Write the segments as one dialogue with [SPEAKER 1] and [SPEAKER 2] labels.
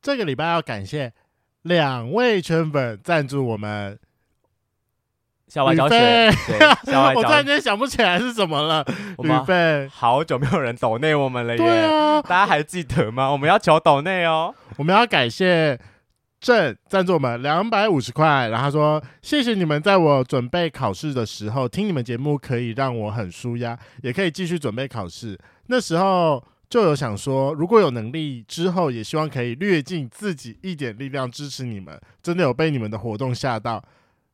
[SPEAKER 1] 这个礼拜要感谢两位圈粉赞助我们，
[SPEAKER 2] 校外
[SPEAKER 1] 宇
[SPEAKER 2] 教学，
[SPEAKER 1] 飞
[SPEAKER 2] 对，校 外
[SPEAKER 1] 我突然
[SPEAKER 2] 教学，
[SPEAKER 1] 间想不起来是什么了，
[SPEAKER 2] 我
[SPEAKER 1] 宇
[SPEAKER 2] 们
[SPEAKER 1] 飞。
[SPEAKER 2] 好久没有人抖内我们了耶，
[SPEAKER 1] 对啊，
[SPEAKER 2] 大家还记得吗？我们要求抖内哦，
[SPEAKER 1] 我们要感谢郑赞助我们两百五十块，然后他说谢谢你们在我准备考试的时候听你们节目，可以让我很舒压，也可以继续准备考试。那时候就有想说，如果有能力之后，也希望可以略尽自己一点力量支持你们。真的有被你们的活动吓到，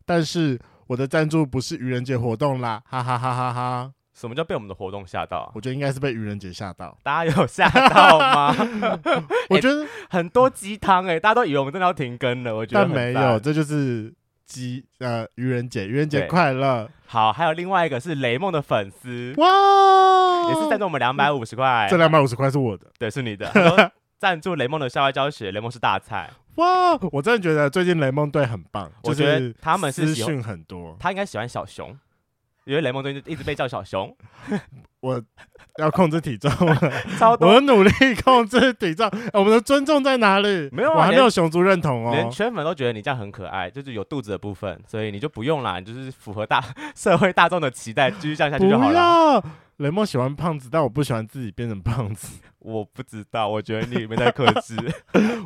[SPEAKER 1] 但是我的赞助不是愚人节活动啦，哈哈哈哈哈！
[SPEAKER 2] 什么叫被我们的活动吓到啊？
[SPEAKER 1] 我觉得应该是被愚人节吓到，
[SPEAKER 2] 大家有吓 到吗？
[SPEAKER 1] 我觉得
[SPEAKER 2] 很多鸡汤哎，大家都以为我们真的要停更了，我觉得
[SPEAKER 1] 但
[SPEAKER 2] 很
[SPEAKER 1] 没
[SPEAKER 2] 赞
[SPEAKER 1] 有，这就是鸡呃愚人节，愚人节
[SPEAKER 2] 对
[SPEAKER 1] 快乐
[SPEAKER 2] 好，还有另外一个是雷梦的粉丝，
[SPEAKER 1] 哇！
[SPEAKER 2] 也是赞助我们两百五十块
[SPEAKER 1] 这，两百五十块是我的
[SPEAKER 2] 对，是 你的。他说赞助雷梦的校外教学，雷梦是大菜，
[SPEAKER 1] 哇！我真的觉得最近雷梦队很棒，
[SPEAKER 2] 我
[SPEAKER 1] 就
[SPEAKER 2] 觉得
[SPEAKER 1] 是
[SPEAKER 2] 他们是
[SPEAKER 1] 私
[SPEAKER 2] 喜欢
[SPEAKER 1] 讯很多，
[SPEAKER 2] 他应该喜欢小熊，因为雷梦最近就一直被叫小熊，
[SPEAKER 1] 我要控制体 重了，
[SPEAKER 2] 超
[SPEAKER 1] 我
[SPEAKER 2] 多
[SPEAKER 1] 要努力控制体重。哎我们的尊重在哪里？
[SPEAKER 2] 没有啊
[SPEAKER 1] 我还没有
[SPEAKER 2] 连
[SPEAKER 1] 熊族认同
[SPEAKER 2] 连
[SPEAKER 1] 哦。
[SPEAKER 2] 圈粉都觉得你这样很可爱，就是有肚子的部分，所以你就不用啦，你就是符合大社会大众的期待，继续这样下
[SPEAKER 1] 不
[SPEAKER 2] 去就好了。
[SPEAKER 1] 要，雷梦喜欢胖子，但我不喜欢自己变成胖子。
[SPEAKER 2] 我不知道，我觉得你没在克制。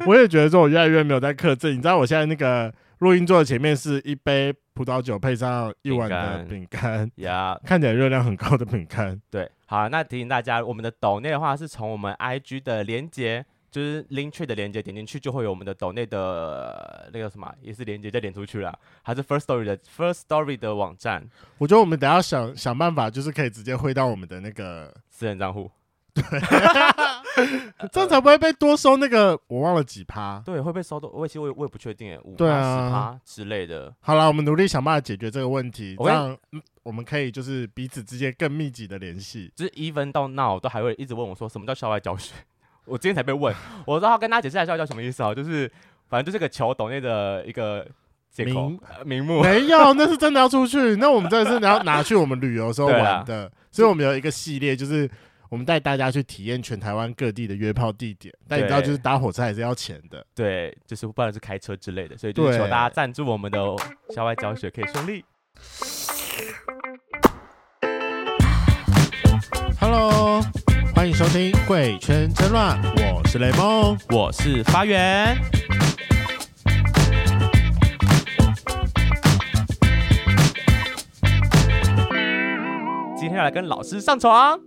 [SPEAKER 1] 我也觉得说，我越来越没有在克制。你知道，我现在那个录音桌的前面是一杯葡萄酒配上一碗的饼
[SPEAKER 2] 饼
[SPEAKER 1] 干，
[SPEAKER 2] 呀、
[SPEAKER 1] 看起来热量很高的饼干。
[SPEAKER 2] 对，好，那提醒大家，我们的抖内的话是从我们 IG 的连接，就是 Linktree 的连接点进去，就会有我们的抖内的呃那个什么，也是连接再连出去了，还是 First Story 的 First Story 的网站
[SPEAKER 1] 我觉得我们等一下想想办法，就是可以直接汇到我们的那个，
[SPEAKER 2] 私人账户。
[SPEAKER 1] 这样才不会被多收那个我忘了几趴。
[SPEAKER 2] 对，会被收到，我也其实我也我也不确定耶，五趴、
[SPEAKER 1] 对
[SPEAKER 2] 十
[SPEAKER 1] 啊
[SPEAKER 2] 趴之类的。
[SPEAKER 1] 好了，我们努力想办法解决这个问题，
[SPEAKER 2] 我
[SPEAKER 1] 这
[SPEAKER 2] 跟
[SPEAKER 1] 样嗯我们可以就是彼此之间更密集的联系。
[SPEAKER 2] 就是 even 到 now 都还会一直问我说什么叫校外教学，我今天才被问，我说要跟大家解释一下校外教学什么意思啊，就是反正就是个求抖内的一个借口
[SPEAKER 1] 名
[SPEAKER 2] 呃名目。
[SPEAKER 1] 没有，那是真的要出去， 那我们真的是要拿去我们旅游的时候
[SPEAKER 2] 对啊
[SPEAKER 1] 玩的。所以我们有一个系列，就是我们带大家去体验全台湾各地的约炮地点。但你知道，
[SPEAKER 2] 对
[SPEAKER 1] 就是搭火车还是要钱的。
[SPEAKER 2] 对，就是不然是开车之类的，所以就是求
[SPEAKER 1] 对
[SPEAKER 2] 大家赞助我们的校外教学可以顺利。
[SPEAKER 1] Hello，欢迎收听《贵圈争乱》，我是雷梦。
[SPEAKER 2] 我是发源，今天要来跟老师上床。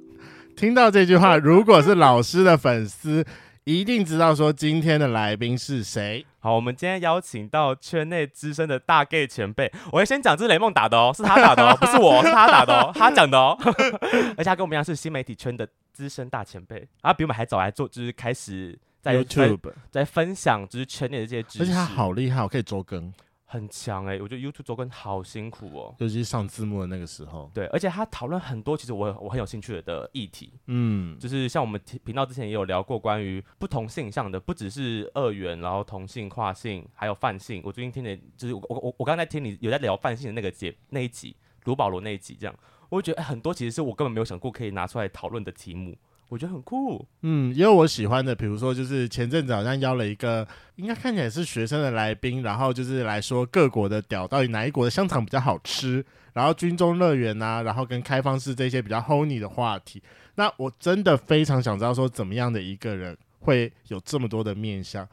[SPEAKER 1] 听到这句话，如果是老师的粉丝，一定知道说今天的来宾是谁。
[SPEAKER 2] 好，我们今天邀请到圈内资深的大 gay 前辈，我要先讲，这是雷梦打的哦，是他打的哦，不是我，是他打的哦，他讲的哦， 而且他跟我们一样是新媒体圈的资深大前辈，他比我们还早来做，就是开始在在
[SPEAKER 1] YouTube，
[SPEAKER 2] 在分享就是圈内的这些知识，
[SPEAKER 1] 而且他好厉害，我可以周更，
[SPEAKER 2] 很强哎、我觉得 YouTube 周更好辛苦哦。
[SPEAKER 1] 尤其是上字幕的那个时候。
[SPEAKER 2] 对，而且他讨论很多其实我我很有兴趣的议题，
[SPEAKER 1] 嗯，
[SPEAKER 2] 就是像我们频频道之前也有聊过关于不同性向的，不只是二元，然后同性、跨性，还有泛性。我最近听的，就是我我我我刚才听你有在聊泛性的那个节那一集，卢保罗那一集，这样，我就觉得、哎很多其实是我根本没有想过可以拿出来讨论的题目，我觉得很酷。
[SPEAKER 1] 嗯，也有我喜欢的，比如说就是前阵子好像邀了一个，应该看起来是学生的来宾，然后就是来说各国的屌到底哪一国的香肠比较好吃，然后军中乐园呐、然后跟开放式这些比较 honey 的话题。那我真的非常想知道说怎么样的一个人会有这么多的面相。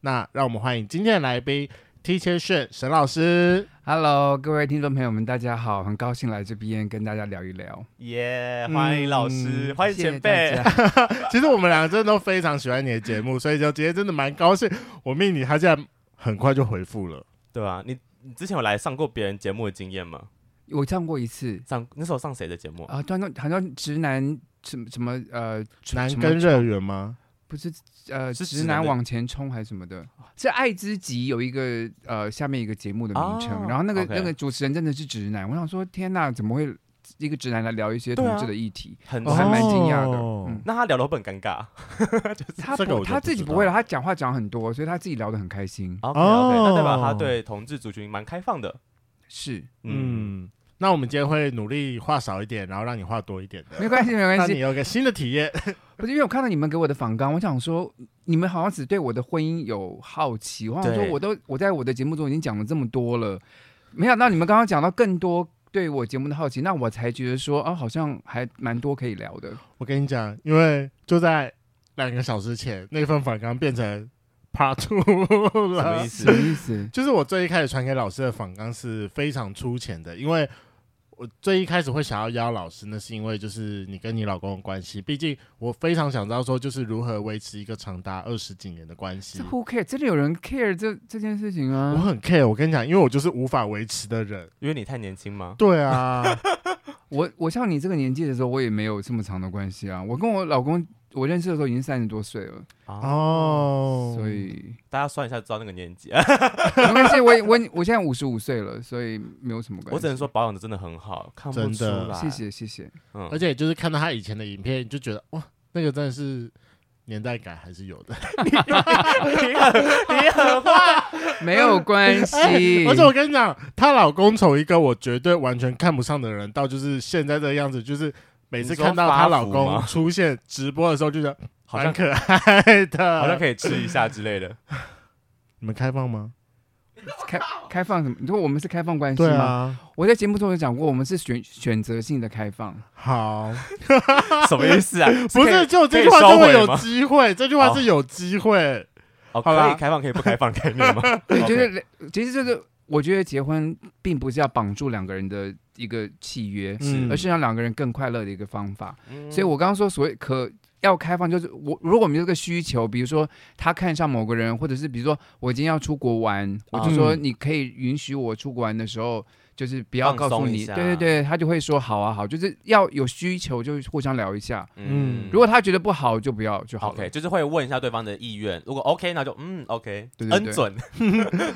[SPEAKER 1] 那让我们欢迎今天的来宾 T 千炫沈老师。
[SPEAKER 3] Hello，各位听众朋友们，大家好，很高兴来这边跟大家聊一聊。
[SPEAKER 2] 耶、
[SPEAKER 1] 欢
[SPEAKER 2] 欢
[SPEAKER 1] 迎
[SPEAKER 2] 迎
[SPEAKER 1] 老
[SPEAKER 2] 老
[SPEAKER 1] 师
[SPEAKER 2] 师，
[SPEAKER 3] 嗯谢
[SPEAKER 2] 欢迎
[SPEAKER 3] 谢
[SPEAKER 2] 前
[SPEAKER 3] 大
[SPEAKER 2] 辈。
[SPEAKER 3] 家。
[SPEAKER 1] 其实我们两个真的都非常喜欢你的节目，所以就今天真的蛮高兴，我命你他竟然很快就回复了。
[SPEAKER 2] 对啊，你你之前有来上过别人节目的经验吗？
[SPEAKER 3] 我上过一次
[SPEAKER 2] 上那时候上谁的节目？
[SPEAKER 3] 啊，专、好像直男什么什么呃，什么
[SPEAKER 1] 男跟热源吗？
[SPEAKER 3] 不是呃，
[SPEAKER 2] 是直
[SPEAKER 3] 直
[SPEAKER 2] 男
[SPEAKER 3] 男
[SPEAKER 2] 的
[SPEAKER 3] 往前冲还是什么的？是爱之极有一个呃下面一个节目的
[SPEAKER 1] 啊
[SPEAKER 3] 名称，
[SPEAKER 2] 哦
[SPEAKER 3] 然后那个
[SPEAKER 2] OK
[SPEAKER 3] 那个主持人真的是直男，我想说天哪，怎么会一个直男来聊一些
[SPEAKER 2] 对啊
[SPEAKER 3] 同志的议题？
[SPEAKER 2] 很
[SPEAKER 3] 我还蛮
[SPEAKER 2] 哦
[SPEAKER 3] 惊讶的
[SPEAKER 1] 哦
[SPEAKER 3] 嗯
[SPEAKER 2] 那他聊的会不会很尴尬。
[SPEAKER 3] 他
[SPEAKER 1] 这个我
[SPEAKER 3] 不
[SPEAKER 1] 就
[SPEAKER 3] 他
[SPEAKER 1] 不
[SPEAKER 3] 自
[SPEAKER 1] 知
[SPEAKER 3] 己不会
[SPEAKER 1] 道
[SPEAKER 3] 了，他讲话讲很多，所以他自己聊得很开心。
[SPEAKER 2] OK OK，那代表
[SPEAKER 1] 哦
[SPEAKER 2] 他对同志族群蛮开放的。
[SPEAKER 3] 是，
[SPEAKER 2] 嗯，
[SPEAKER 1] 嗯，那我们今天会努力话少一点，然后让你话多一点的，
[SPEAKER 3] 没关系，没关
[SPEAKER 1] 让
[SPEAKER 3] 系
[SPEAKER 1] 你。有个新的体验。
[SPEAKER 3] 不是因为我看到你们给我的访纲，我想说你们好像只对我的婚姻有好奇，我想说
[SPEAKER 2] 对
[SPEAKER 3] 我都我在我的节目中已经讲了这么多了，没想到你们刚刚讲到更多对我节目的好奇，那我才觉得说啊，好像还蛮多可以聊的。
[SPEAKER 1] 我跟你讲，因为就在两个小时前，那份访纲变成 Part Two
[SPEAKER 2] 什么
[SPEAKER 1] 了
[SPEAKER 2] 意。思
[SPEAKER 3] 什？么意思？
[SPEAKER 1] 就是我最一开始传给老师的访纲是非常粗浅的，因为我最一开始会想要邀老师，那是因为就是你跟你老公的关系，毕竟我非常想知道说就是如何维持一个长达二十几年的关系
[SPEAKER 3] 这。who care？真的有人 care 这这件事情
[SPEAKER 1] 我
[SPEAKER 3] 啊？
[SPEAKER 1] 很 care，我跟你讲，因为我就是无法维持的人。
[SPEAKER 2] 因为你太年轻吗？
[SPEAKER 1] 对啊，
[SPEAKER 3] 我我像你这个年纪的时候，我也没有这么长的关系啊。我跟我老公我认识的时候已经三十多岁了，
[SPEAKER 2] 啊，
[SPEAKER 1] 哦，
[SPEAKER 3] 所以
[SPEAKER 2] 大家算一下就知道那个年纪。
[SPEAKER 3] 没关系。我也我我现在五十五岁了，所以没有什么关系。
[SPEAKER 2] 我只能说保养的真的很好，看不
[SPEAKER 1] 真
[SPEAKER 2] 出
[SPEAKER 1] 的
[SPEAKER 2] 来。
[SPEAKER 3] 谢，谢谢谢。
[SPEAKER 2] 嗯
[SPEAKER 1] 而，且就是看到他以前的影片，你就觉得哇，那个真的是年代感还是有的。
[SPEAKER 2] 你很你很坏，
[SPEAKER 3] 没有关系，
[SPEAKER 1] 而 且我跟你讲，她老公从一个我绝对完全看不上的人，到就是现在这个样子，就是每次
[SPEAKER 2] 你说
[SPEAKER 1] 看到她
[SPEAKER 2] 发
[SPEAKER 1] 老
[SPEAKER 2] 福
[SPEAKER 1] 公
[SPEAKER 2] 吗
[SPEAKER 1] 出现直播的时候，就觉得
[SPEAKER 2] 好
[SPEAKER 1] 蛮
[SPEAKER 2] 像
[SPEAKER 1] 可爱的。
[SPEAKER 2] 好像可以吃一下之类的。
[SPEAKER 1] 你们开放吗？
[SPEAKER 3] 开开放什么？你说我们是开放关系
[SPEAKER 1] 对
[SPEAKER 3] 吗？
[SPEAKER 1] 啊，
[SPEAKER 3] 我在节目中有讲过，我们是选选择性的开放。
[SPEAKER 1] 好，
[SPEAKER 2] 什么意思啊？
[SPEAKER 1] 不
[SPEAKER 2] 可以
[SPEAKER 1] 是就这
[SPEAKER 2] 可以
[SPEAKER 1] 句话
[SPEAKER 2] 收
[SPEAKER 1] 就会
[SPEAKER 2] 回
[SPEAKER 1] 有
[SPEAKER 2] 吗
[SPEAKER 1] 机会，这句话
[SPEAKER 2] 好
[SPEAKER 1] 是有机会。
[SPEAKER 2] 哦，
[SPEAKER 1] 好
[SPEAKER 2] 可
[SPEAKER 1] 啦
[SPEAKER 2] 以开放可以不开放的概念吗？
[SPEAKER 3] 对，就是其实就是我觉得结婚并不是要绑住两个人的一个契约，
[SPEAKER 1] 嗯
[SPEAKER 3] 而是让两个人更快乐的一个方法。
[SPEAKER 2] 嗯
[SPEAKER 3] 所以我刚刚说，所谓可要开放，就是我如果我们有这个需求，比如说他看上某个人，或者是比如说我今天要出国玩，我就说
[SPEAKER 1] 嗯
[SPEAKER 3] 你可以允许我出国玩的时候。就是不要告
[SPEAKER 2] 放松
[SPEAKER 3] 诉
[SPEAKER 2] 一
[SPEAKER 3] 你，
[SPEAKER 2] 下
[SPEAKER 3] 对对对，他就会说好啊好，就是要有需求就互相聊一下，
[SPEAKER 1] 嗯
[SPEAKER 3] 如果他觉得不好就不要就好了。
[SPEAKER 2] OK，就是会问一下对方的意愿，如果 OK，那就嗯 OK，
[SPEAKER 3] 对对对
[SPEAKER 2] 恩准。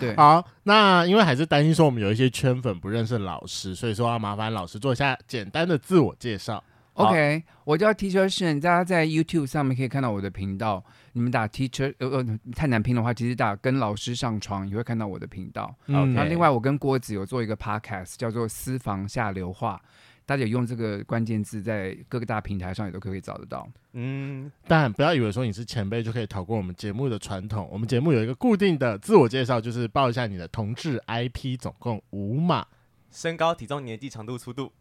[SPEAKER 3] 对，
[SPEAKER 1] 好，那因为还是担心说我们有一些圈粉不认识老师，所以说要麻烦老师做一下简单的自我介绍。
[SPEAKER 3] OK，我叫 Teacher Shen，大家在 YouTube 上面可以看到我的频道。你们打 Teacher，呃呃，太难拼的话，其实打跟老师上床也会看到我的频道。
[SPEAKER 1] 嗯
[SPEAKER 2] OK
[SPEAKER 3] 然后另外，我跟郭子有做一个 Podcast，叫做《私房下流话》，大家有用这个关键字在各个大平台上也都可以找得到。
[SPEAKER 2] 嗯，
[SPEAKER 1] 但不要以为说你是前辈就可以逃过我们节目的传统。我们节目有一个固定的自我介绍，就是报一下你的同志 IP，总共五码。
[SPEAKER 2] 身高、体重、年纪、长度、粗度。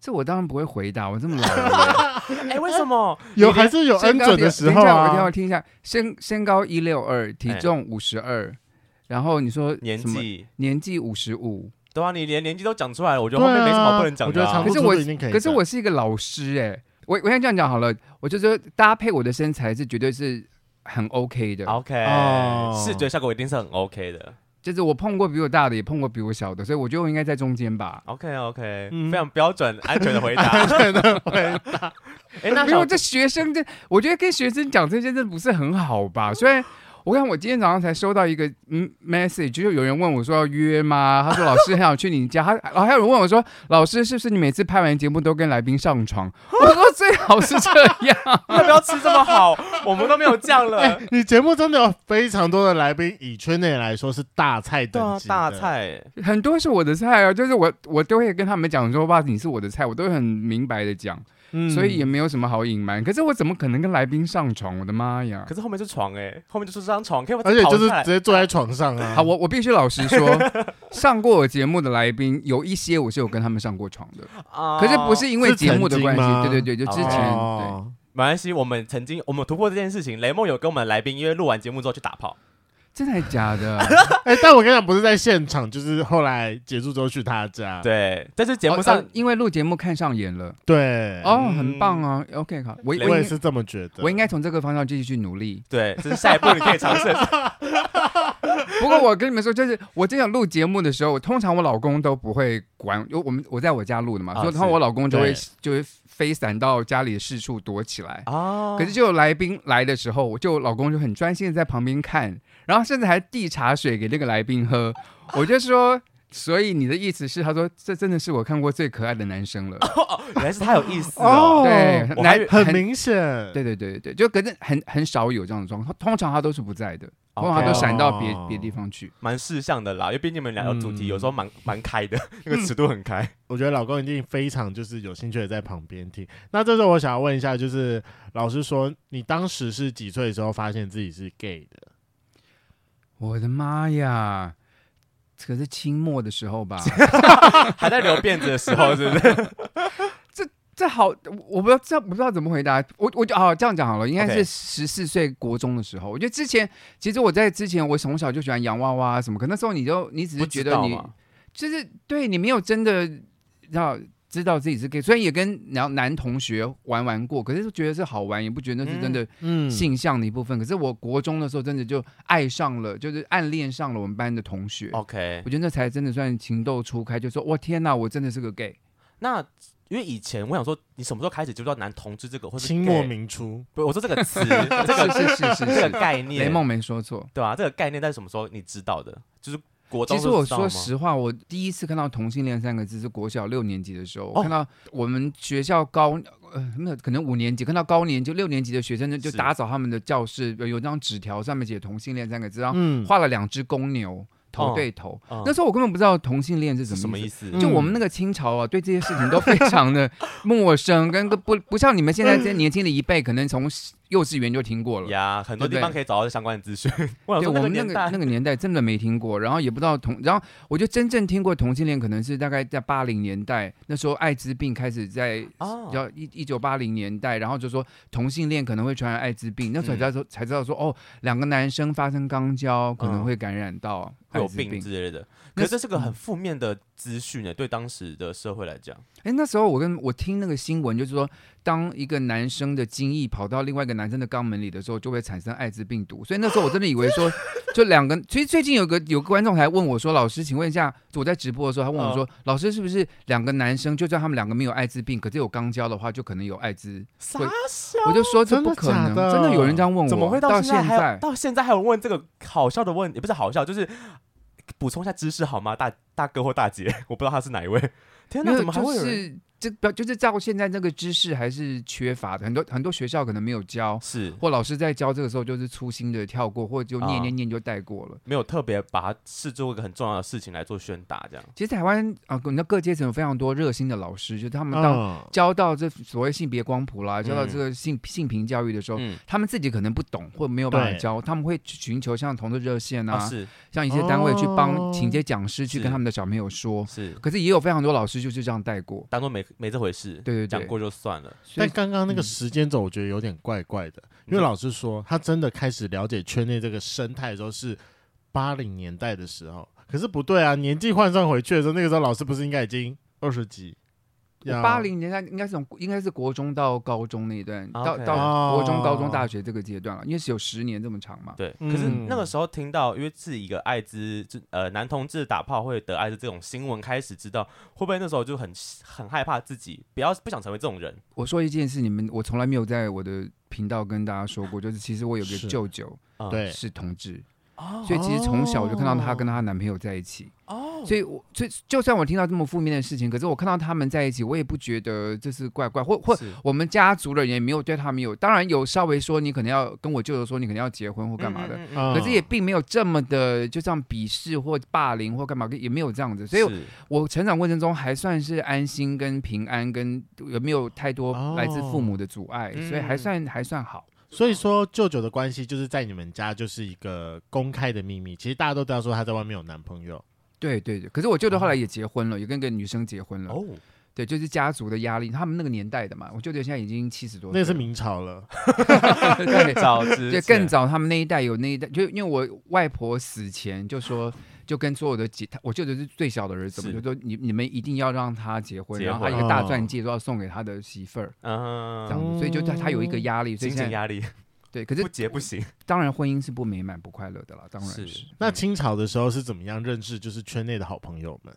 [SPEAKER 3] 这我当然不会回答，我这 么老了。
[SPEAKER 2] 哎，为什么？
[SPEAKER 1] 有还是有
[SPEAKER 3] 身
[SPEAKER 1] 恩
[SPEAKER 3] 高
[SPEAKER 1] 准的时候
[SPEAKER 3] 等一下我等一下我
[SPEAKER 1] 啊？哎
[SPEAKER 3] 听一下，身身高一六二，体重五十二，然后你说
[SPEAKER 2] 年
[SPEAKER 3] 什么
[SPEAKER 2] 纪？
[SPEAKER 3] 年纪五十五，
[SPEAKER 2] 对啊，你连年纪都讲出来了，我觉
[SPEAKER 1] 对
[SPEAKER 2] 得后面
[SPEAKER 1] 啊，
[SPEAKER 2] 没什么不能讲
[SPEAKER 1] 我觉
[SPEAKER 2] 的
[SPEAKER 1] 得
[SPEAKER 2] 啊。
[SPEAKER 1] 长
[SPEAKER 3] 可
[SPEAKER 1] 不
[SPEAKER 3] 是
[SPEAKER 1] 出
[SPEAKER 3] 我
[SPEAKER 1] 的一定可以的。
[SPEAKER 3] 可是我是一个老师哎、我我先这样讲好了，我就说搭配我的身材是绝对是很 OK 的，
[SPEAKER 2] OK，
[SPEAKER 1] 哦
[SPEAKER 2] 视觉效果一定是很 OK 的。
[SPEAKER 3] 就是我碰过比我大的，也碰过比我小的，所以我觉得我应该在中间吧。
[SPEAKER 2] OK OK，
[SPEAKER 1] 嗯
[SPEAKER 2] 非常标准、安全的回答。
[SPEAKER 1] 真的会
[SPEAKER 2] 哎，那
[SPEAKER 3] 因为
[SPEAKER 2] 小
[SPEAKER 3] 这学生这，我觉得跟学生讲这些真的不是很好
[SPEAKER 2] 嗯
[SPEAKER 3] 吧？虽然。我看我今天早上才收到一个嗯 message，就是有人问我说要约吗？他说老师很想去你家，他然后还有人问我说老师是不是你每次拍完节目都跟来宾 上床？我说最好是这样，
[SPEAKER 2] 要不要吃这么好？我们都没有酱
[SPEAKER 1] 哎
[SPEAKER 2] 了。
[SPEAKER 1] 你节目真的有非常多的来宾，以圈内来说是大菜
[SPEAKER 2] 对
[SPEAKER 1] 等
[SPEAKER 2] 啊
[SPEAKER 1] 级，的
[SPEAKER 2] 大。菜。
[SPEAKER 3] 很多是我的菜啊，就是我我都会跟他们讲说，哇，你是我的菜，我都会很明白的讲，
[SPEAKER 1] 嗯
[SPEAKER 3] 所以也没有什么好隐瞒。可是我怎么可能跟来宾上床？我的妈呀！
[SPEAKER 2] 可是后面是床哎，后面就是张床，可以把它
[SPEAKER 1] 而且就是直
[SPEAKER 2] 刨下来
[SPEAKER 1] 接坐在床上啊。
[SPEAKER 3] 好，我我必须 老实说，上过我节目的来宾有一些我是有跟他们上过床的，
[SPEAKER 2] 啊
[SPEAKER 3] 可是不是因为
[SPEAKER 1] 哦是
[SPEAKER 3] 节目的
[SPEAKER 1] 曾经
[SPEAKER 3] 关
[SPEAKER 1] 吗
[SPEAKER 3] 系，对对对，就之前、对。
[SPEAKER 1] 哦
[SPEAKER 2] 没关系，我们曾经我们有突破这件事情，雷梦有跟我们来宾因为录完节目之后去打炮，
[SPEAKER 3] 真的还 假的？
[SPEAKER 1] 哎，但我跟你讲，不是在现场，就是后来结束之后去他家。
[SPEAKER 2] 对，但是节目
[SPEAKER 3] 哦
[SPEAKER 2] 上
[SPEAKER 3] 呃因为录节目看上眼了，
[SPEAKER 1] 对，
[SPEAKER 3] 哦，
[SPEAKER 2] 嗯
[SPEAKER 3] 很棒啊。OK，好，我我
[SPEAKER 2] 雷
[SPEAKER 1] 我
[SPEAKER 3] 应
[SPEAKER 1] 也
[SPEAKER 3] 该
[SPEAKER 1] 是这么觉得。
[SPEAKER 3] 我应该从这个方向继续去努力。
[SPEAKER 2] 对，这是下一步你可以尝试的事。
[SPEAKER 3] 不过我跟你们说，就是我真的录节目的时候，我通常我老公都不会管，因为我们我在我家录的嘛，
[SPEAKER 2] 啊
[SPEAKER 3] 所以
[SPEAKER 2] 是
[SPEAKER 3] 通常我老公就会
[SPEAKER 1] 对
[SPEAKER 3] 就会飞散到家里的四处躲起来。
[SPEAKER 2] 哦
[SPEAKER 3] 可是就有来宾来的时候，我就老公就很专心的在旁边看，然后甚至还递茶水给那个来宾喝。我就说所以你的意思是，他说这真的是我看过最可爱的男生了。
[SPEAKER 2] 原来是他有意思 哦。
[SPEAKER 3] 对，
[SPEAKER 2] 我还
[SPEAKER 3] 男
[SPEAKER 2] 以为
[SPEAKER 1] 很明显，
[SPEAKER 3] 对对对对对，就可是很很少有这样的状况，通常他都是不在的，通常他都
[SPEAKER 2] OK
[SPEAKER 3] 闪到别
[SPEAKER 1] 哦
[SPEAKER 3] 别地方去。
[SPEAKER 2] 蛮事项的啦，因为毕竟你们俩的主题
[SPEAKER 1] 嗯
[SPEAKER 2] 有时候蛮蛮开的，那个尺度很开。
[SPEAKER 1] 我觉得老公一定非常就是有兴趣的在旁边听。那这时候我想要问一下，就是老师说，你当时是几岁的时候发现自己是 gay 的？
[SPEAKER 3] 我的妈呀！可是清末的时候吧，
[SPEAKER 2] 还在留辫子的时候，是不是？
[SPEAKER 3] 这好，我我不知道这我不知道怎么回答。我我就好这样讲好了，应该
[SPEAKER 2] OK
[SPEAKER 3] 是十四岁国中的时候。我觉得之前，其实我在之前，我从小就喜欢洋娃娃啊什么，可那时候你就你只
[SPEAKER 2] 不
[SPEAKER 3] 是
[SPEAKER 2] 知
[SPEAKER 3] 觉得
[SPEAKER 2] 道
[SPEAKER 3] 你
[SPEAKER 2] 嘛？
[SPEAKER 3] 就是对你没有真的要知道自己是 gay，虽然也跟男男同学玩玩过，可是就觉得是好玩，也不觉得那是真的
[SPEAKER 1] 嗯
[SPEAKER 3] 性向的一部分。可是我国中的时候真的就爱上了，就是暗恋上了我们班的同学。
[SPEAKER 2] OK，
[SPEAKER 3] 我觉得那才真的算情窦初开，就说我天哪，我真的是个 gay。
[SPEAKER 2] 那因为以前我想说，你什么时候开始接触到男同志这个，或是
[SPEAKER 1] 清末
[SPEAKER 2] gay？
[SPEAKER 1] 明初，
[SPEAKER 2] 不，我说这个 词，这个
[SPEAKER 3] 是是是
[SPEAKER 2] 这
[SPEAKER 3] 是
[SPEAKER 2] 个
[SPEAKER 3] 是，
[SPEAKER 2] 概念，
[SPEAKER 3] 雷梦没说错。
[SPEAKER 2] 对啊，这个概念在什么时候你知道的？就是国中
[SPEAKER 3] 其
[SPEAKER 2] 就
[SPEAKER 3] 实我
[SPEAKER 2] 知道
[SPEAKER 3] 说
[SPEAKER 2] 吗
[SPEAKER 3] 实话，我第一次看到“同性恋”三个字是国小六年级的时候，我
[SPEAKER 2] 哦
[SPEAKER 3] 看到我们学校高呃没有可能五年级看到高年级六年级的学生呢，就是打扫他们的教室，有有张纸条上面写“同性恋”三个字，然后
[SPEAKER 1] 嗯，
[SPEAKER 3] 画了两只公牛头对头。
[SPEAKER 2] 嗯
[SPEAKER 3] 那时候我根本不知道同性恋是
[SPEAKER 2] 是
[SPEAKER 3] 什
[SPEAKER 2] 什
[SPEAKER 3] 么
[SPEAKER 2] 么
[SPEAKER 3] 意
[SPEAKER 2] 意
[SPEAKER 3] 思。
[SPEAKER 2] 思？
[SPEAKER 1] 嗯
[SPEAKER 3] 就我们那个清朝啊，对这些事情都非常的 陌生，跟个不不像你们现在这些年轻的一辈，可能从幼稚园就听过了。
[SPEAKER 2] 嗯呀，哦很多地
[SPEAKER 3] 对不对
[SPEAKER 2] 方可以找到相关的资讯。我想
[SPEAKER 3] 对
[SPEAKER 2] 说
[SPEAKER 3] 我们那
[SPEAKER 2] 年
[SPEAKER 3] 个
[SPEAKER 2] 代
[SPEAKER 3] 那个年代真的没听过，然后也不知道同，然后我就真正听过同性恋，可能是大概在八零年代，那时候艾滋病开始在
[SPEAKER 2] 哦
[SPEAKER 3] 要一一九八零年代，然后就说同性恋可能会传染艾滋病，那
[SPEAKER 2] 嗯
[SPEAKER 3] 时候才知道才知道说哦，两个男生发生肛交可能会感染到
[SPEAKER 2] 会嗯
[SPEAKER 3] 艾
[SPEAKER 2] 有
[SPEAKER 3] 滋
[SPEAKER 2] 病
[SPEAKER 3] 病。
[SPEAKER 2] 之类的，可
[SPEAKER 3] 那
[SPEAKER 2] 是这是个
[SPEAKER 3] 嗯
[SPEAKER 2] 很负面的资讯欸呢，对当时的社会来讲，
[SPEAKER 3] 哎，那时候我跟我听那个新闻，就是说当一个男生的精液跑到另外一个男生的肛门里的时候，就会产生艾滋病毒，所以那时候我真的以为 说。就两个，其实最近有个有个观众还问我说：“老师，请问一下，我在直播的时候，他问
[SPEAKER 2] 嗯
[SPEAKER 3] 我说，老师是不是两个男生，就算他们两个没有艾滋病，可是有肛交的话，就可能有艾滋？”
[SPEAKER 2] 傻
[SPEAKER 3] 会我就说这
[SPEAKER 1] 真的
[SPEAKER 3] 不可
[SPEAKER 1] 假
[SPEAKER 3] 能，
[SPEAKER 1] 的
[SPEAKER 3] 真的有人这样问我，
[SPEAKER 2] 怎么会
[SPEAKER 3] 到
[SPEAKER 2] 现在还有
[SPEAKER 3] 在？
[SPEAKER 2] 到现在还有人问这个好笑的问，也不是好笑，就是补充一下知识好吗？大大哥或大姐， 我不知道他是哪一位。天
[SPEAKER 3] 没
[SPEAKER 2] 哪，
[SPEAKER 3] 有
[SPEAKER 2] 怎么还
[SPEAKER 3] 就
[SPEAKER 2] 会有人？
[SPEAKER 3] 是这不就是照现在这个知识还是缺乏的，很多很多学校可能没有教，
[SPEAKER 2] 是
[SPEAKER 3] 或老师在教这个时候就是粗心的跳过，或者就
[SPEAKER 2] 啊
[SPEAKER 3] 念念念就带过了。
[SPEAKER 2] 没有特别把它视作一个很重要的事情来做宣达，这样
[SPEAKER 3] 其实台湾啊，我们的各阶层有非常多热心的老师，就是他们当
[SPEAKER 1] 嗯，
[SPEAKER 3] 教到这所谓性别光谱啦，
[SPEAKER 2] 嗯
[SPEAKER 3] 教到这个性性平教育的时候，
[SPEAKER 2] 嗯
[SPEAKER 3] 他们自己可能不懂或没有办法
[SPEAKER 1] 对
[SPEAKER 3] 教，他们会去寻求像同志热线
[SPEAKER 2] 啊
[SPEAKER 3] 啊，
[SPEAKER 2] 是
[SPEAKER 3] 像一些单位去
[SPEAKER 1] 哦
[SPEAKER 3] 帮请一些讲师去
[SPEAKER 2] 是
[SPEAKER 3] 跟他们的小朋友说。
[SPEAKER 2] 是
[SPEAKER 3] 可是也有非常多老师就是这样带过，
[SPEAKER 2] 当做没没这回事，
[SPEAKER 3] 对对对
[SPEAKER 2] 讲过就算了。
[SPEAKER 3] 所
[SPEAKER 1] 但
[SPEAKER 3] 以
[SPEAKER 1] 刚刚那个
[SPEAKER 3] 嗯
[SPEAKER 1] 时间轴我觉得有点怪怪的，因为老师说他真的开始了解圈内这个生态的时候是八零年代的时候，可是不对啊，年纪换算回去的时候，那个时候老师不是应该已经二十几？要
[SPEAKER 3] 八零年代应该是从应该是国中到高中那一段，到
[SPEAKER 2] OK
[SPEAKER 3] 到国中、
[SPEAKER 1] 哦
[SPEAKER 3] 高中、大学这个阶段了，因为是有十年这么长嘛。
[SPEAKER 2] 对，
[SPEAKER 1] 嗯
[SPEAKER 2] 可是那个时候听到，因为是一个艾滋，就呃男同志打炮会得艾滋这种新闻开始知道，会不会那时候就很很害怕自己，不要不想成为这种人？
[SPEAKER 3] 我说一件事，你们我从来没有在我的频道跟大家说过，就是其实我有个
[SPEAKER 1] 是
[SPEAKER 3] 舅舅
[SPEAKER 2] 啊
[SPEAKER 1] 对，
[SPEAKER 3] 是同志，
[SPEAKER 2] 哦
[SPEAKER 3] 所以其实从小我就看到她
[SPEAKER 1] 哦
[SPEAKER 3] 跟她男朋友在一起。
[SPEAKER 2] 哦
[SPEAKER 3] 所以我，所以就算我听到这么负面的事情，可是我看到他们在一起，我也不觉得这是怪怪，或或
[SPEAKER 2] 是
[SPEAKER 3] 我们家族的人也没有对他们有，当然有稍微说你可能要跟我舅舅说你可能要结婚或干嘛的，
[SPEAKER 2] 嗯嗯嗯
[SPEAKER 1] 嗯
[SPEAKER 3] 可是也并没有这么的就这样鄙视或霸凌或干嘛，也没有这样子，所以
[SPEAKER 2] 是
[SPEAKER 3] 我成长过程中还算是安心跟平安，跟有没有太多
[SPEAKER 1] 哦
[SPEAKER 3] 来自父母的阻碍，
[SPEAKER 2] 嗯
[SPEAKER 3] 所以还算还算好。
[SPEAKER 1] 所以说舅舅的关系就是在你们家就是一个公开的秘密，其实大家都知道说她在外面有男朋友。
[SPEAKER 3] 对对对，可是我舅舅后来也结婚了，也跟个女生结婚了。
[SPEAKER 2] 哦，
[SPEAKER 3] 对，就是家族的压力，他们那个年代的嘛。我舅舅现在已经七十多岁
[SPEAKER 1] 那
[SPEAKER 3] 了，
[SPEAKER 1] 个是明朝了，
[SPEAKER 3] 嗯对，
[SPEAKER 2] 早知
[SPEAKER 3] 对，更早他们那一代有那一代，就因为我外婆死前就说，就跟所有的姐，她我舅舅是最小的儿子嘛，
[SPEAKER 2] 是
[SPEAKER 3] 就说你你们一定要让他结婚，
[SPEAKER 2] 结
[SPEAKER 3] 然后他
[SPEAKER 2] 婚
[SPEAKER 3] 一个大
[SPEAKER 1] 哦
[SPEAKER 3] 钻戒都要送给他的媳妇儿，这样
[SPEAKER 2] 嗯，
[SPEAKER 3] 子，
[SPEAKER 1] 嗯
[SPEAKER 3] 所以就他他有一个压力，所
[SPEAKER 2] 金
[SPEAKER 3] 以现
[SPEAKER 2] 钱
[SPEAKER 3] 在
[SPEAKER 2] 压力
[SPEAKER 3] 对，可是
[SPEAKER 2] 不结不行，
[SPEAKER 3] 当然婚姻是不美满不快乐的啦，当然
[SPEAKER 2] 是啊
[SPEAKER 3] 是。
[SPEAKER 1] 那
[SPEAKER 3] 嗯
[SPEAKER 1] 清朝的时候是怎么样认识就是圈内的好朋友们？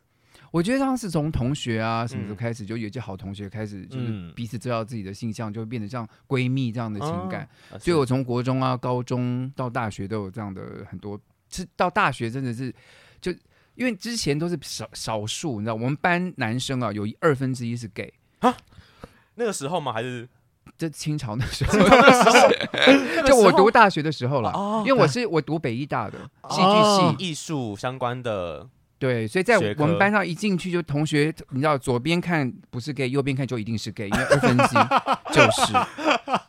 [SPEAKER 3] 我觉得当时从同学啊什么时候
[SPEAKER 2] 嗯
[SPEAKER 3] 开始，就有一些好同学开始，就是
[SPEAKER 1] 嗯
[SPEAKER 3] 彼此知道自己的性向，就会变得像闺蜜这样的情感。
[SPEAKER 2] 啊
[SPEAKER 3] 所以
[SPEAKER 2] 是
[SPEAKER 3] 我从国中啊、高中到大学都有这样的很多，是到大学真的是就因为之前都是少少数，你知道，我们班男生啊，有一二分之一是 gay。
[SPEAKER 2] 那个时候吗？还是
[SPEAKER 3] 这清朝那时候， 就我读大学的时候了，
[SPEAKER 2] 哦
[SPEAKER 3] 因为我是我读北医大的戏剧
[SPEAKER 1] 哦
[SPEAKER 3] 系，
[SPEAKER 2] 艺术相关的
[SPEAKER 3] 对，所以在
[SPEAKER 2] 学科
[SPEAKER 3] 我们班上一进去就同学，你知道左边看不是 gay，右边看就一定是 gay，因为二分之 一就是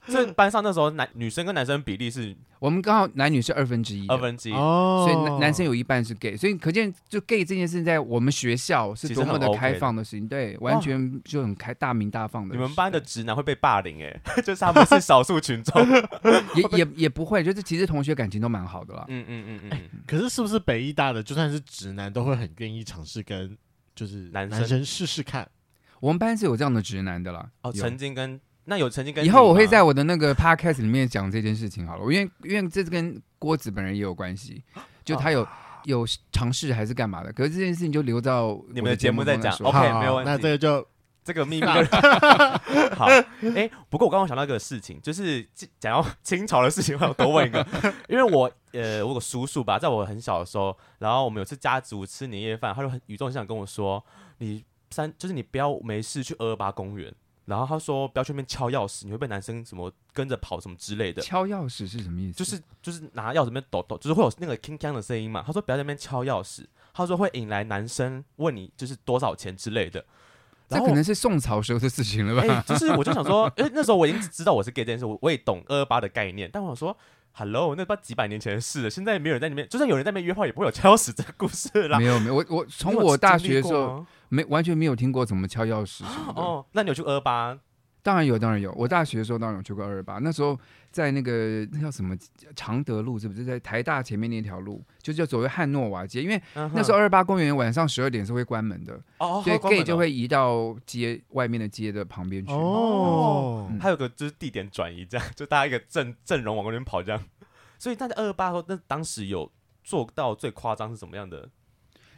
[SPEAKER 2] 这班上那时候男女生跟男生比例是
[SPEAKER 3] 我们刚好男女是二分之一的
[SPEAKER 2] 二分之一，
[SPEAKER 1] 哦
[SPEAKER 3] 所以男男生有一半是 gay，所以可见就 gay 这件事在我们学校是多么
[SPEAKER 2] 其实
[SPEAKER 3] 的
[SPEAKER 2] 很 OK
[SPEAKER 3] 开放的事情，对，完全就很开大明大放的
[SPEAKER 2] 你
[SPEAKER 3] 事。
[SPEAKER 2] 们班的直男会被霸凌哎、 就是他们是少数群 众。
[SPEAKER 3] 也也也不会，就是其实同学感情都蛮好的啦。
[SPEAKER 2] 嗯嗯嗯嗯，
[SPEAKER 1] 可是是不是北医大的就算是直男都会很愿意尝试跟就是
[SPEAKER 2] 男生
[SPEAKER 1] 男生试试看？
[SPEAKER 3] 我们班是有这样的直男的啦。
[SPEAKER 2] 哦，
[SPEAKER 3] 有
[SPEAKER 2] 曾经跟那有曾经跟
[SPEAKER 3] 以后我会
[SPEAKER 2] 你吗
[SPEAKER 3] 在我的那个 podcast 里面讲这件事情好了，因为因为这跟郭子本人也有关系，
[SPEAKER 2] 啊
[SPEAKER 3] 就他有、有尝试还是干嘛的，可是这件事情就留到
[SPEAKER 2] 你们的
[SPEAKER 3] 我的
[SPEAKER 2] 节目再
[SPEAKER 3] 中来
[SPEAKER 2] 讲
[SPEAKER 3] 说
[SPEAKER 2] OK，
[SPEAKER 1] 好
[SPEAKER 2] 没有问题
[SPEAKER 1] 那这个就
[SPEAKER 2] 这个秘密。 好，哎、不过我刚刚想到一个事情，就是这讲到清朝的事情，我想多问一个，因为我呃，我有个叔叔吧，在我很小的时候，然后我们有次家族吃年夜饭，他就很语重心长跟我说，你三就是你不要没事去二二八公园。然后他说不要去那边敲钥匙，你会被男生什么跟着跑什么之类 的。
[SPEAKER 3] 敲钥匙是什么意思？
[SPEAKER 2] 就是就是拿钥匙那边抖抖，就是会有那个 king 的声音嘛。他说不要在那边敲钥匙，他说会引来男生问你就是多少钱之类的。
[SPEAKER 3] 这
[SPEAKER 2] 然后
[SPEAKER 3] 可能是宋朝时候的事情了
[SPEAKER 2] 哎、
[SPEAKER 3] 吧？
[SPEAKER 2] 就是我就想说，因为那时候我已经知道我是 gay 这件事，我我也懂二二八的概念，但我想说。Hello，那不知道几百年前的事了，现在没有人在那边，就算有人在那边约炮，也不会有敲钥匙这个故事啦
[SPEAKER 3] 没。有没有，我我从
[SPEAKER 2] 你有
[SPEAKER 3] 我大
[SPEAKER 2] 经历
[SPEAKER 3] 学的时
[SPEAKER 2] 过
[SPEAKER 3] 候
[SPEAKER 2] 吗
[SPEAKER 3] 没完全没有听过怎么敲钥匙什么的。
[SPEAKER 2] 哦，那你有去二八？
[SPEAKER 3] 当然有，当然有。我大学的时候当然有去过二二八，那时候在那个那叫什么常德路，是不是在台大前面那条路，就叫所谓汉诺瓦街？因为那
[SPEAKER 2] 那
[SPEAKER 3] 时候二二八公园晚上十二点是会关门的，
[SPEAKER 2] 嗯哦，
[SPEAKER 3] 所以
[SPEAKER 2] 好关
[SPEAKER 3] gay
[SPEAKER 2] 门
[SPEAKER 3] 就
[SPEAKER 2] 哦
[SPEAKER 3] 会移到街外面的街的旁边去。
[SPEAKER 1] 哦，
[SPEAKER 2] 还有个就是地点转移，这样就大家一个阵阵容往那边跑这样。所以大家二八后，那当时有做到最夸张是什么样的？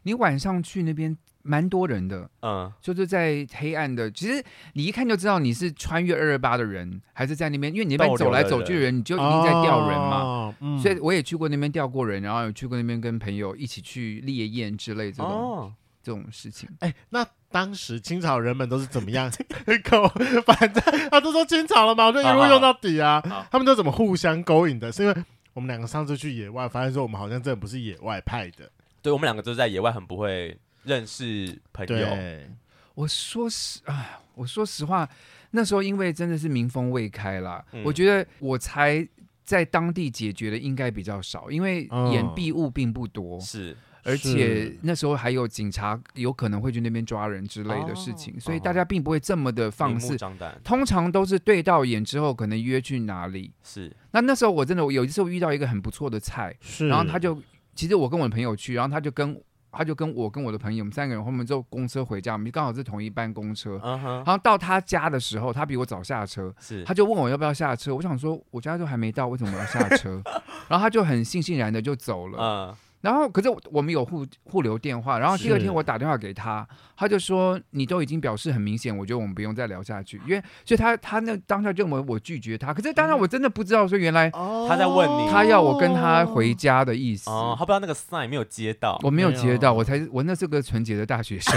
[SPEAKER 3] 你晚上去那边蛮多人的，
[SPEAKER 2] 嗯，
[SPEAKER 3] 就是在黑暗的，其实你一看就知道你是穿越二二八的人，还是在那边，因为你那边
[SPEAKER 2] 逗留
[SPEAKER 3] 走来
[SPEAKER 2] 的
[SPEAKER 3] 走去的人，你就
[SPEAKER 1] 就
[SPEAKER 3] 一定在吊人嘛。
[SPEAKER 1] 嘛，嗯
[SPEAKER 3] 所以我也去过那边钓过人，然后有去过那边跟朋友一起去猎焰之类这种、
[SPEAKER 2] 哦，
[SPEAKER 3] 这种事情。
[SPEAKER 1] 哎，那当时清朝人们都是怎么样 勾？反正他都说清朝了嘛，我就一路用到底啊
[SPEAKER 2] 好好。
[SPEAKER 1] 他们都怎么互相勾引的？是因为我们两个上次去野外，发现说我们好像真的不是野外派的。
[SPEAKER 2] 对我们两个就是在野外很不会认识朋友，
[SPEAKER 1] 对，
[SPEAKER 3] 我说实啊，我说实话，那时候因为真的是民风未开啦，
[SPEAKER 2] 嗯
[SPEAKER 3] 我觉得我才在当地解决的应该比较少，因为
[SPEAKER 1] 嗯
[SPEAKER 3] 掩蔽物并不多，
[SPEAKER 2] 是
[SPEAKER 3] 而且
[SPEAKER 1] 是
[SPEAKER 3] 那时候还有警察有可能会去那边抓人之类的事情，所以大家并不会这么的放
[SPEAKER 2] 哦明目
[SPEAKER 3] 肆。
[SPEAKER 2] 张胆，
[SPEAKER 3] 通常都是对到眼之后，可能约去哪里。
[SPEAKER 2] 是
[SPEAKER 3] 那那时候我真的，我有一次我遇到一个很不错的菜，
[SPEAKER 1] 是。
[SPEAKER 3] 然后
[SPEAKER 2] 嗯
[SPEAKER 3] 他就，其实我跟我的朋友去，然后他就跟他就跟我跟我的朋友，我们三个人后面就公车回家，我们刚好是同一班公车。
[SPEAKER 2] 嗯哼
[SPEAKER 3] 然，后到他家的时候，他比我早下车，
[SPEAKER 2] 是
[SPEAKER 3] 他就问我要不要下车。我想说，我家都还没到，为什么我要下 车？然后他就很悻悻然的就走了。
[SPEAKER 2] 嗯
[SPEAKER 3] 然后可是我我们有互互留电话，然后第二
[SPEAKER 1] 是
[SPEAKER 3] 天我打电话给他，他就说你都已经表示很明显，我觉得我们不用再聊下去，因为所以他他那当下就我我拒绝他。可是当
[SPEAKER 2] 嗯
[SPEAKER 3] 然我真的不知道说原来
[SPEAKER 1] 他
[SPEAKER 2] 他在问你
[SPEAKER 3] 他要我跟他回家的意思。
[SPEAKER 2] 哦，他不知道那个 sign 没有接到，
[SPEAKER 3] 我没有
[SPEAKER 1] 没有
[SPEAKER 3] 接到，我才我那是个纯洁的大 学生，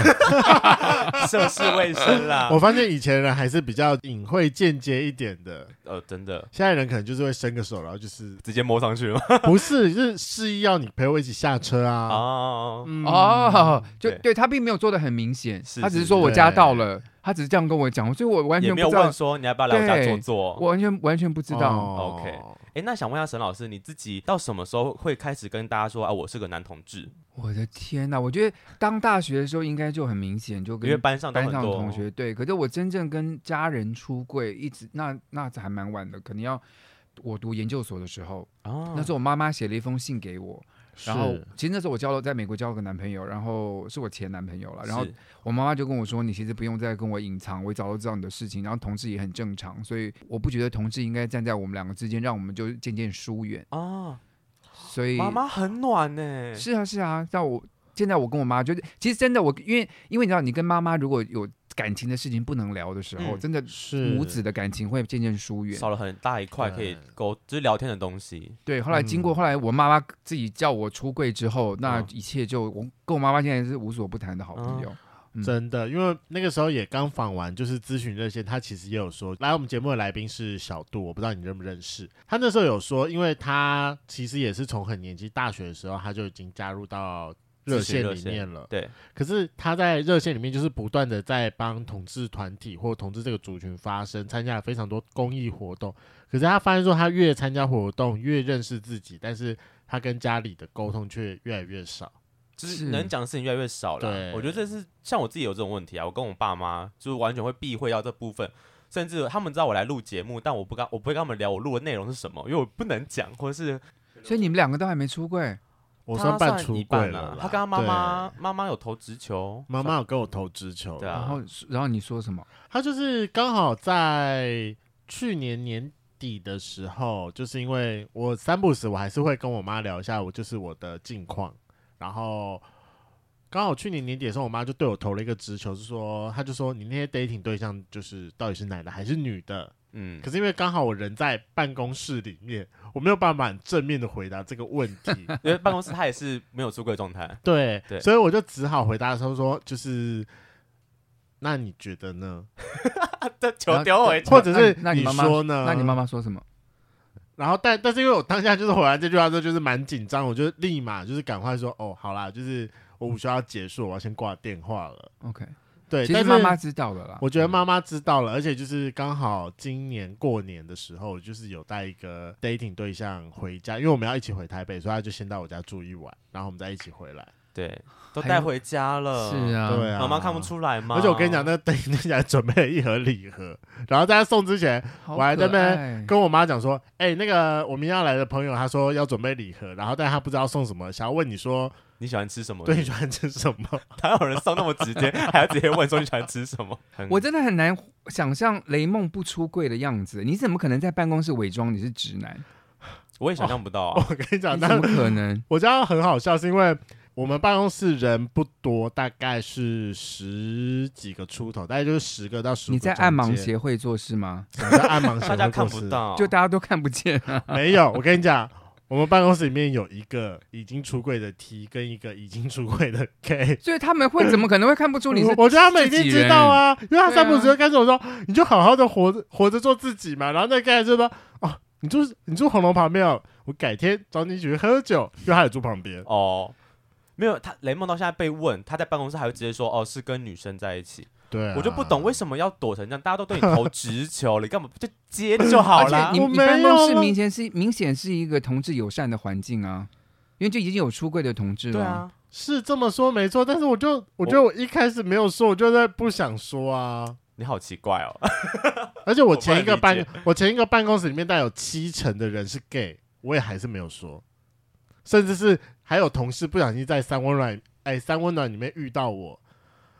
[SPEAKER 2] 涉世未深啦
[SPEAKER 1] 我。发现以前人还是比较隐晦、间接一点的，
[SPEAKER 2] 呃，真的
[SPEAKER 1] 现在人可能就是会伸个手，然后就是
[SPEAKER 2] 直接摸上去了
[SPEAKER 1] 不是，就是示意要你陪我一起下车啊。
[SPEAKER 2] 哦，
[SPEAKER 1] 嗯
[SPEAKER 3] 哦，就
[SPEAKER 2] 对
[SPEAKER 3] 对他并没有做的很明显，
[SPEAKER 2] 是
[SPEAKER 3] 他只
[SPEAKER 2] 是
[SPEAKER 3] 是说我
[SPEAKER 1] 对
[SPEAKER 3] 家到了，他只是这样跟我讲，所以我完
[SPEAKER 2] 也
[SPEAKER 3] 全
[SPEAKER 2] 没
[SPEAKER 3] 不
[SPEAKER 2] 有
[SPEAKER 3] 知道
[SPEAKER 2] 问，说你要不要来我家
[SPEAKER 3] 对
[SPEAKER 2] 坐坐，
[SPEAKER 3] 我完全完全不知道。
[SPEAKER 1] 哦
[SPEAKER 2] OK 哎、那想问一下沈老师，你自己到什么时候会开始跟大家说啊，我是个男同志？
[SPEAKER 3] 我的天呐，我觉得当大学的时候应该就很明显，就
[SPEAKER 2] 因为
[SPEAKER 3] 跟
[SPEAKER 2] 班上都
[SPEAKER 3] 班
[SPEAKER 2] 很
[SPEAKER 3] 上
[SPEAKER 2] 多
[SPEAKER 3] 同学对，可是我真正跟家人出柜，一直那那还蛮晚的，可能要我读研究所的时候，
[SPEAKER 2] 啊
[SPEAKER 3] 那时候我妈妈写了一封信给我，然后其实那时候我交了在美国交了个男朋友，然后是我前男朋友了，然后
[SPEAKER 2] 是
[SPEAKER 3] 我妈妈就跟我说：“你其实不用再跟我隐藏，我早就知道你的事情。然后同志也很正常，所以我不觉得同志应该站在我们两个之间，让我们就渐渐疏远。
[SPEAKER 2] 啊，
[SPEAKER 3] 所以
[SPEAKER 2] 妈妈很暖呢、
[SPEAKER 3] 是啊是啊，但我现在我跟我妈就是，其实真的我因为因为你知道，你跟妈妈如果有感情的事情不能聊的时候，
[SPEAKER 2] 嗯
[SPEAKER 3] 真的
[SPEAKER 1] 是
[SPEAKER 3] 母子的感情会渐渐疏远。
[SPEAKER 2] 少了很大一块可以
[SPEAKER 1] 对
[SPEAKER 2] 沟，就是聊天的东西。
[SPEAKER 3] 对，后来经过
[SPEAKER 1] 嗯
[SPEAKER 3] 后来我妈妈自己叫我出柜之后，那
[SPEAKER 2] 嗯
[SPEAKER 3] 一切就我跟我妈妈现在是无所不谈的好朋友。嗯
[SPEAKER 1] 真的，因为那个时候也刚访完，就是咨询热线，他其实也有说，来我们节目的来宾是小杜，我不知道你认不认识。他那时候有说，因为他其实也是从很年纪大学的时候，他就已经加入到热线里面了。
[SPEAKER 2] 对，
[SPEAKER 1] 可是他在热线里面就是不断的在帮同志团体或同志这个族群发声，参加了非常多公益活动。可是他发现说，他越参加活动越认识自己，但是他跟家里的沟通却越来越少。
[SPEAKER 2] 就是
[SPEAKER 3] 是
[SPEAKER 2] 能讲的事情越来越少了
[SPEAKER 1] 对。
[SPEAKER 2] 我觉得这是像我自己有这种问题啊，我跟我爸妈就是完全会避讳到这部分，甚至他们知道我来录节目，但我不跟我不会跟他们聊我录的内容是什么，因为我不能讲，或者是
[SPEAKER 3] 所以你们两个都还没出柜，
[SPEAKER 1] 我
[SPEAKER 2] 他
[SPEAKER 1] 半
[SPEAKER 2] 算
[SPEAKER 1] 出
[SPEAKER 2] 一
[SPEAKER 1] 柜
[SPEAKER 2] 半
[SPEAKER 1] 了
[SPEAKER 2] 了
[SPEAKER 1] 啦，。
[SPEAKER 2] 他跟他妈
[SPEAKER 1] 对
[SPEAKER 2] 妈妈妈有投直球，
[SPEAKER 1] 妈妈有跟我投直球，
[SPEAKER 2] 对啊
[SPEAKER 3] 然后然后你说什么？
[SPEAKER 1] 她就是刚好在去年年底的时候，就是因为我三不死，我还是会跟我妈聊一下我就是我的近况，然后。刚好去年年底的时候，我妈就对我投了一个直球，是说，她就说你那些 dating 对象就是到底是男的还是女的？
[SPEAKER 2] 嗯，
[SPEAKER 1] 可是因为刚好我人在办公室里面，我没有办法很正面的回答这个问 题，
[SPEAKER 2] 因为办公室他也是没有出柜 状态。
[SPEAKER 1] 对，
[SPEAKER 2] 对
[SPEAKER 1] 所以我就只好回答说说，就是那你觉得呢？
[SPEAKER 2] 这球丢回去，
[SPEAKER 1] 或者是
[SPEAKER 3] 那那你妈妈
[SPEAKER 1] 说呢？
[SPEAKER 3] 那你妈妈说什么？
[SPEAKER 1] 然后但但是因为我当下就是回完这句话之后就是蛮紧张，我就立马就是赶快说哦，好啦，就是我午休要结束，我要先挂电话了。
[SPEAKER 3] OK，
[SPEAKER 1] 对，
[SPEAKER 3] 其
[SPEAKER 1] 但
[SPEAKER 3] 实
[SPEAKER 1] 是
[SPEAKER 3] 妈妈知道了啦。
[SPEAKER 1] 我觉得妈妈知道了，而且就是刚好今年过年的时候，就是有带一个 dating 对象回家，因为我们要一起回台北，所以他就先到我家住一晚，然后我们再一起回来。
[SPEAKER 2] 对，都
[SPEAKER 3] 还
[SPEAKER 2] 带
[SPEAKER 3] 有
[SPEAKER 2] 回家了。
[SPEAKER 3] 是，啊，
[SPEAKER 1] 对啊，
[SPEAKER 2] 妈妈看不。出来吗？
[SPEAKER 1] 而且我跟你讲，，那个 dating 对象准备了一盒礼盒，然后在他送之前，
[SPEAKER 3] 好
[SPEAKER 1] 我还在那
[SPEAKER 3] 可
[SPEAKER 1] 边
[SPEAKER 3] 爱
[SPEAKER 1] 跟我妈讲说，哎、那个我们要来的朋友，他说要准备礼盒，然后但他不知道送什么，想要问你说，
[SPEAKER 2] 你喜欢吃什么？
[SPEAKER 1] 对，你喜欢吃什 么？
[SPEAKER 2] 哪有人送那么直接，还要直接问说你喜欢吃什么？很
[SPEAKER 3] 我真的很难想象雷梦不出柜的样子。你怎么可能在办公室伪装你是直男？
[SPEAKER 2] 我也想象不到啊。
[SPEAKER 1] 我跟你讲，
[SPEAKER 3] 你怎么
[SPEAKER 1] 那
[SPEAKER 3] 可 能？
[SPEAKER 1] 我觉得很好笑，是因为我们办公室人不多，大概是十几个出头，大概就是十个到十五。
[SPEAKER 3] 你在暗盲？协会做事吗？
[SPEAKER 1] 什么叫暗 盲协？
[SPEAKER 2] 大家看不。到，
[SPEAKER 3] 就大家都看不见啊。
[SPEAKER 1] 没有，我跟你讲。我们办公室里面有一个已经出柜的 T 跟一个已经出柜的 K，
[SPEAKER 3] 所以他们会怎么可能会看不出你是
[SPEAKER 1] 我我觉得他们一
[SPEAKER 3] 自己
[SPEAKER 1] 定知道啊，因为他
[SPEAKER 3] 对啊
[SPEAKER 1] 三不五时就开始我说，你就好好的活着活着做自己嘛。然后那个人就说，哦，你住你住红楼旁边哦，我改天找你一起去喝酒，因为他也住旁边。
[SPEAKER 2] 哦。没有，他雷梦到现在被问，他在办公室还会直接说：“哦，是跟女生在一起。
[SPEAKER 1] 对、啊，
[SPEAKER 2] 我就不懂为什么要躲成这样，大家都对你投直球，你干嘛不就接就好啦
[SPEAKER 3] 而且？你
[SPEAKER 1] 我
[SPEAKER 3] 你
[SPEAKER 1] 没有啊
[SPEAKER 3] 办公室
[SPEAKER 1] 了
[SPEAKER 3] 明显是明显是一个同志友善的环境啊，因为就已经有出柜的同志了。
[SPEAKER 2] 对，啊，
[SPEAKER 1] 是这么说没错，但是我就我觉得我一开始没有说，我就是不想说啊。
[SPEAKER 2] 你好奇怪哦。
[SPEAKER 1] 而且我前一个办
[SPEAKER 2] 我不
[SPEAKER 1] 我前一个办公室里面大概有七成的人是 gay，我也还是没有说，甚至是还有同事不小心在三温暖哎三温暖里面遇到我，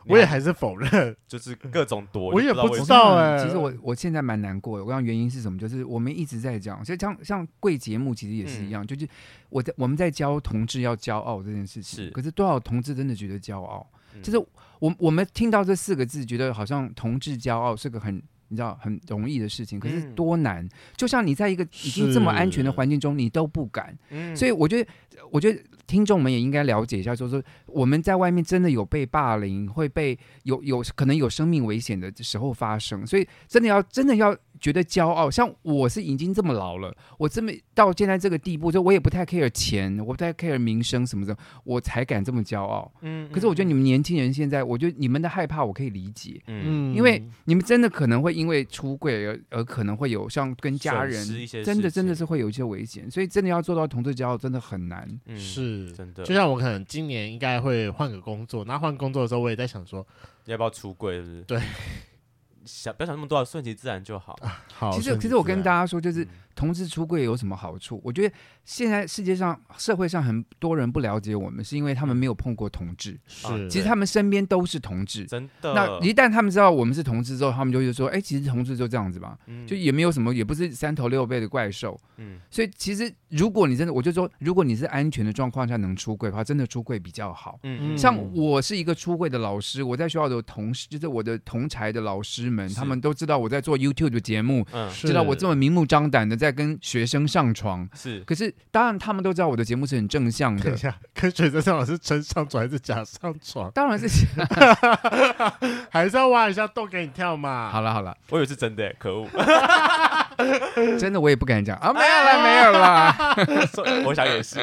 [SPEAKER 1] 我也还是否认。
[SPEAKER 2] 就是各种躲，
[SPEAKER 1] 我
[SPEAKER 2] 你
[SPEAKER 1] 也
[SPEAKER 2] 不知道
[SPEAKER 1] 不知道
[SPEAKER 2] 为什么
[SPEAKER 3] 我跟你讲
[SPEAKER 1] 欸
[SPEAKER 3] 其实我我现在蛮难过的。我讲原因是什么？就是我们一直在讲，所以像像贵节目其实也
[SPEAKER 2] 嗯
[SPEAKER 3] 是一样，就是我在我们在教同志要骄傲这件事情。
[SPEAKER 2] 是
[SPEAKER 3] 可是多少同志真的觉得骄傲？
[SPEAKER 2] 嗯
[SPEAKER 3] 就是我我们听到这四个字，觉得好像同志骄傲是个很。你知道很容易的事情，可是
[SPEAKER 2] 嗯
[SPEAKER 3] 多难。就像你在一个已经这么安全的
[SPEAKER 1] 是
[SPEAKER 3] 环境中，你都不敢，
[SPEAKER 2] 嗯
[SPEAKER 3] 所以我觉得，我觉得听众们也应该了解一下，就是说我们在外面真的有被霸凌，会被有有可能有生命危险的时候发生，所以真的要真的要觉得骄傲。像我是已经这么老了，我这么到现在这个地步，就我也不太 care 钱，我不太 care 名声什么的，我才敢这么骄傲。
[SPEAKER 2] 嗯
[SPEAKER 3] 可是我觉得你们年轻人现在，我觉得你们的害怕我可以理解，
[SPEAKER 2] 嗯
[SPEAKER 1] 嗯
[SPEAKER 3] 因为你们真的可能会因为出柜而而可能会有像跟家
[SPEAKER 2] 损
[SPEAKER 3] 人
[SPEAKER 2] 失一些
[SPEAKER 3] 真的
[SPEAKER 2] 事
[SPEAKER 3] 真的
[SPEAKER 2] 情
[SPEAKER 3] 是会有一些危险，所以真的要做到同志骄傲真的很难。
[SPEAKER 2] 嗯
[SPEAKER 1] 是
[SPEAKER 2] 真的，
[SPEAKER 1] 就像我可能今年应该会换个工作，那换工作的时候，我也在想说，
[SPEAKER 2] 要不要出柜？是不是？
[SPEAKER 1] 对，
[SPEAKER 2] 想不要想那么多，顺其自然就好。
[SPEAKER 1] 好，
[SPEAKER 3] 其实其实我跟大
[SPEAKER 1] 家
[SPEAKER 3] 家说，就是
[SPEAKER 2] 嗯
[SPEAKER 3] 同志出柜有什么好处？我觉得现在世界上社会上很多人不了解我们，是因为
[SPEAKER 2] 嗯
[SPEAKER 3] 他们没有碰过同志，
[SPEAKER 2] 啊
[SPEAKER 1] 是，
[SPEAKER 3] 其实他们身边都是同志。
[SPEAKER 2] 真的。
[SPEAKER 3] 那一旦他们知道我们是同志之后，他们就会说：“哎、其实同志就这样子吧，
[SPEAKER 2] 嗯
[SPEAKER 3] 就也没有什么，也不是三头六臂的怪兽。”
[SPEAKER 2] 嗯
[SPEAKER 3] 所以其实如果你真的，我就说，如果你是安全的状况下能出柜的话，真的出柜比较好。
[SPEAKER 2] 嗯
[SPEAKER 3] 像
[SPEAKER 1] 嗯
[SPEAKER 3] 我是一个出柜的老师，我在学校的同事，就是我的同才的老师们，
[SPEAKER 2] 是
[SPEAKER 3] 他们都知道我在做 YouTube 的节目，
[SPEAKER 2] 嗯
[SPEAKER 1] 是
[SPEAKER 3] 知道我这么明目张胆的在跟学生上床。
[SPEAKER 2] 是
[SPEAKER 3] 可是当然，他们都知道我的节目是很正向
[SPEAKER 1] 等一
[SPEAKER 3] 的，
[SPEAKER 1] 下，跟学生上老师真上床还是假上床？
[SPEAKER 3] 当 然是
[SPEAKER 1] 还是要挖一下洞给你跳嘛？
[SPEAKER 3] 好了好了，
[SPEAKER 2] 我以为是真的欸，可恶！
[SPEAKER 3] 真的我也不敢讲啊，没有啦没
[SPEAKER 2] 哎
[SPEAKER 3] 有啦，
[SPEAKER 2] 我想也是，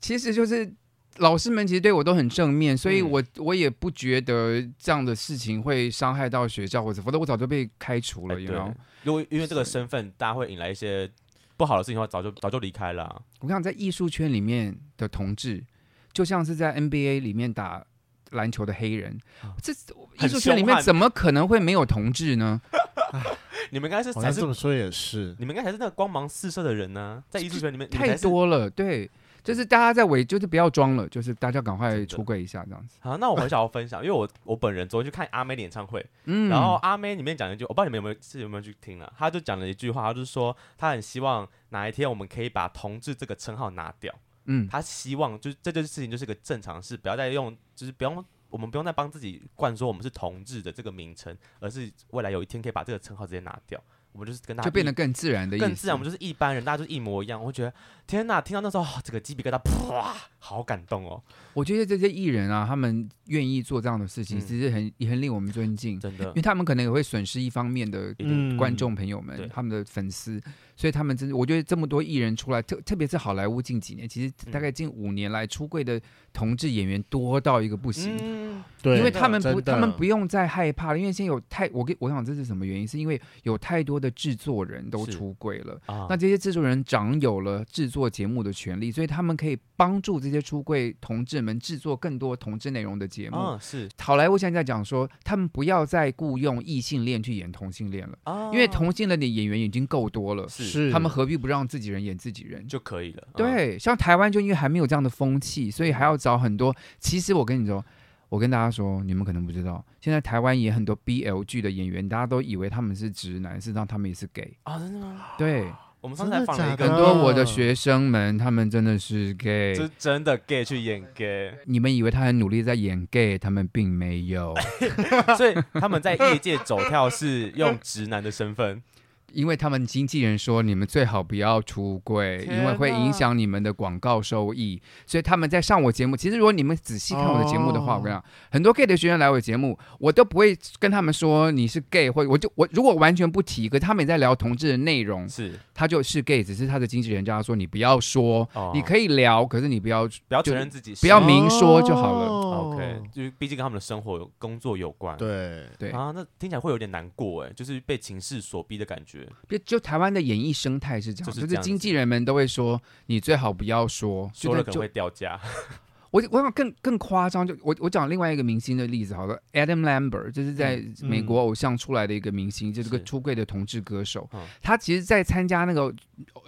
[SPEAKER 3] 其实就是。老师们其实对我都很正面，所以
[SPEAKER 2] 嗯
[SPEAKER 3] 我、我也不觉得这样的事情会伤害到学校或者，否则我早就被开除了。
[SPEAKER 2] 哎
[SPEAKER 3] 然
[SPEAKER 2] 对
[SPEAKER 3] 后
[SPEAKER 2] 因为因为这个身份，大家会引来一些不好的事情的话，早就早就离开了 啊。
[SPEAKER 3] 我想在艺术圈里面的同志，就像是在 NBA 里面打篮球的黑人，这艺术圈里
[SPEAKER 2] 哦凶
[SPEAKER 3] 面
[SPEAKER 2] 悍
[SPEAKER 3] 怎么可能会没有同志呢？
[SPEAKER 2] 你们应该是
[SPEAKER 1] 好
[SPEAKER 2] 才
[SPEAKER 1] 像
[SPEAKER 2] 是
[SPEAKER 1] 这，么说也是，
[SPEAKER 2] 你们应该才是那个光芒四射的人呢，在艺术圈里面你们
[SPEAKER 3] 太
[SPEAKER 2] 才是
[SPEAKER 3] 多了，对，就是大家在伪，就是不要装了，就是大家赶快出柜一下这样子。
[SPEAKER 2] 好，那我很想要分享，因为我我本人昨天去看阿妹的演唱会，
[SPEAKER 3] 嗯，
[SPEAKER 2] 然后阿妹里面讲了一句，我不知道你们有没有是有没有去听了、啊她就讲了一句话，她就是说她很希望哪一天我们可以把同志这个称号拿掉，
[SPEAKER 3] 嗯，
[SPEAKER 2] 她希望就是这件事情就是个正常事，不要再用就是不用我们不用再帮自己灌输我们是同志的这个名称，而是未来有一天可以把这个称号直接拿掉，我们就是跟大家
[SPEAKER 3] 就变
[SPEAKER 2] 一
[SPEAKER 3] 得更自然的意思，
[SPEAKER 2] 更自然，我们就是一般人，大家就是一模一样。我会觉得天哪，听到那时候、哦这个鸡皮疙瘩啪，好感动哦，
[SPEAKER 3] 我觉得这些艺人啊，他们愿意做这样的事情，
[SPEAKER 2] 嗯
[SPEAKER 3] 其实很也很令我们尊敬，
[SPEAKER 2] 真的
[SPEAKER 3] 因为。他们可能也会损失一方面的
[SPEAKER 2] 一定
[SPEAKER 3] 观众朋友们、
[SPEAKER 2] 对
[SPEAKER 3] 他们的粉丝，所以他们真的，我觉得这么多艺人出来，特特别是好莱坞近几年，其实大概近五年来出柜的同志演员多到一个不行。
[SPEAKER 2] 嗯，
[SPEAKER 1] 对，
[SPEAKER 3] 因为他们
[SPEAKER 1] 真
[SPEAKER 3] 不，
[SPEAKER 1] 的
[SPEAKER 3] 他们不用再害怕了，因为现在有太，我跟我想这是什么原因？是因为有太多的制作人都
[SPEAKER 2] 是
[SPEAKER 3] 出柜了，
[SPEAKER 2] 啊
[SPEAKER 3] 那这些制作人掌有了制作节目的权利，所以他们可以帮助这些出柜同志们制作更多同志内容的节
[SPEAKER 2] 嗯
[SPEAKER 3] 目。
[SPEAKER 2] 是
[SPEAKER 3] 好莱坞现在在讲说，他们不要再雇佣异性恋去演同性恋了，
[SPEAKER 2] 啊，
[SPEAKER 3] 嗯因为同性恋的演员已经够多了，
[SPEAKER 2] 是
[SPEAKER 1] 是
[SPEAKER 3] 他们何必不让自己人演自己人？
[SPEAKER 2] 就可以了。嗯，
[SPEAKER 3] 对，像台湾就因为还没有这样的风气，所以还要找很多。其实我跟你说，我跟大家说，你们可能不知道，现在台湾也很多 BL 剧的演员，大家都以为他们是直男，事实上他们也是 gay。
[SPEAKER 2] 啊，真的吗？
[SPEAKER 3] 对，
[SPEAKER 2] 我们上次还放了一
[SPEAKER 1] 真
[SPEAKER 2] 个
[SPEAKER 3] 很
[SPEAKER 1] 的假，
[SPEAKER 3] 多我的学生们，他们真的是 gay
[SPEAKER 2] 就。是真的 gay 去演 gay，
[SPEAKER 3] 你们以为他很努力在演 gay，他们并没有，
[SPEAKER 2] 所以他们在业界走跳是用直男的身份，
[SPEAKER 3] 因为他们经纪人说你们最好不要出柜，
[SPEAKER 2] 天
[SPEAKER 3] 因为会影响你们的广告收益，所以他们在上我节目。其实如果你们仔细看我的节目的话，
[SPEAKER 1] 哦
[SPEAKER 3] 我跟你讲，很多 gay 的学员来我节目，我都不会跟他们说你是 gay，或者我就我如果完全不提，可是他们也在聊同志的内容，
[SPEAKER 2] 是
[SPEAKER 3] 他就是 gay，只是他的经纪人叫他说你不要说，
[SPEAKER 2] 哦
[SPEAKER 3] 你可以聊，可是你不要
[SPEAKER 2] 不要承认自己是，
[SPEAKER 3] 不要明说就好了
[SPEAKER 1] 哦
[SPEAKER 2] OK，就是毕竟跟他们的生活有工作有关。
[SPEAKER 1] 对，
[SPEAKER 3] 对。
[SPEAKER 2] 啊，那听起来会有点难过哎，就是被情势所逼的感觉。
[SPEAKER 3] 就就台湾的演艺生态是这样，
[SPEAKER 2] 就是
[SPEAKER 3] 就
[SPEAKER 2] 这
[SPEAKER 3] 是
[SPEAKER 2] 样
[SPEAKER 3] 经
[SPEAKER 2] 子
[SPEAKER 3] 纪人们都会说，你最好不要说，
[SPEAKER 2] 说了
[SPEAKER 3] 就
[SPEAKER 2] 可
[SPEAKER 3] 就
[SPEAKER 2] 能会掉价，
[SPEAKER 3] 我我想更更夸张，就我我讲另外一个明星的例子好了，Adam Lambert，就是在
[SPEAKER 1] 嗯
[SPEAKER 3] 美国偶像出来的一个明星，就是个
[SPEAKER 2] 是
[SPEAKER 3] 出柜的同志歌手。
[SPEAKER 2] 嗯
[SPEAKER 3] 他其实，在参加那个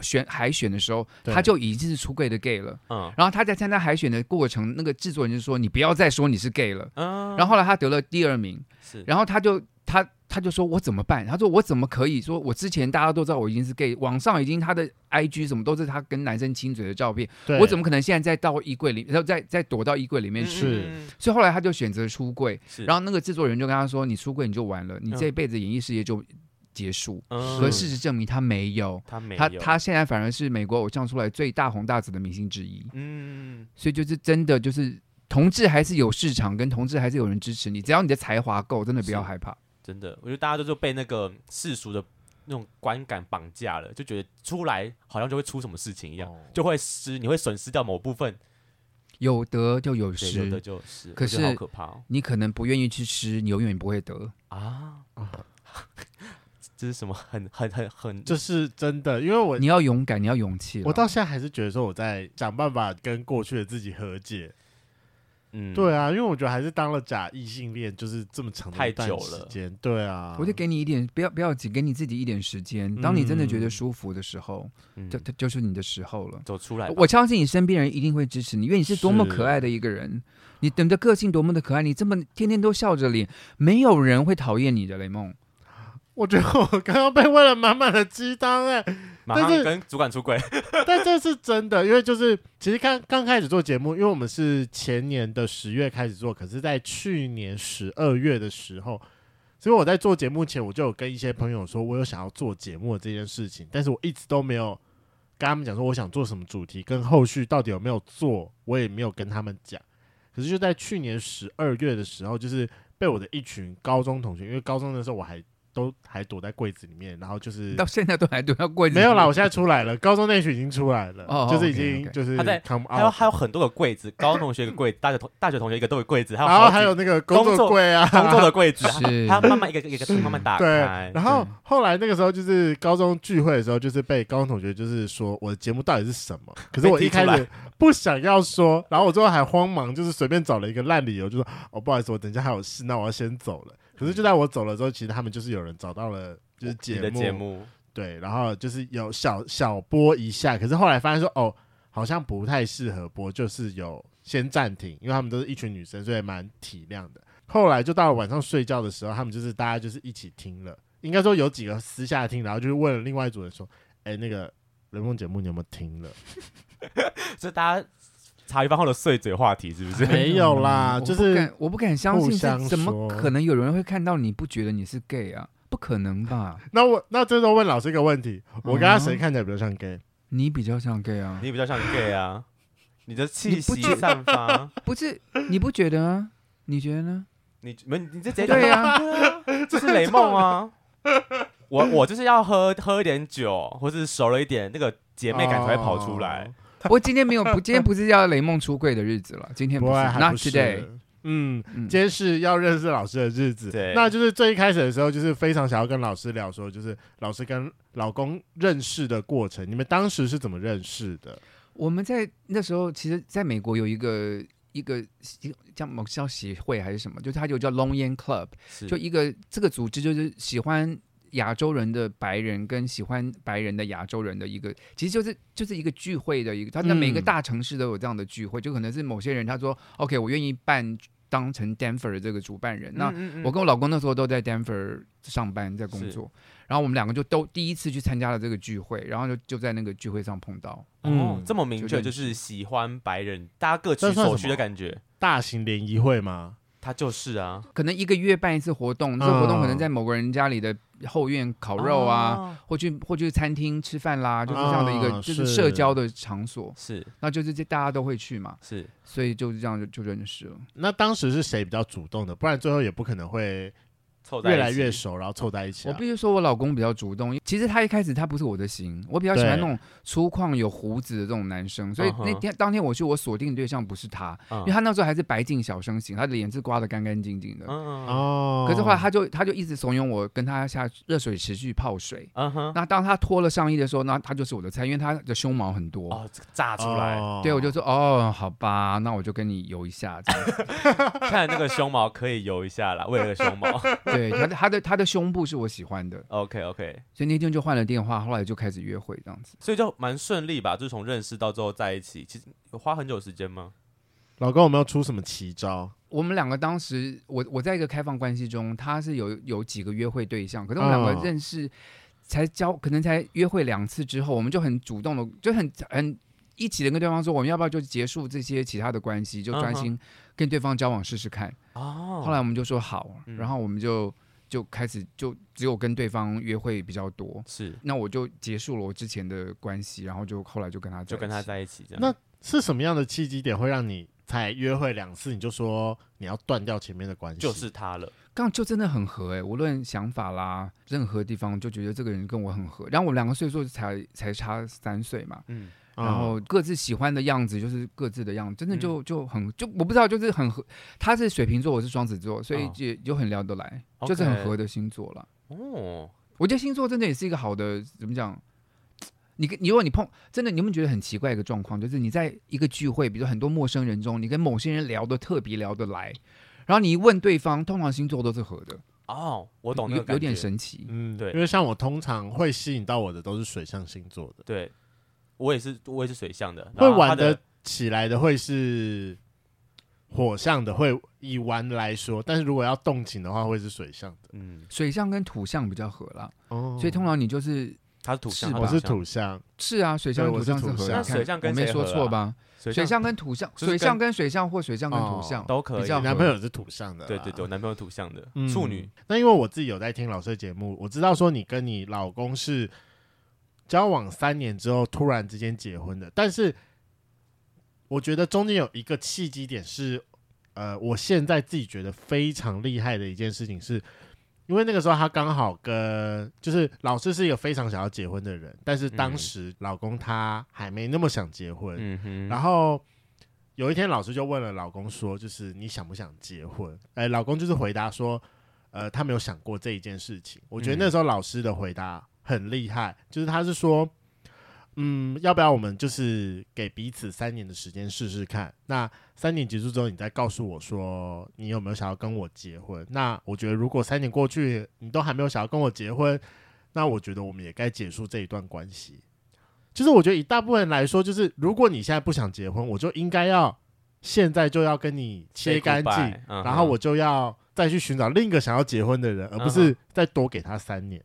[SPEAKER 3] 选海选的时候，
[SPEAKER 1] 对
[SPEAKER 3] 他就已经是出柜的 gay 了。
[SPEAKER 2] 嗯
[SPEAKER 3] 然后他在参加海选的过程，那个制作人就说：“你不要再说你是 gay 了。”
[SPEAKER 2] 嗯，
[SPEAKER 3] 然后后来他得了第二名，
[SPEAKER 2] 是
[SPEAKER 3] 然后他就他他就说我怎么办？他说我怎么可以说？我之前大家都知道我已经是 gay，网上已经他的 IG 什么都是他跟男生亲嘴的照片，
[SPEAKER 1] 对
[SPEAKER 3] 我怎么可能现在再到衣柜里，然后再再躲到衣柜里面去？
[SPEAKER 1] 是
[SPEAKER 2] 嗯嗯嗯
[SPEAKER 3] 所以后来他就选择出柜，
[SPEAKER 2] 是，
[SPEAKER 3] 然
[SPEAKER 2] 后
[SPEAKER 3] 后那个制作人就跟他说：“你出柜你就完了，你这一辈子演艺事业就结束。
[SPEAKER 2] 嗯
[SPEAKER 3] 可事实证明他没有，
[SPEAKER 2] 他没
[SPEAKER 3] 他
[SPEAKER 2] 有
[SPEAKER 3] 他现在反而是美国偶像出来最大红大紫的明星之一，
[SPEAKER 2] 嗯，
[SPEAKER 3] 所以就是真的就是同志还是有市场，跟同志还是有人支持你，只要你的才华够，真的不要
[SPEAKER 2] 是
[SPEAKER 3] 害怕。
[SPEAKER 2] 真的，我觉得大家就是被那个世俗的那种观感绑架了，就觉得出来好像就会出什么事情一
[SPEAKER 1] 哦
[SPEAKER 2] 样，就会失，你会损失掉某部分，有
[SPEAKER 3] 有得就有
[SPEAKER 2] 对有的
[SPEAKER 3] 失，
[SPEAKER 2] 就是，
[SPEAKER 3] 可
[SPEAKER 2] 我觉得好
[SPEAKER 3] 是
[SPEAKER 2] 可怕哦
[SPEAKER 3] 你可能不愿意去吃，你永远不会得。
[SPEAKER 2] 啊！这是什么？很很很很，
[SPEAKER 1] 这是真的，因为我
[SPEAKER 3] 你要勇敢，你要勇气啦。
[SPEAKER 1] 我到现在还是觉得说我在想办法跟过去的自己和解，
[SPEAKER 2] 嗯，
[SPEAKER 1] 对啊，因为我觉得还是当了假异性恋就是这么长的
[SPEAKER 2] 太
[SPEAKER 1] 一段
[SPEAKER 2] 久
[SPEAKER 1] 时
[SPEAKER 2] 了
[SPEAKER 1] 间，对啊，
[SPEAKER 3] 我就给你一点，不要不要紧，给你自己一点时间。当你真的觉得
[SPEAKER 1] 嗯
[SPEAKER 3] 舒服的时候，
[SPEAKER 2] 嗯哎
[SPEAKER 3] 就就就是你的时候了。
[SPEAKER 2] 走出来吧，
[SPEAKER 3] 我相信你身边人一定会支持你，因为你是多么可爱的一个人，你你的个性多么的可爱，你这么天天都笑着脸，没有人会讨厌你的，雷梦。
[SPEAKER 1] 我觉得我刚刚被喂了满满的鸡汤哎，
[SPEAKER 2] 马
[SPEAKER 1] 但
[SPEAKER 2] 上
[SPEAKER 1] 是啊
[SPEAKER 2] 跟主管出轨，
[SPEAKER 1] 但这是真的，因为就是其实刚刚开始做节目，因为我们是前年的十月开始做，可是在去年十二月的时候，所以我在做节目前，我就有跟一些朋友说，我有想要做节目的这件事情，但是我一直都没有跟他们讲说我想做什么主题，跟后续到底有没有做，我也没有跟他们讲。可是就在去年十二月的时候，就是被我的一群高中同学，因为高中的时候我还都还躲在柜子里面，然后就是
[SPEAKER 3] 到现在都还都要过日子
[SPEAKER 1] 没有啦，我现在出来了，高中那群已经出来了，
[SPEAKER 3] 哦哦
[SPEAKER 1] 就是已
[SPEAKER 3] OK，OK
[SPEAKER 1] 经就是
[SPEAKER 2] 他在
[SPEAKER 1] come
[SPEAKER 2] 还有
[SPEAKER 1] out，
[SPEAKER 2] 还有很多个 柜子，高中同学一个柜子，大学同大学同学一个都有柜子，还有
[SPEAKER 1] 然后
[SPEAKER 2] 好几
[SPEAKER 1] 还有那个工
[SPEAKER 2] 工
[SPEAKER 1] 作
[SPEAKER 2] 作
[SPEAKER 1] 柜啊，
[SPEAKER 2] 工作的柜子，
[SPEAKER 3] 是
[SPEAKER 2] 他慢慢一个一个慢慢打
[SPEAKER 1] 对
[SPEAKER 2] 开，，
[SPEAKER 1] 然后
[SPEAKER 3] 对
[SPEAKER 1] 后来那个时候就是高中聚会的时候，就是被高中同学就是说我的节目到底是什 么，可是我一开
[SPEAKER 2] 被踢
[SPEAKER 1] 始不想要说，然后我最后还慌忙就是随便找了一个烂理由，就说哦不好意思，我等一下还有事，那我要先走了。可是就在我走了之后，其实他们就是有人找到了就是
[SPEAKER 2] 你的节目，
[SPEAKER 1] 对，然后就是有小小播一下，可是后来发现说哦，好像不太适合播，就是有先暂停，因为他们都是一群女生，所以蛮体谅的。后来就到了晚上睡觉的时候，他们就是大家就是一起听了，应该说有几个私下听，然后就是问了另外一组人说，哎，那个人梦节目你有没有听了？
[SPEAKER 2] 所以大家茶余饭后的碎嘴话题是 不嗯是？
[SPEAKER 1] 啊没有啦，
[SPEAKER 3] 我不
[SPEAKER 1] 就是
[SPEAKER 3] 敢我不敢相信，
[SPEAKER 1] 互相
[SPEAKER 3] 是怎么
[SPEAKER 1] 说
[SPEAKER 3] 可能有人会看到你不觉得你是 gay 啊？不可能吧？
[SPEAKER 1] 那我那这时候问老师一个问题，我跟他谁
[SPEAKER 3] 嗯
[SPEAKER 1] 看起来比较像 gay？
[SPEAKER 3] 你比较像 gay 啊？
[SPEAKER 2] 你比较像 gay 啊，你的气
[SPEAKER 3] 你不
[SPEAKER 2] 息
[SPEAKER 3] 觉
[SPEAKER 2] 散发，
[SPEAKER 3] 不是，你不觉得啊？你觉得呢？
[SPEAKER 2] 你没你这直接讲
[SPEAKER 3] 对啊，
[SPEAKER 2] 这是雷梦啊！我我就是要喝喝一点酒，或是熟了一点，那个姐妹感才会跑出来。
[SPEAKER 1] 哦
[SPEAKER 3] 不过今天没有，不，今天不是要雷梦出柜的日子了，今天
[SPEAKER 1] 不
[SPEAKER 3] 是
[SPEAKER 1] 会还
[SPEAKER 3] ，Not
[SPEAKER 1] 不是
[SPEAKER 3] today。
[SPEAKER 1] 嗯，
[SPEAKER 3] 嗯
[SPEAKER 1] 今天是要认识老师的日子，
[SPEAKER 2] 对
[SPEAKER 1] 那就是最一开始的时候，就是非常想要跟老师聊说，就是老师跟老公认识的过程，你们当时是怎么认识的？
[SPEAKER 3] 我们在那时候，其实在美国有一个一个一个叫某叫协会还是什么，就是它有叫 Long Yan Club，
[SPEAKER 2] 是
[SPEAKER 3] 就一个这个组织就是喜欢亚洲人的白人跟喜欢白人的亚洲人的一个，其实就是就是一个聚会的一个，它在每个
[SPEAKER 1] 嗯
[SPEAKER 3] 大城市都有这样的聚会，就可能是某些人他说 OK，我愿意办当成 Denver 的这个主办人，那
[SPEAKER 2] 嗯嗯嗯
[SPEAKER 3] 我跟我老公那时候都在 Denver 上班，在工作，然后我们两个就都第一次去参加了这个聚会，然后就就在那个聚会上碰到。
[SPEAKER 2] 哦
[SPEAKER 1] 嗯
[SPEAKER 2] 这么明
[SPEAKER 3] 就
[SPEAKER 2] 确，
[SPEAKER 3] 认识
[SPEAKER 2] 就是喜欢白人，大家各取
[SPEAKER 1] 这算
[SPEAKER 2] 所
[SPEAKER 1] 什
[SPEAKER 2] 需
[SPEAKER 1] 么
[SPEAKER 2] 的感觉。
[SPEAKER 1] 大型联谊会吗？
[SPEAKER 2] 他就是啊，
[SPEAKER 3] 可能一个月办一次活动，这个活动可能在某个人家里的后院烤肉啊，
[SPEAKER 2] 哦，
[SPEAKER 3] 或去或去餐厅吃饭啦，就是这样的一个、
[SPEAKER 1] 啊
[SPEAKER 3] 就
[SPEAKER 1] 是
[SPEAKER 3] 是社交的场所，
[SPEAKER 2] 是
[SPEAKER 3] 那就是这大家都会去嘛，
[SPEAKER 2] 是，
[SPEAKER 3] 所以就是这样就就认识了。
[SPEAKER 1] 那当时是谁比较主动的？不然最后也不可能会
[SPEAKER 2] 凑在
[SPEAKER 1] 越
[SPEAKER 2] 一
[SPEAKER 1] 来
[SPEAKER 2] 起
[SPEAKER 1] 越熟，然后凑在一起、
[SPEAKER 3] 我
[SPEAKER 1] 啊
[SPEAKER 3] 必。须说，我老公比较主动。其实他一开始他不是我的型，我比较喜欢
[SPEAKER 1] 对
[SPEAKER 3] 那种粗犷有胡子的这种男生，所以
[SPEAKER 2] 嗯哼
[SPEAKER 3] 那天、当天我去，我锁定的对象不是他，
[SPEAKER 2] 嗯
[SPEAKER 3] 因为他那时候还是白净小生型，他的脸是刮得干干净净的。
[SPEAKER 2] 嗯嗯
[SPEAKER 1] 哦，
[SPEAKER 3] 可是后来他就他就一直怂恿我跟他下热水池去泡水。
[SPEAKER 2] 嗯哼，
[SPEAKER 3] 那当他脱了上衣的时候，那他就是我的菜，因为他的胸毛很多。
[SPEAKER 2] 哦，这个炸出来，
[SPEAKER 1] 哦
[SPEAKER 3] 对，我就说哦，好吧，那我就跟你游一下。这样子
[SPEAKER 2] 看那个胸毛可以游一下啦，为了个胸毛。
[SPEAKER 3] 对，他的他的他的胸部是我喜欢的，
[SPEAKER 2] OK OK，
[SPEAKER 3] 所以那天就换了电话，后来就开始约会这样子。
[SPEAKER 2] 所以就蛮顺利吧，就是从认识到最后在一起，其实有花很久时间吗？
[SPEAKER 1] 老公有没有出什么奇招？
[SPEAKER 3] 我们两个当时，我我在一个开放关系中，他是有有几个约会对象，可是我们两
[SPEAKER 1] 嗯
[SPEAKER 3] 个认识才交，可能才约会两次之后，我们就很主动的，就很很一起的跟对方说，我们要不要就结束这些其他的关系，就专心跟对方交往试试看。
[SPEAKER 2] 嗯哦
[SPEAKER 3] 后来我们就说好，
[SPEAKER 2] 嗯
[SPEAKER 3] 然后我们就就开始就只有跟对方约会比较多。
[SPEAKER 2] 是
[SPEAKER 3] 那我就结束了我之前的关系，然后就后来就跟他
[SPEAKER 2] 就跟
[SPEAKER 3] 在
[SPEAKER 2] 他
[SPEAKER 3] 一起
[SPEAKER 2] 在一起这样。
[SPEAKER 1] 那是什么样的契机点会让你才约会两次你就说你要断掉前面的关系？
[SPEAKER 2] 就是他了，
[SPEAKER 3] 刚就真的很合哎、无论想法啦，任何地方就觉得这个人跟我很合。然后我们两个岁数才才差三岁嘛，
[SPEAKER 2] 嗯，嗯
[SPEAKER 1] 嗯，
[SPEAKER 3] 然后各自喜欢的样子就是各自的样子，真的就就很就我不知道，就是很合。他是水瓶座，我是双子座，所以
[SPEAKER 2] 哦
[SPEAKER 3] 也就很聊得来，
[SPEAKER 2] OK
[SPEAKER 3] 就是很合的星座了。
[SPEAKER 2] 哦，
[SPEAKER 3] 我觉得星座真的也是一个好的，怎么讲？你跟你如果你碰真的，你有没有觉得很奇怪一个状况，就是你在一个聚会，比如很多陌生人中，你跟某些人聊得特别聊得来，然后你一问对方，通常星座都是合的，
[SPEAKER 2] 哦，我懂那
[SPEAKER 3] 有
[SPEAKER 2] 个感觉，
[SPEAKER 3] 有点神奇。
[SPEAKER 1] 嗯，
[SPEAKER 2] 对
[SPEAKER 1] 因为像我通常会吸引到我的都是水象星座的，
[SPEAKER 2] 对，我也是，我也是水象的，
[SPEAKER 1] 会
[SPEAKER 2] 然后啊他
[SPEAKER 1] 玩
[SPEAKER 2] 的
[SPEAKER 1] 得起来的会是火象的，会以玩来说，但是如果要动情的话，会是水象的。
[SPEAKER 2] 嗯，
[SPEAKER 3] 水象跟土象比较合啦，
[SPEAKER 1] 哦
[SPEAKER 3] 所以通常你就是
[SPEAKER 2] 他是土象，
[SPEAKER 3] 是
[SPEAKER 2] 他
[SPEAKER 1] 我是
[SPEAKER 2] 是象，
[SPEAKER 1] 土象，
[SPEAKER 3] 是啊，水象
[SPEAKER 1] 对
[SPEAKER 3] 跟
[SPEAKER 1] 我是
[SPEAKER 3] 土象是
[SPEAKER 1] 土象
[SPEAKER 2] 水
[SPEAKER 3] 合的。你看
[SPEAKER 2] 象跟
[SPEAKER 3] 我没
[SPEAKER 2] 谁
[SPEAKER 3] 说
[SPEAKER 2] 合
[SPEAKER 3] 错
[SPEAKER 2] 啊
[SPEAKER 3] 吧？水
[SPEAKER 2] 水象
[SPEAKER 3] 象跟土象，
[SPEAKER 2] 就是
[SPEAKER 3] 水
[SPEAKER 2] 跟哦
[SPEAKER 3] 象跟水象或水象跟土象
[SPEAKER 2] 都可
[SPEAKER 3] 比
[SPEAKER 2] 以
[SPEAKER 3] 较
[SPEAKER 1] 你
[SPEAKER 3] 合
[SPEAKER 1] 男朋友是土象的，
[SPEAKER 2] 对对对，我。男朋友土象的
[SPEAKER 1] 嗯
[SPEAKER 2] 处女，
[SPEAKER 1] 那因为我自己有在听老师的节目，我知道说你跟你老公是交往三年之后突然之间结婚的，但是我觉得中间有一个契机点是，呃，我现在自己觉得非常厉害的一件事情是，因为那个时候他刚好跟就是老师是一个非常想要结婚的人，但是当
[SPEAKER 2] 嗯
[SPEAKER 1] 时老公他还没那么想结婚，
[SPEAKER 2] 嗯哼，
[SPEAKER 1] 然后有一天，老师就问了老公说：“就是你想不想结婚？”哎，老公就是回答说：“呃，他没有想过这一件事情。”我觉得
[SPEAKER 2] 嗯
[SPEAKER 1] 那时候老师的回答很厉害，就是他是说：“嗯，要不要我们就是给彼此三年的时间试试看？那三年结束之后，你再告诉我说你有没有想要跟我结婚？那我觉得如果三年过去，你都还没有想要跟我结婚，那我觉得我们也该结束这一段关系。就是我觉得以大部分人来说，就是如果你现在不想结婚，我就应该要现在就要跟你切
[SPEAKER 2] Say
[SPEAKER 1] 干净
[SPEAKER 2] goodbye，嗯哼
[SPEAKER 1] 然后我就要再去寻找另一个想要结婚的人，而不
[SPEAKER 2] 嗯
[SPEAKER 1] 是再多给他三年。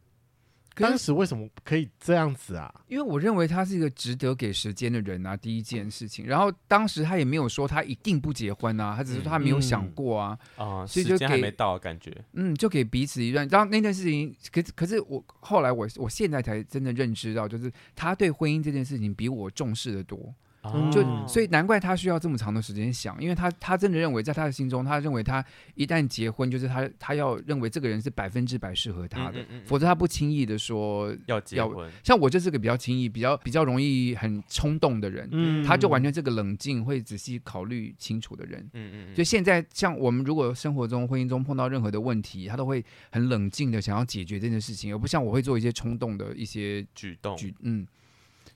[SPEAKER 3] 可是
[SPEAKER 1] 当时为什么可以这样子啊？
[SPEAKER 3] 因为我认为他是一个值得给时间的人啊，第一件事情。然后当时他也没有说他一定不结婚啊，他只是说他
[SPEAKER 2] 嗯
[SPEAKER 3] 没有想过啊，
[SPEAKER 2] 啊，
[SPEAKER 3] 所以
[SPEAKER 2] 时
[SPEAKER 3] 就
[SPEAKER 2] 间还
[SPEAKER 3] 给
[SPEAKER 2] 没到，感觉
[SPEAKER 3] 嗯就给彼此一段。然后那件事情，可是可是我后来我我现在才真的认知到，就是他对婚姻这件事情比我重视的多，
[SPEAKER 1] 嗯
[SPEAKER 3] 就
[SPEAKER 1] 哦
[SPEAKER 3] 所
[SPEAKER 2] 以
[SPEAKER 3] 以难怪他需要这么长的时间想，因为他他真的认为在他的心中，他认为他一旦结婚，就是他他要认为这个人是百分之百适合他
[SPEAKER 2] 嗯
[SPEAKER 3] 的，否则他不轻易的说。
[SPEAKER 2] 要结
[SPEAKER 3] 要
[SPEAKER 2] 婚，
[SPEAKER 3] 像我就是个比较轻易、比较比较容易很冲动的人，
[SPEAKER 1] 嗯
[SPEAKER 3] 他就完全这个冷静、会仔细考虑清楚的人。
[SPEAKER 2] 嗯嗯
[SPEAKER 3] 所以
[SPEAKER 2] 嗯，
[SPEAKER 3] 现在，像我们如果生活中、婚姻中碰到任何的问题，他都会很冷静的想要解决这件事情，而不像我会做一些冲动的一些
[SPEAKER 2] 举嗯动，
[SPEAKER 3] 举，嗯，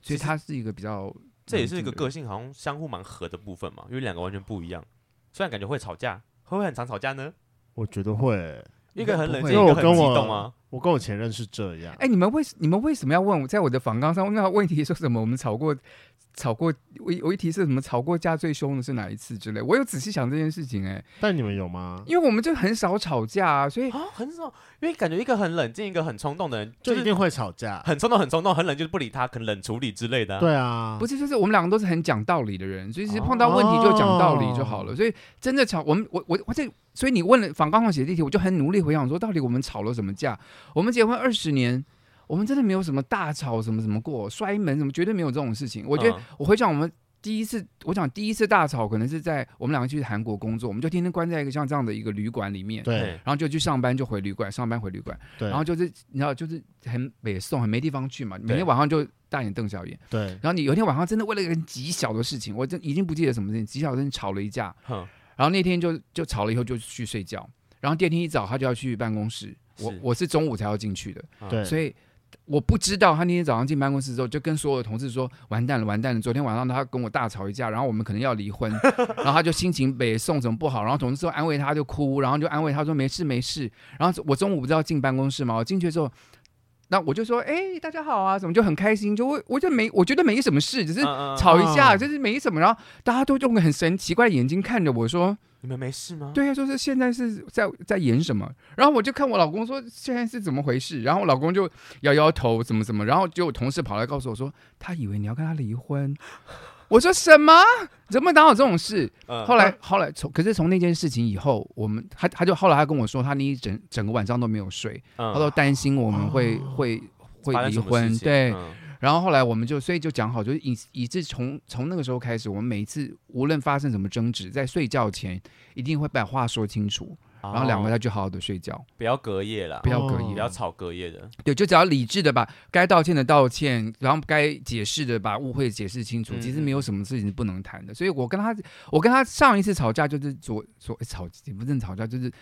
[SPEAKER 3] 所
[SPEAKER 2] 其
[SPEAKER 3] 以
[SPEAKER 2] 实
[SPEAKER 3] 他是一个比较冷静的人，
[SPEAKER 2] 这也是一个个性好像相互蛮合的部分嘛，因为两个完全不一样，虽然感觉会吵架，会不会很常吵架呢？
[SPEAKER 1] 我觉得会、
[SPEAKER 2] 一个很冷
[SPEAKER 3] 不
[SPEAKER 2] 静，
[SPEAKER 3] 会
[SPEAKER 2] 一个
[SPEAKER 1] 因为
[SPEAKER 2] 很
[SPEAKER 1] 我跟我
[SPEAKER 2] 激动啊，
[SPEAKER 1] 我跟我前任是这样。
[SPEAKER 3] 哎，你们为你们为什么要问我？在我的访纲上问到问题说什么？我们吵过，吵过，我有一题是什么？吵过架最凶的是哪一次之类？我有仔细想这件事情哎、
[SPEAKER 1] 但你们有吗？
[SPEAKER 3] 因为我们就很少吵架啊，所以
[SPEAKER 2] 啊，很少，因为感觉一个很冷静，一个很冲动的人，
[SPEAKER 1] 就
[SPEAKER 2] 就
[SPEAKER 1] 一
[SPEAKER 2] 是
[SPEAKER 1] 定会吵架。
[SPEAKER 2] 很冲动，很冲动，很冷，就是不理他，可能冷处理之类的啊。
[SPEAKER 1] 对啊，
[SPEAKER 3] 不
[SPEAKER 1] 是
[SPEAKER 3] 是，就是我们两个都是很讲道理的人，所以其实碰到问题就讲道理就好了。所以真的吵，我们我我我这，所以你问了访刚上写的例题，我就很努力回想说，到底我们吵了什么架？我们结婚二十年，我们真的没有什么大吵什么什么过，摔门什么绝对没有这种事情。我觉得
[SPEAKER 2] 嗯
[SPEAKER 3] 我回想我们第一次，我想第一次大吵可能是在我们两个去韩国工作，我们就天天关在一个像这样的一个旅馆里面。
[SPEAKER 2] 嗯哎
[SPEAKER 1] 对
[SPEAKER 3] 然后就去上班，就回旅馆，上班回旅馆，
[SPEAKER 1] 对，
[SPEAKER 3] 然后就是你知道，就是很北宋，很没地方去嘛，每
[SPEAKER 2] 对
[SPEAKER 3] 天晚上就大眼瞪小眼。
[SPEAKER 1] 对
[SPEAKER 3] 然后你有一天晚上真的为了一个很极小的事情，我真已经不记得什么事情，极小的事情吵了一架，
[SPEAKER 2] 哼，
[SPEAKER 3] 然后那天就就吵了以后就去睡觉，然后第二天一早他就要去办公室，我
[SPEAKER 2] 是
[SPEAKER 3] 我是中午才要进去的，
[SPEAKER 1] 对，
[SPEAKER 3] 所以我不知道他那天早上进办公室之后就跟所有的同事说完蛋了完蛋了，昨天晚上他跟我大吵一架，然后我们可能要离婚，然后他就心情北送怎么不好，然后同事哎都安慰他就哭，然后就安慰他说没事没事，然后我中午不是要进办公室嘛，我进去之后。那我就说，哎、大家好啊，怎么就很开心？就我，我就没，我觉得没什么事，只是
[SPEAKER 2] 嗯嗯
[SPEAKER 3] 吵一
[SPEAKER 1] 啊
[SPEAKER 3] 下，就是没什么。然后大家都用个很神奇怪的眼睛看着我说
[SPEAKER 2] 你们没事吗？：“，
[SPEAKER 3] 对呀、就是现在是在在演什么？”然后我就看我老公说：“现在是怎么回事？”然后我老公就摇摇头，怎么怎么。然后就有同事跑来告诉我说：“他以为你要跟他离婚。”我说：“什么？怎么哪有这种事？”
[SPEAKER 2] 嗯
[SPEAKER 3] 后来后来从可是从那件事情以后，我们他他就后来他跟我说，他那一整整个晚上都没有睡，
[SPEAKER 2] 嗯哦
[SPEAKER 3] 他都担心我们会会。会
[SPEAKER 2] 发生
[SPEAKER 3] 离
[SPEAKER 2] 什么
[SPEAKER 3] 婚
[SPEAKER 2] 事，情
[SPEAKER 3] 对，
[SPEAKER 2] 嗯
[SPEAKER 3] 然后后来我们就，所以就讲好，就是以以致从从那个时候开始，我们每一次无论发生什么争执，在睡觉前一定会把话说清楚，
[SPEAKER 2] 然
[SPEAKER 3] 然后两
[SPEAKER 1] 哦
[SPEAKER 3] 个他就好好的睡觉，
[SPEAKER 2] 不要隔夜啦，
[SPEAKER 3] 不要隔夜
[SPEAKER 2] 不要吵隔夜 的。
[SPEAKER 3] 对，就只要理智的把该道歉的道歉，然后该解释的把误会解释清楚。
[SPEAKER 2] 嗯
[SPEAKER 3] 其实没有什么事情是不能谈的，所以我跟他，我跟他上一次吵架就是昨昨诶吵也不是吵架，就是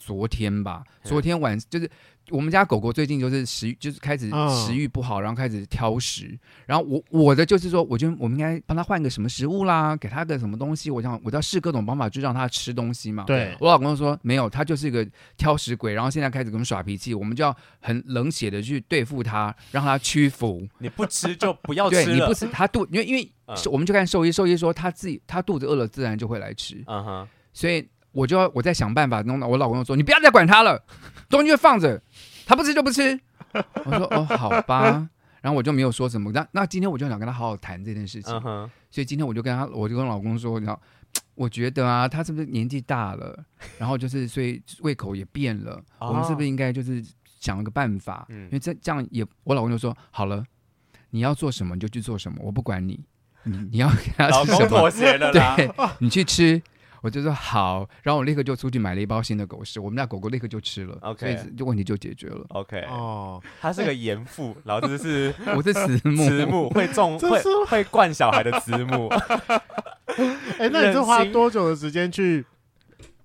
[SPEAKER 3] 昨天吧。
[SPEAKER 2] 嗯
[SPEAKER 3] 昨天晚就是我们家狗狗最近就是食欲就是开始
[SPEAKER 1] 嗯
[SPEAKER 3] 食欲不好，然后开始挑食。然后我我的就是说，我觉得我们应该帮它换个什么食物啦，给它个什么东西。我想我要试各种方法去让它吃东西嘛。
[SPEAKER 1] 对
[SPEAKER 3] 我老公说没有，他就是一个挑食鬼，然后现在开始跟我们耍脾气，我们就要很冷血的去对付他，让他屈服。
[SPEAKER 2] 你不吃就不要
[SPEAKER 3] 对，
[SPEAKER 2] 吃
[SPEAKER 3] 你
[SPEAKER 2] 了
[SPEAKER 3] 不。吃他肚，因为因为、
[SPEAKER 2] 嗯
[SPEAKER 3] 我们就看兽医，兽医说他自己他肚子饿了，自然就会来吃，
[SPEAKER 2] 嗯哼，
[SPEAKER 3] 所以我就要我在想办法弄到我老公就说你不要再管他 了，东西就放着，他不吃就不吃。我说 哦好吧，然后我就没有说什么。那那今天我就想跟他好好谈这件事情，
[SPEAKER 2] 嗯哼，
[SPEAKER 3] 所以今天我就跟他，我就跟我老公说，你知道，我觉得啊，他是不是年纪大了，然后就是所以胃口也变了，
[SPEAKER 2] 哦
[SPEAKER 3] 我们是不是应该就是想了个办法？
[SPEAKER 2] 嗯
[SPEAKER 3] 因为这这样也，我老公就说好了，你要做什么你就去做什么，我不管你，你你要给他
[SPEAKER 2] 老
[SPEAKER 3] 吃什
[SPEAKER 2] 公
[SPEAKER 3] 么
[SPEAKER 2] 妥，协了啦。
[SPEAKER 3] 对你去吃。我就说好，然后我立刻就出去买了一包新的狗食，我们家狗狗立刻就吃了
[SPEAKER 2] OK
[SPEAKER 3] 所以这问题就解 决了。
[SPEAKER 2] OK，
[SPEAKER 1] 哦，
[SPEAKER 2] 他是个严父，然后这是
[SPEAKER 3] 我是 慈母，
[SPEAKER 2] 慈母会种
[SPEAKER 1] 这
[SPEAKER 2] 会
[SPEAKER 1] 是
[SPEAKER 2] 会惯小孩的慈 母，
[SPEAKER 1] 哎，那你这
[SPEAKER 2] 忍
[SPEAKER 1] 花
[SPEAKER 2] 心
[SPEAKER 1] 多久的时间去？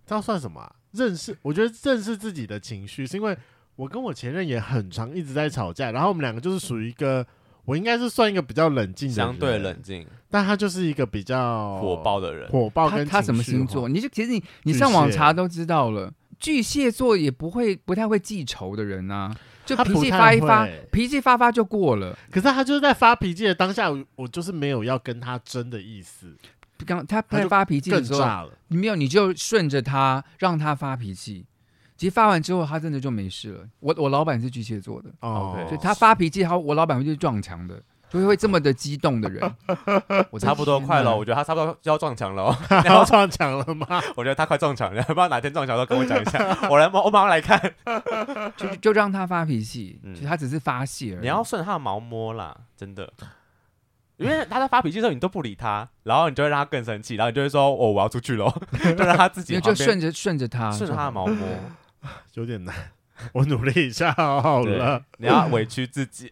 [SPEAKER 1] 这样算什么啊、认识，我觉得认识自己的情绪，是因为我跟我前任也很常一直在吵架，然后我们两个就是属于一个，我应该是算一个比较冷静的，
[SPEAKER 2] 相对，冷静、
[SPEAKER 1] 但他就是一个比较
[SPEAKER 2] 火爆的人。
[SPEAKER 1] 火爆
[SPEAKER 3] 他
[SPEAKER 1] 跟
[SPEAKER 3] 他什么
[SPEAKER 1] 情绪
[SPEAKER 3] 星
[SPEAKER 1] 化
[SPEAKER 3] 座？？你就其实你
[SPEAKER 1] 哦
[SPEAKER 3] 你
[SPEAKER 1] 巨
[SPEAKER 3] 上网
[SPEAKER 1] 蟹
[SPEAKER 3] 查都知道了，巨蟹座也不会不太会记仇的人呐、就
[SPEAKER 1] 他
[SPEAKER 3] 脾
[SPEAKER 1] 不
[SPEAKER 3] 气
[SPEAKER 1] 太
[SPEAKER 3] 发一发
[SPEAKER 1] 会，
[SPEAKER 3] 脾气发发就过了。
[SPEAKER 1] 可是他就是在发脾气的当下，我我就是没有要跟他争的意思，
[SPEAKER 3] 刚他
[SPEAKER 1] 他
[SPEAKER 3] 在
[SPEAKER 1] 就
[SPEAKER 3] 发脾气
[SPEAKER 1] 更
[SPEAKER 3] 的时候，啊
[SPEAKER 1] 炸了。
[SPEAKER 3] 你没有你就顺着他，让他发脾气。其实发完之后，他真的就没事了。我我老板是巨蟹座的，
[SPEAKER 1] 哦，
[SPEAKER 3] 所以他发脾气，他我老板会去撞墙的，就会会这么的激动的 人。我
[SPEAKER 2] 我
[SPEAKER 3] 的
[SPEAKER 2] 差不多
[SPEAKER 3] 天
[SPEAKER 2] 快了，
[SPEAKER 3] 哪
[SPEAKER 2] 我觉得他差不多就要撞墙了哦。
[SPEAKER 1] 他要撞墙了吗？
[SPEAKER 2] 我觉得他快撞墙了，不知道哪天撞墙都跟我讲一 下，我来我马上来看。
[SPEAKER 3] 就就让他发脾气，
[SPEAKER 2] 嗯
[SPEAKER 3] 其实他只是发泄而已。
[SPEAKER 2] 你要顺他的毛摸啦，真的。因为他在发脾气的时候，你都不理他，然后你就会让他更生气，然后你就会说：“哦，我要出去喽。” 就让他自己
[SPEAKER 3] 你
[SPEAKER 2] 旁
[SPEAKER 3] 就
[SPEAKER 2] 边
[SPEAKER 3] 顺着顺着他，
[SPEAKER 2] 顺着他的毛摸，
[SPEAKER 1] 有点难，我努力一下好了
[SPEAKER 2] 对。，你
[SPEAKER 3] 嗯
[SPEAKER 2] 要委屈自己。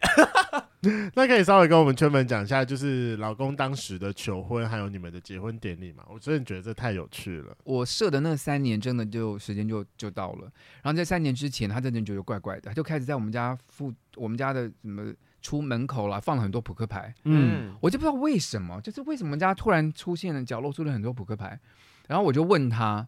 [SPEAKER 1] 那可以稍微跟我们圈粉讲一下，就是老公当时的求婚，还有你们的结婚典礼嘛？我真的觉得这太有趣了。
[SPEAKER 3] 我设的那三年，真的就时间就就到了。然后在三年之前，他真的觉得怪怪的，他就开始在我们家附我们家的什么出门口啦，放了很多扑克牌。
[SPEAKER 1] 嗯，
[SPEAKER 3] 我就不知道为什么，就是为什么我们家突然出现了角落出了很多扑克牌。然后我就问他，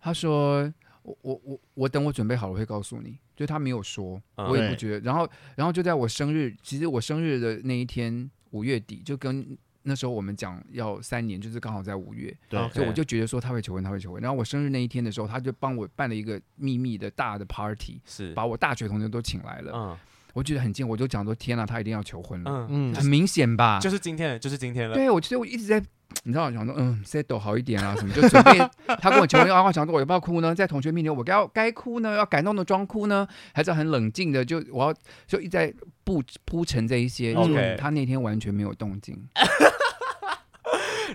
[SPEAKER 3] 他说我我我我等我准备好了会告诉你。就他没有说，
[SPEAKER 2] 嗯
[SPEAKER 3] 我也不觉得。然后然后就在我生日，其实我生日的那一天，五月底就跟。那时候我们讲要三年，就是刚好在五月，
[SPEAKER 1] 对
[SPEAKER 2] OK
[SPEAKER 3] 所以我就觉得说他会求婚，他会求婚。然后我生日那一天的时候，他就帮我办了一个秘密的大的 party，
[SPEAKER 2] 是，
[SPEAKER 3] 把我大学同学都请来了。
[SPEAKER 2] 嗯
[SPEAKER 3] 我觉得很近，我就讲说天呐，啊他一定要求婚了，
[SPEAKER 2] 嗯，
[SPEAKER 1] 嗯
[SPEAKER 3] 很明显吧？
[SPEAKER 2] 就是今天了，就是今天了。
[SPEAKER 3] 对，我觉得我一直在。你知道，想说，嗯，settle 好一点啊，什么就准备他跟我求婚，然后想说我要不要哭呢？在同学面前，我该要该哭呢，要感动的装哭呢，还是要很冷静的，就我要就一直在布铺陈这一些。
[SPEAKER 1] OK
[SPEAKER 3] 就他那天完全没有动静，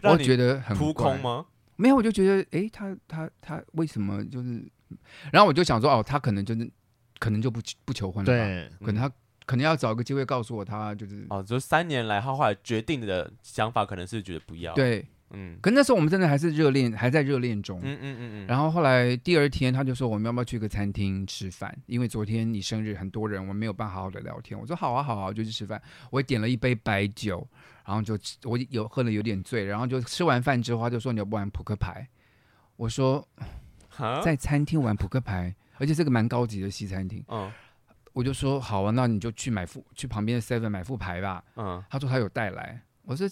[SPEAKER 2] 让
[SPEAKER 3] 我
[SPEAKER 2] 你
[SPEAKER 3] 觉得很
[SPEAKER 2] 扑
[SPEAKER 3] 怪
[SPEAKER 2] 空吗？
[SPEAKER 3] 没有，我就觉得，诶，他他他为什么就是？然后我就想说，哦，他可能就是，可能就不不求婚了吧，
[SPEAKER 1] 对，
[SPEAKER 3] 可能他可能要找一个机会告诉我，他就是、
[SPEAKER 2] 哦，就是三年来他后来决定的想法，可能是觉得不要。，
[SPEAKER 3] 对。
[SPEAKER 2] 嗯
[SPEAKER 3] 可那时候我们真的还是热恋，还在热恋中。
[SPEAKER 2] 嗯嗯嗯嗯，
[SPEAKER 3] 然后后来第二天，他就说我们要不要去个餐厅吃饭？因为昨天你生日，很多人，我们没有办法好好的聊天。我说好啊，好啊，我就去吃饭。我点了一杯白酒，然后就吃我有喝了有点醉，然后就吃完饭之后，他就说你要不玩扑克牌？我说
[SPEAKER 2] 哈
[SPEAKER 3] 在餐厅玩扑克牌，而且是个蛮高级的西餐厅。
[SPEAKER 2] 嗯
[SPEAKER 3] 我就说好啊，那你就去买副去旁边的 Seven 买副牌吧。
[SPEAKER 2] 嗯
[SPEAKER 3] 他说他有带来，我说，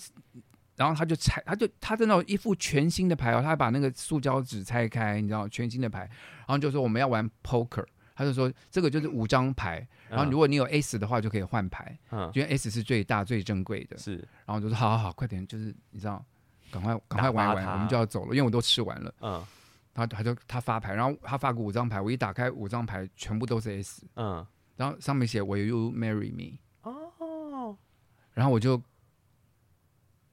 [SPEAKER 3] 然后他就拆，他就他真的有一副全新的牌哦，他把那个塑胶纸拆开，你知道全新的牌，然后就说我们要玩 poker，他就说这个就是五张牌，然后如果你有 S 的话就可以换牌，
[SPEAKER 2] 嗯
[SPEAKER 3] 因为 S 是最大最珍贵的。
[SPEAKER 2] 是
[SPEAKER 3] 然后我就说好好好，快点，就是你知道，赶快赶快
[SPEAKER 2] 打发
[SPEAKER 3] 玩一玩，
[SPEAKER 2] 他
[SPEAKER 3] 我们就要走了，因为我都吃完了。
[SPEAKER 2] 嗯
[SPEAKER 3] 他他就他发牌，然后他发给我五张牌，我一打开五张牌全部都是 S，
[SPEAKER 2] 嗯
[SPEAKER 3] 然后上面写 Will you marry me？
[SPEAKER 2] 哦
[SPEAKER 3] 然后我就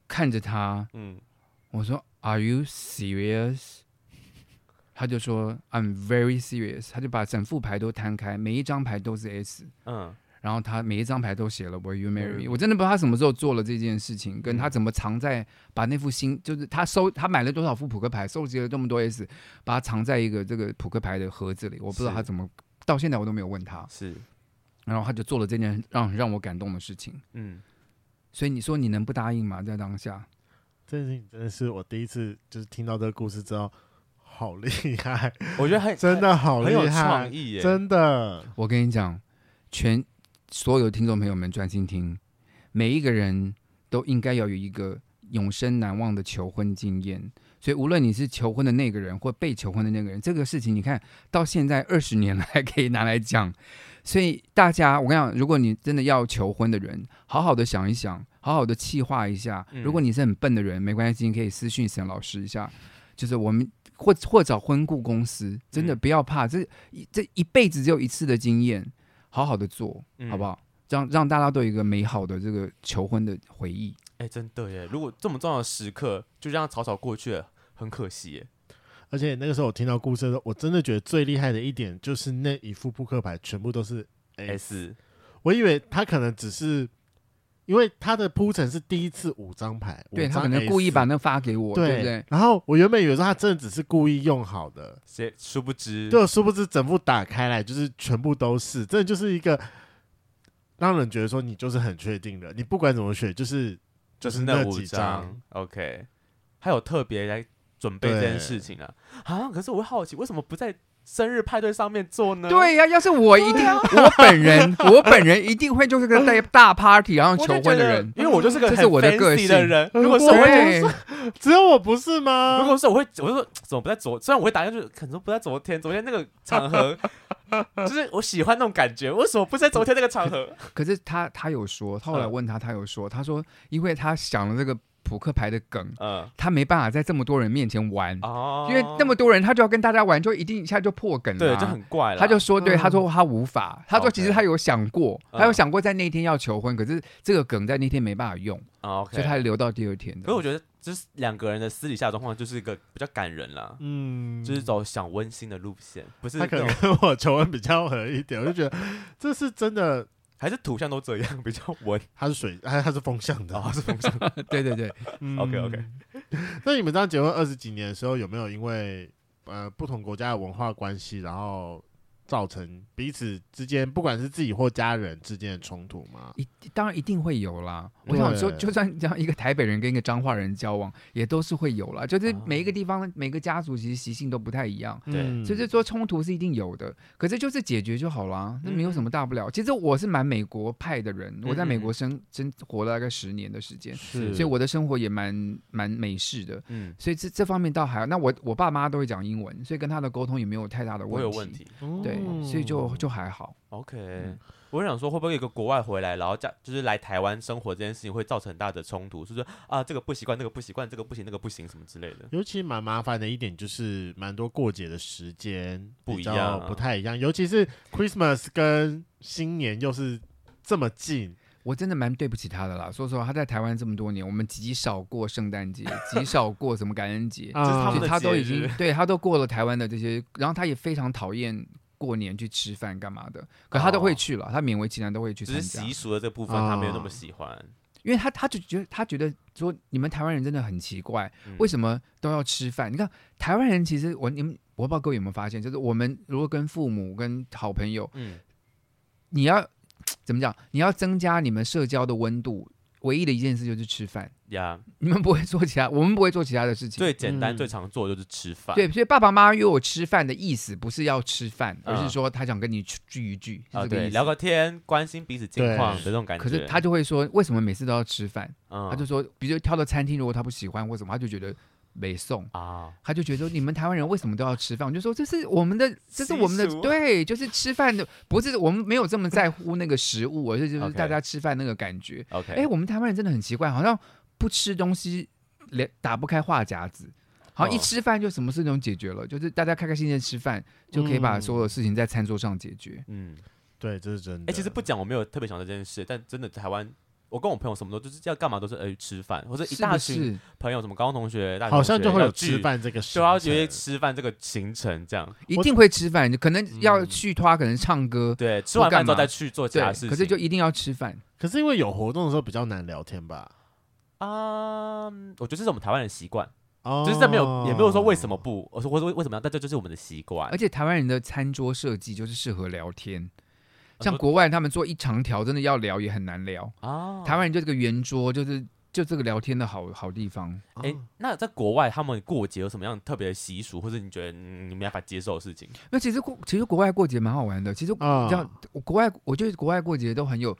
[SPEAKER 3] 看着他，
[SPEAKER 2] 嗯
[SPEAKER 3] 我说 Are you serious？他就说 I'm very serious，他就把整副牌都摊开，每一张牌都是 S，
[SPEAKER 2] 嗯，
[SPEAKER 3] 然后他每一张牌都写了 Will you marry me？我真的不知道他什么时候做了这件事情，跟
[SPEAKER 2] 嗯
[SPEAKER 3] 他怎么藏在把那副新，就是他收他买了多少副扑克牌，收集了这么多 S，把它藏在一个这个扑克牌的盒子里，我不知道
[SPEAKER 2] 是
[SPEAKER 3] 他怎么到现在我都没有问他，
[SPEAKER 2] 是，
[SPEAKER 3] 然后他就做了这件让让我感动的事情，
[SPEAKER 2] 嗯，
[SPEAKER 3] 所以你说你能不答应吗？在当下，
[SPEAKER 1] 这件事情真的是我第一次就是听到这个故事之后，好厉害，
[SPEAKER 2] 我觉得 很
[SPEAKER 1] 真的好
[SPEAKER 2] 很很
[SPEAKER 1] 厉
[SPEAKER 2] 有创
[SPEAKER 1] 害，
[SPEAKER 2] 意耶，
[SPEAKER 1] 真的。
[SPEAKER 3] 我跟你讲，全所有听众朋友们专心听，每一个人都应该要有一个永生难忘的求婚经验。所以，无论你是求婚的那个人或被求婚的那个人，这个事情你看到现在二十年来还可以拿来讲。所以大家，我跟你讲，如果你真的要求婚的人，好好的想一想，好好的气化一下。
[SPEAKER 2] 嗯
[SPEAKER 3] 如果你是很笨的人，没关系，你可以私讯沈老师一下，就是我们或或找婚顾公司，真的
[SPEAKER 2] 嗯
[SPEAKER 3] 不要怕，这一这一辈子只有一次的经验，好好的做，
[SPEAKER 2] 嗯
[SPEAKER 3] 好不好？让让大家都有一个美好的这个求婚的回忆。
[SPEAKER 2] 哎、真的耶！如果这么重要的时刻就这样草草过去了，很可惜耶。
[SPEAKER 1] 而且那个时候我听到故事的时候，我真的觉得最厉害的一点就是那一副扑克牌全部都是 S，,
[SPEAKER 2] S，
[SPEAKER 1] 我以为他可能只是因为他的铺陈是第一次五张牌，
[SPEAKER 3] 对
[SPEAKER 1] 五
[SPEAKER 3] 他
[SPEAKER 1] 张
[SPEAKER 3] 可能
[SPEAKER 1] S
[SPEAKER 3] 故意把那发给我，
[SPEAKER 1] 对
[SPEAKER 3] 对不对？
[SPEAKER 1] 然后我原本以为说他真的只是故意用好的，
[SPEAKER 2] 谁殊不知，
[SPEAKER 1] 就殊不知整副打开来就是全部都是，真的就是一个让人觉得说你就是很确定的，你不管怎么选就是
[SPEAKER 2] 就是
[SPEAKER 1] 是
[SPEAKER 2] 那
[SPEAKER 1] 那
[SPEAKER 2] 五
[SPEAKER 1] 几张。。
[SPEAKER 2] OK，还有特别来准备这件
[SPEAKER 1] 对
[SPEAKER 2] 事情啊啊！可是我会好奇，为什么不在生日派对上面做呢？
[SPEAKER 3] 对呀、要是我一定，我本人，我本人一定会就是个带大 party 然后
[SPEAKER 2] 我
[SPEAKER 3] 求
[SPEAKER 2] 就
[SPEAKER 3] 婚
[SPEAKER 2] 觉
[SPEAKER 3] 的
[SPEAKER 2] 得
[SPEAKER 3] 人，。
[SPEAKER 2] 因为我就是个
[SPEAKER 3] 这
[SPEAKER 2] 很
[SPEAKER 3] 是我的个
[SPEAKER 2] fancy 的
[SPEAKER 3] 性
[SPEAKER 2] 人。
[SPEAKER 1] 呃
[SPEAKER 2] 如果是
[SPEAKER 1] 我
[SPEAKER 2] 嗯我
[SPEAKER 1] 也
[SPEAKER 2] 会，
[SPEAKER 3] 对，啊
[SPEAKER 1] 只有我不是吗？
[SPEAKER 2] 如果是我会，我就说哎怎么不在昨，虽然我会打，就是可能不在昨天，昨天那个场合， 就是我喜欢那种感觉，为什么不在昨天那个场合？
[SPEAKER 3] 可是他他有说，他后来
[SPEAKER 2] 嗯
[SPEAKER 3] 问他，他有说，他说因为他想了这个扑克牌的梗，
[SPEAKER 2] 嗯，
[SPEAKER 3] 他没办法在这么多人面前玩，
[SPEAKER 2] 哦，
[SPEAKER 3] 因为那么多人，他就要跟大家玩，就一定一下就破梗了，啊
[SPEAKER 2] 对，就很怪了。
[SPEAKER 3] 他就说，对，
[SPEAKER 1] 嗯
[SPEAKER 3] 他说他无法，他说其实
[SPEAKER 2] OK
[SPEAKER 3] 他有想过，
[SPEAKER 2] 嗯
[SPEAKER 3] 他有想过在那天要求婚，可是这个梗在那天没办法用，
[SPEAKER 2] 啊 OK，
[SPEAKER 3] 所以他留到第二天
[SPEAKER 2] 可是我
[SPEAKER 3] 的。
[SPEAKER 2] 觉得，就是两个人的私底下状况，就是一个比较感人啦，
[SPEAKER 1] 嗯，
[SPEAKER 2] 就是走想温馨的路线，不是
[SPEAKER 1] 他
[SPEAKER 2] 那
[SPEAKER 1] 可能
[SPEAKER 2] 种
[SPEAKER 1] 跟我求婚比较合一点，我就觉得这是真的，
[SPEAKER 2] 还是土象都这样比较 温
[SPEAKER 1] 他是水，他他是风向的。嗯
[SPEAKER 2] 啊，是风象。
[SPEAKER 3] 对对对，
[SPEAKER 2] OK，OK
[SPEAKER 1] 那你们这样结婚二十几年的时候，有没有因为呃不同国家的文化关系，然后造成彼此之间，不管是自己或家人之间的冲突吗？
[SPEAKER 3] 一当然一定会有啦。我想说，
[SPEAKER 1] 对
[SPEAKER 3] 就算这样一个台北人跟一个彰化人交往，也都是会有啦。就是
[SPEAKER 2] 哦
[SPEAKER 3] 每一个地方、每个家族其实习性都不太一样，
[SPEAKER 2] 对
[SPEAKER 1] 嗯
[SPEAKER 3] 所以就说冲突是一定有的。可是就是解决就好啦，那没
[SPEAKER 2] 嗯
[SPEAKER 3] 有什么大不了。其实我是蛮美国派的人，我在美
[SPEAKER 2] 嗯
[SPEAKER 3] 国生生活了大概十年的时间，
[SPEAKER 1] 是，
[SPEAKER 3] 所以我的生活也蛮蛮美式的。
[SPEAKER 2] 嗯，
[SPEAKER 3] 所以这这方面倒还好。那我我爸妈都会讲英文，所以跟他的沟通也没有太大的
[SPEAKER 2] 我
[SPEAKER 3] 问
[SPEAKER 2] 有
[SPEAKER 3] 题。嗯
[SPEAKER 2] 问
[SPEAKER 1] 哦
[SPEAKER 2] 题。
[SPEAKER 3] 对，所以就就还好。
[SPEAKER 2] OK，我想说，会不会有一个国外回来，然后家就是来台湾生活这件事情，会造成很大的冲突？是不是啊？这个不习惯，那个不习惯，这个不行，那个不行，什么之类的。
[SPEAKER 1] 尤其蛮麻烦的一点就是，蛮多过节的时间
[SPEAKER 2] 不
[SPEAKER 1] 比
[SPEAKER 2] 一样
[SPEAKER 1] 较
[SPEAKER 2] 啊
[SPEAKER 1] 不太一样，尤其是 Christmas 跟新年又是这么近，
[SPEAKER 3] 我真的蛮对不起他的啦。说实话，他在台湾这么多年，我们极少过圣诞节，极少过什么感恩节，
[SPEAKER 2] 是他
[SPEAKER 1] 啊
[SPEAKER 2] 们
[SPEAKER 3] 就
[SPEAKER 2] 的
[SPEAKER 3] 他都
[SPEAKER 2] 节
[SPEAKER 3] 已经
[SPEAKER 2] 日
[SPEAKER 3] 对他都过了台湾的这些，然后他也非常讨厌过年去吃饭干嘛的，可他都会去了，他勉为其难都会去
[SPEAKER 2] 哦只
[SPEAKER 3] 参
[SPEAKER 2] 是
[SPEAKER 3] 加啊
[SPEAKER 2] 习，俗的这部分，他没有那么
[SPEAKER 1] 哦
[SPEAKER 2] 喜欢。
[SPEAKER 3] 因为他他就觉得他觉得说你们台湾人真的很奇怪，
[SPEAKER 2] 嗯
[SPEAKER 3] 为什么都要吃饭？你看台湾人其实我你们我不知道各位有没有发现，就是我们如果跟父母、跟好朋友，
[SPEAKER 2] 嗯，
[SPEAKER 3] 你要怎么讲？你要增加你们社交的温度，唯一的一件事就是吃饭。
[SPEAKER 2] 呀，
[SPEAKER 3] 你们不会做其他，我们不会做其他的事情。
[SPEAKER 2] 最简单、
[SPEAKER 1] 嗯
[SPEAKER 2] 最常做的就是吃饭。
[SPEAKER 3] 对，所以爸爸妈妈约我吃饭的意思不是要吃饭，
[SPEAKER 2] 嗯
[SPEAKER 3] 而是说他想跟你聚一聚，是
[SPEAKER 2] 啊，
[SPEAKER 3] 这哦个
[SPEAKER 2] 对，
[SPEAKER 3] 意思。
[SPEAKER 2] 聊个天，关心彼此近
[SPEAKER 1] 对
[SPEAKER 2] 况的这种感觉。
[SPEAKER 3] 可是他就会说，为什么每次都要吃饭？
[SPEAKER 2] 嗯，
[SPEAKER 3] 他就说，比如挑的餐厅，如果他不喜欢或什么，他就觉得没送。
[SPEAKER 2] 啊，
[SPEAKER 3] 他就觉得说你们台湾人为什么都要吃饭？我就说这是我们的，这是
[SPEAKER 2] 习
[SPEAKER 3] 我们的
[SPEAKER 2] 俗，啊
[SPEAKER 3] 对，就是吃饭的，不是我们没有这么在乎那个食物，而是就是
[SPEAKER 2] OK
[SPEAKER 3] 大家吃饭那个感觉。
[SPEAKER 2] OK，
[SPEAKER 3] 哎、我们台湾人真的很奇怪，好像不吃东西连打不开话匣子，好像一
[SPEAKER 2] 哦
[SPEAKER 3] 吃饭就什么事情解决了，就是大家开开心心地吃饭就可以把
[SPEAKER 1] 嗯
[SPEAKER 3] 所有事情在餐桌上解决。
[SPEAKER 2] 嗯，
[SPEAKER 1] 对，这是真
[SPEAKER 2] 哎、
[SPEAKER 1] 的。
[SPEAKER 2] 其实不讲我没有特别想到这件事，但真的台湾，我跟我朋友什么都就是要干嘛都是呃吃饭，或者一
[SPEAKER 3] 是
[SPEAKER 2] 大
[SPEAKER 3] 不
[SPEAKER 2] 群
[SPEAKER 3] 是
[SPEAKER 2] 朋友，什么高中同学、大学
[SPEAKER 1] 好像
[SPEAKER 2] 同
[SPEAKER 1] 就
[SPEAKER 2] 学
[SPEAKER 1] 会有
[SPEAKER 2] 要聚啊
[SPEAKER 1] 吃，饭这个事，
[SPEAKER 2] 就要约吃饭这个行程这样。
[SPEAKER 3] 一
[SPEAKER 1] 我
[SPEAKER 3] 定会吃饭，可能要
[SPEAKER 2] 嗯
[SPEAKER 3] 去他，可能唱歌，
[SPEAKER 2] 对，吃完饭
[SPEAKER 3] 干
[SPEAKER 2] 之后
[SPEAKER 3] 嘛
[SPEAKER 2] 再去做其
[SPEAKER 3] 对
[SPEAKER 2] 他事，情。
[SPEAKER 3] 可是就一定要吃饭。
[SPEAKER 1] 可是因为有活动的时候比较难聊天吧？
[SPEAKER 2] 啊、嗯我觉得这是我们台湾人的习惯，
[SPEAKER 1] 哦
[SPEAKER 2] 就是这没有也没有说为什么不，我说我说为什么要，但这就是我们的习惯
[SPEAKER 3] 而。且台湾人的餐桌设计就是适合聊天，
[SPEAKER 2] 啊
[SPEAKER 3] 像
[SPEAKER 2] 不
[SPEAKER 3] 国外他们做一长条，真的要聊也很难聊。
[SPEAKER 2] 啊
[SPEAKER 3] 台湾人就这个圆桌，就是就这个聊天的好好地方。
[SPEAKER 2] 哎、那在国外他们过节有什么样特别的习俗，或者你觉得、嗯、你没办法接受的事情？
[SPEAKER 3] 那其实过其实国外过节蛮好玩的，
[SPEAKER 2] 嗯
[SPEAKER 3] 其实
[SPEAKER 1] 啊
[SPEAKER 3] 这样，我国外我觉得国外过节都很有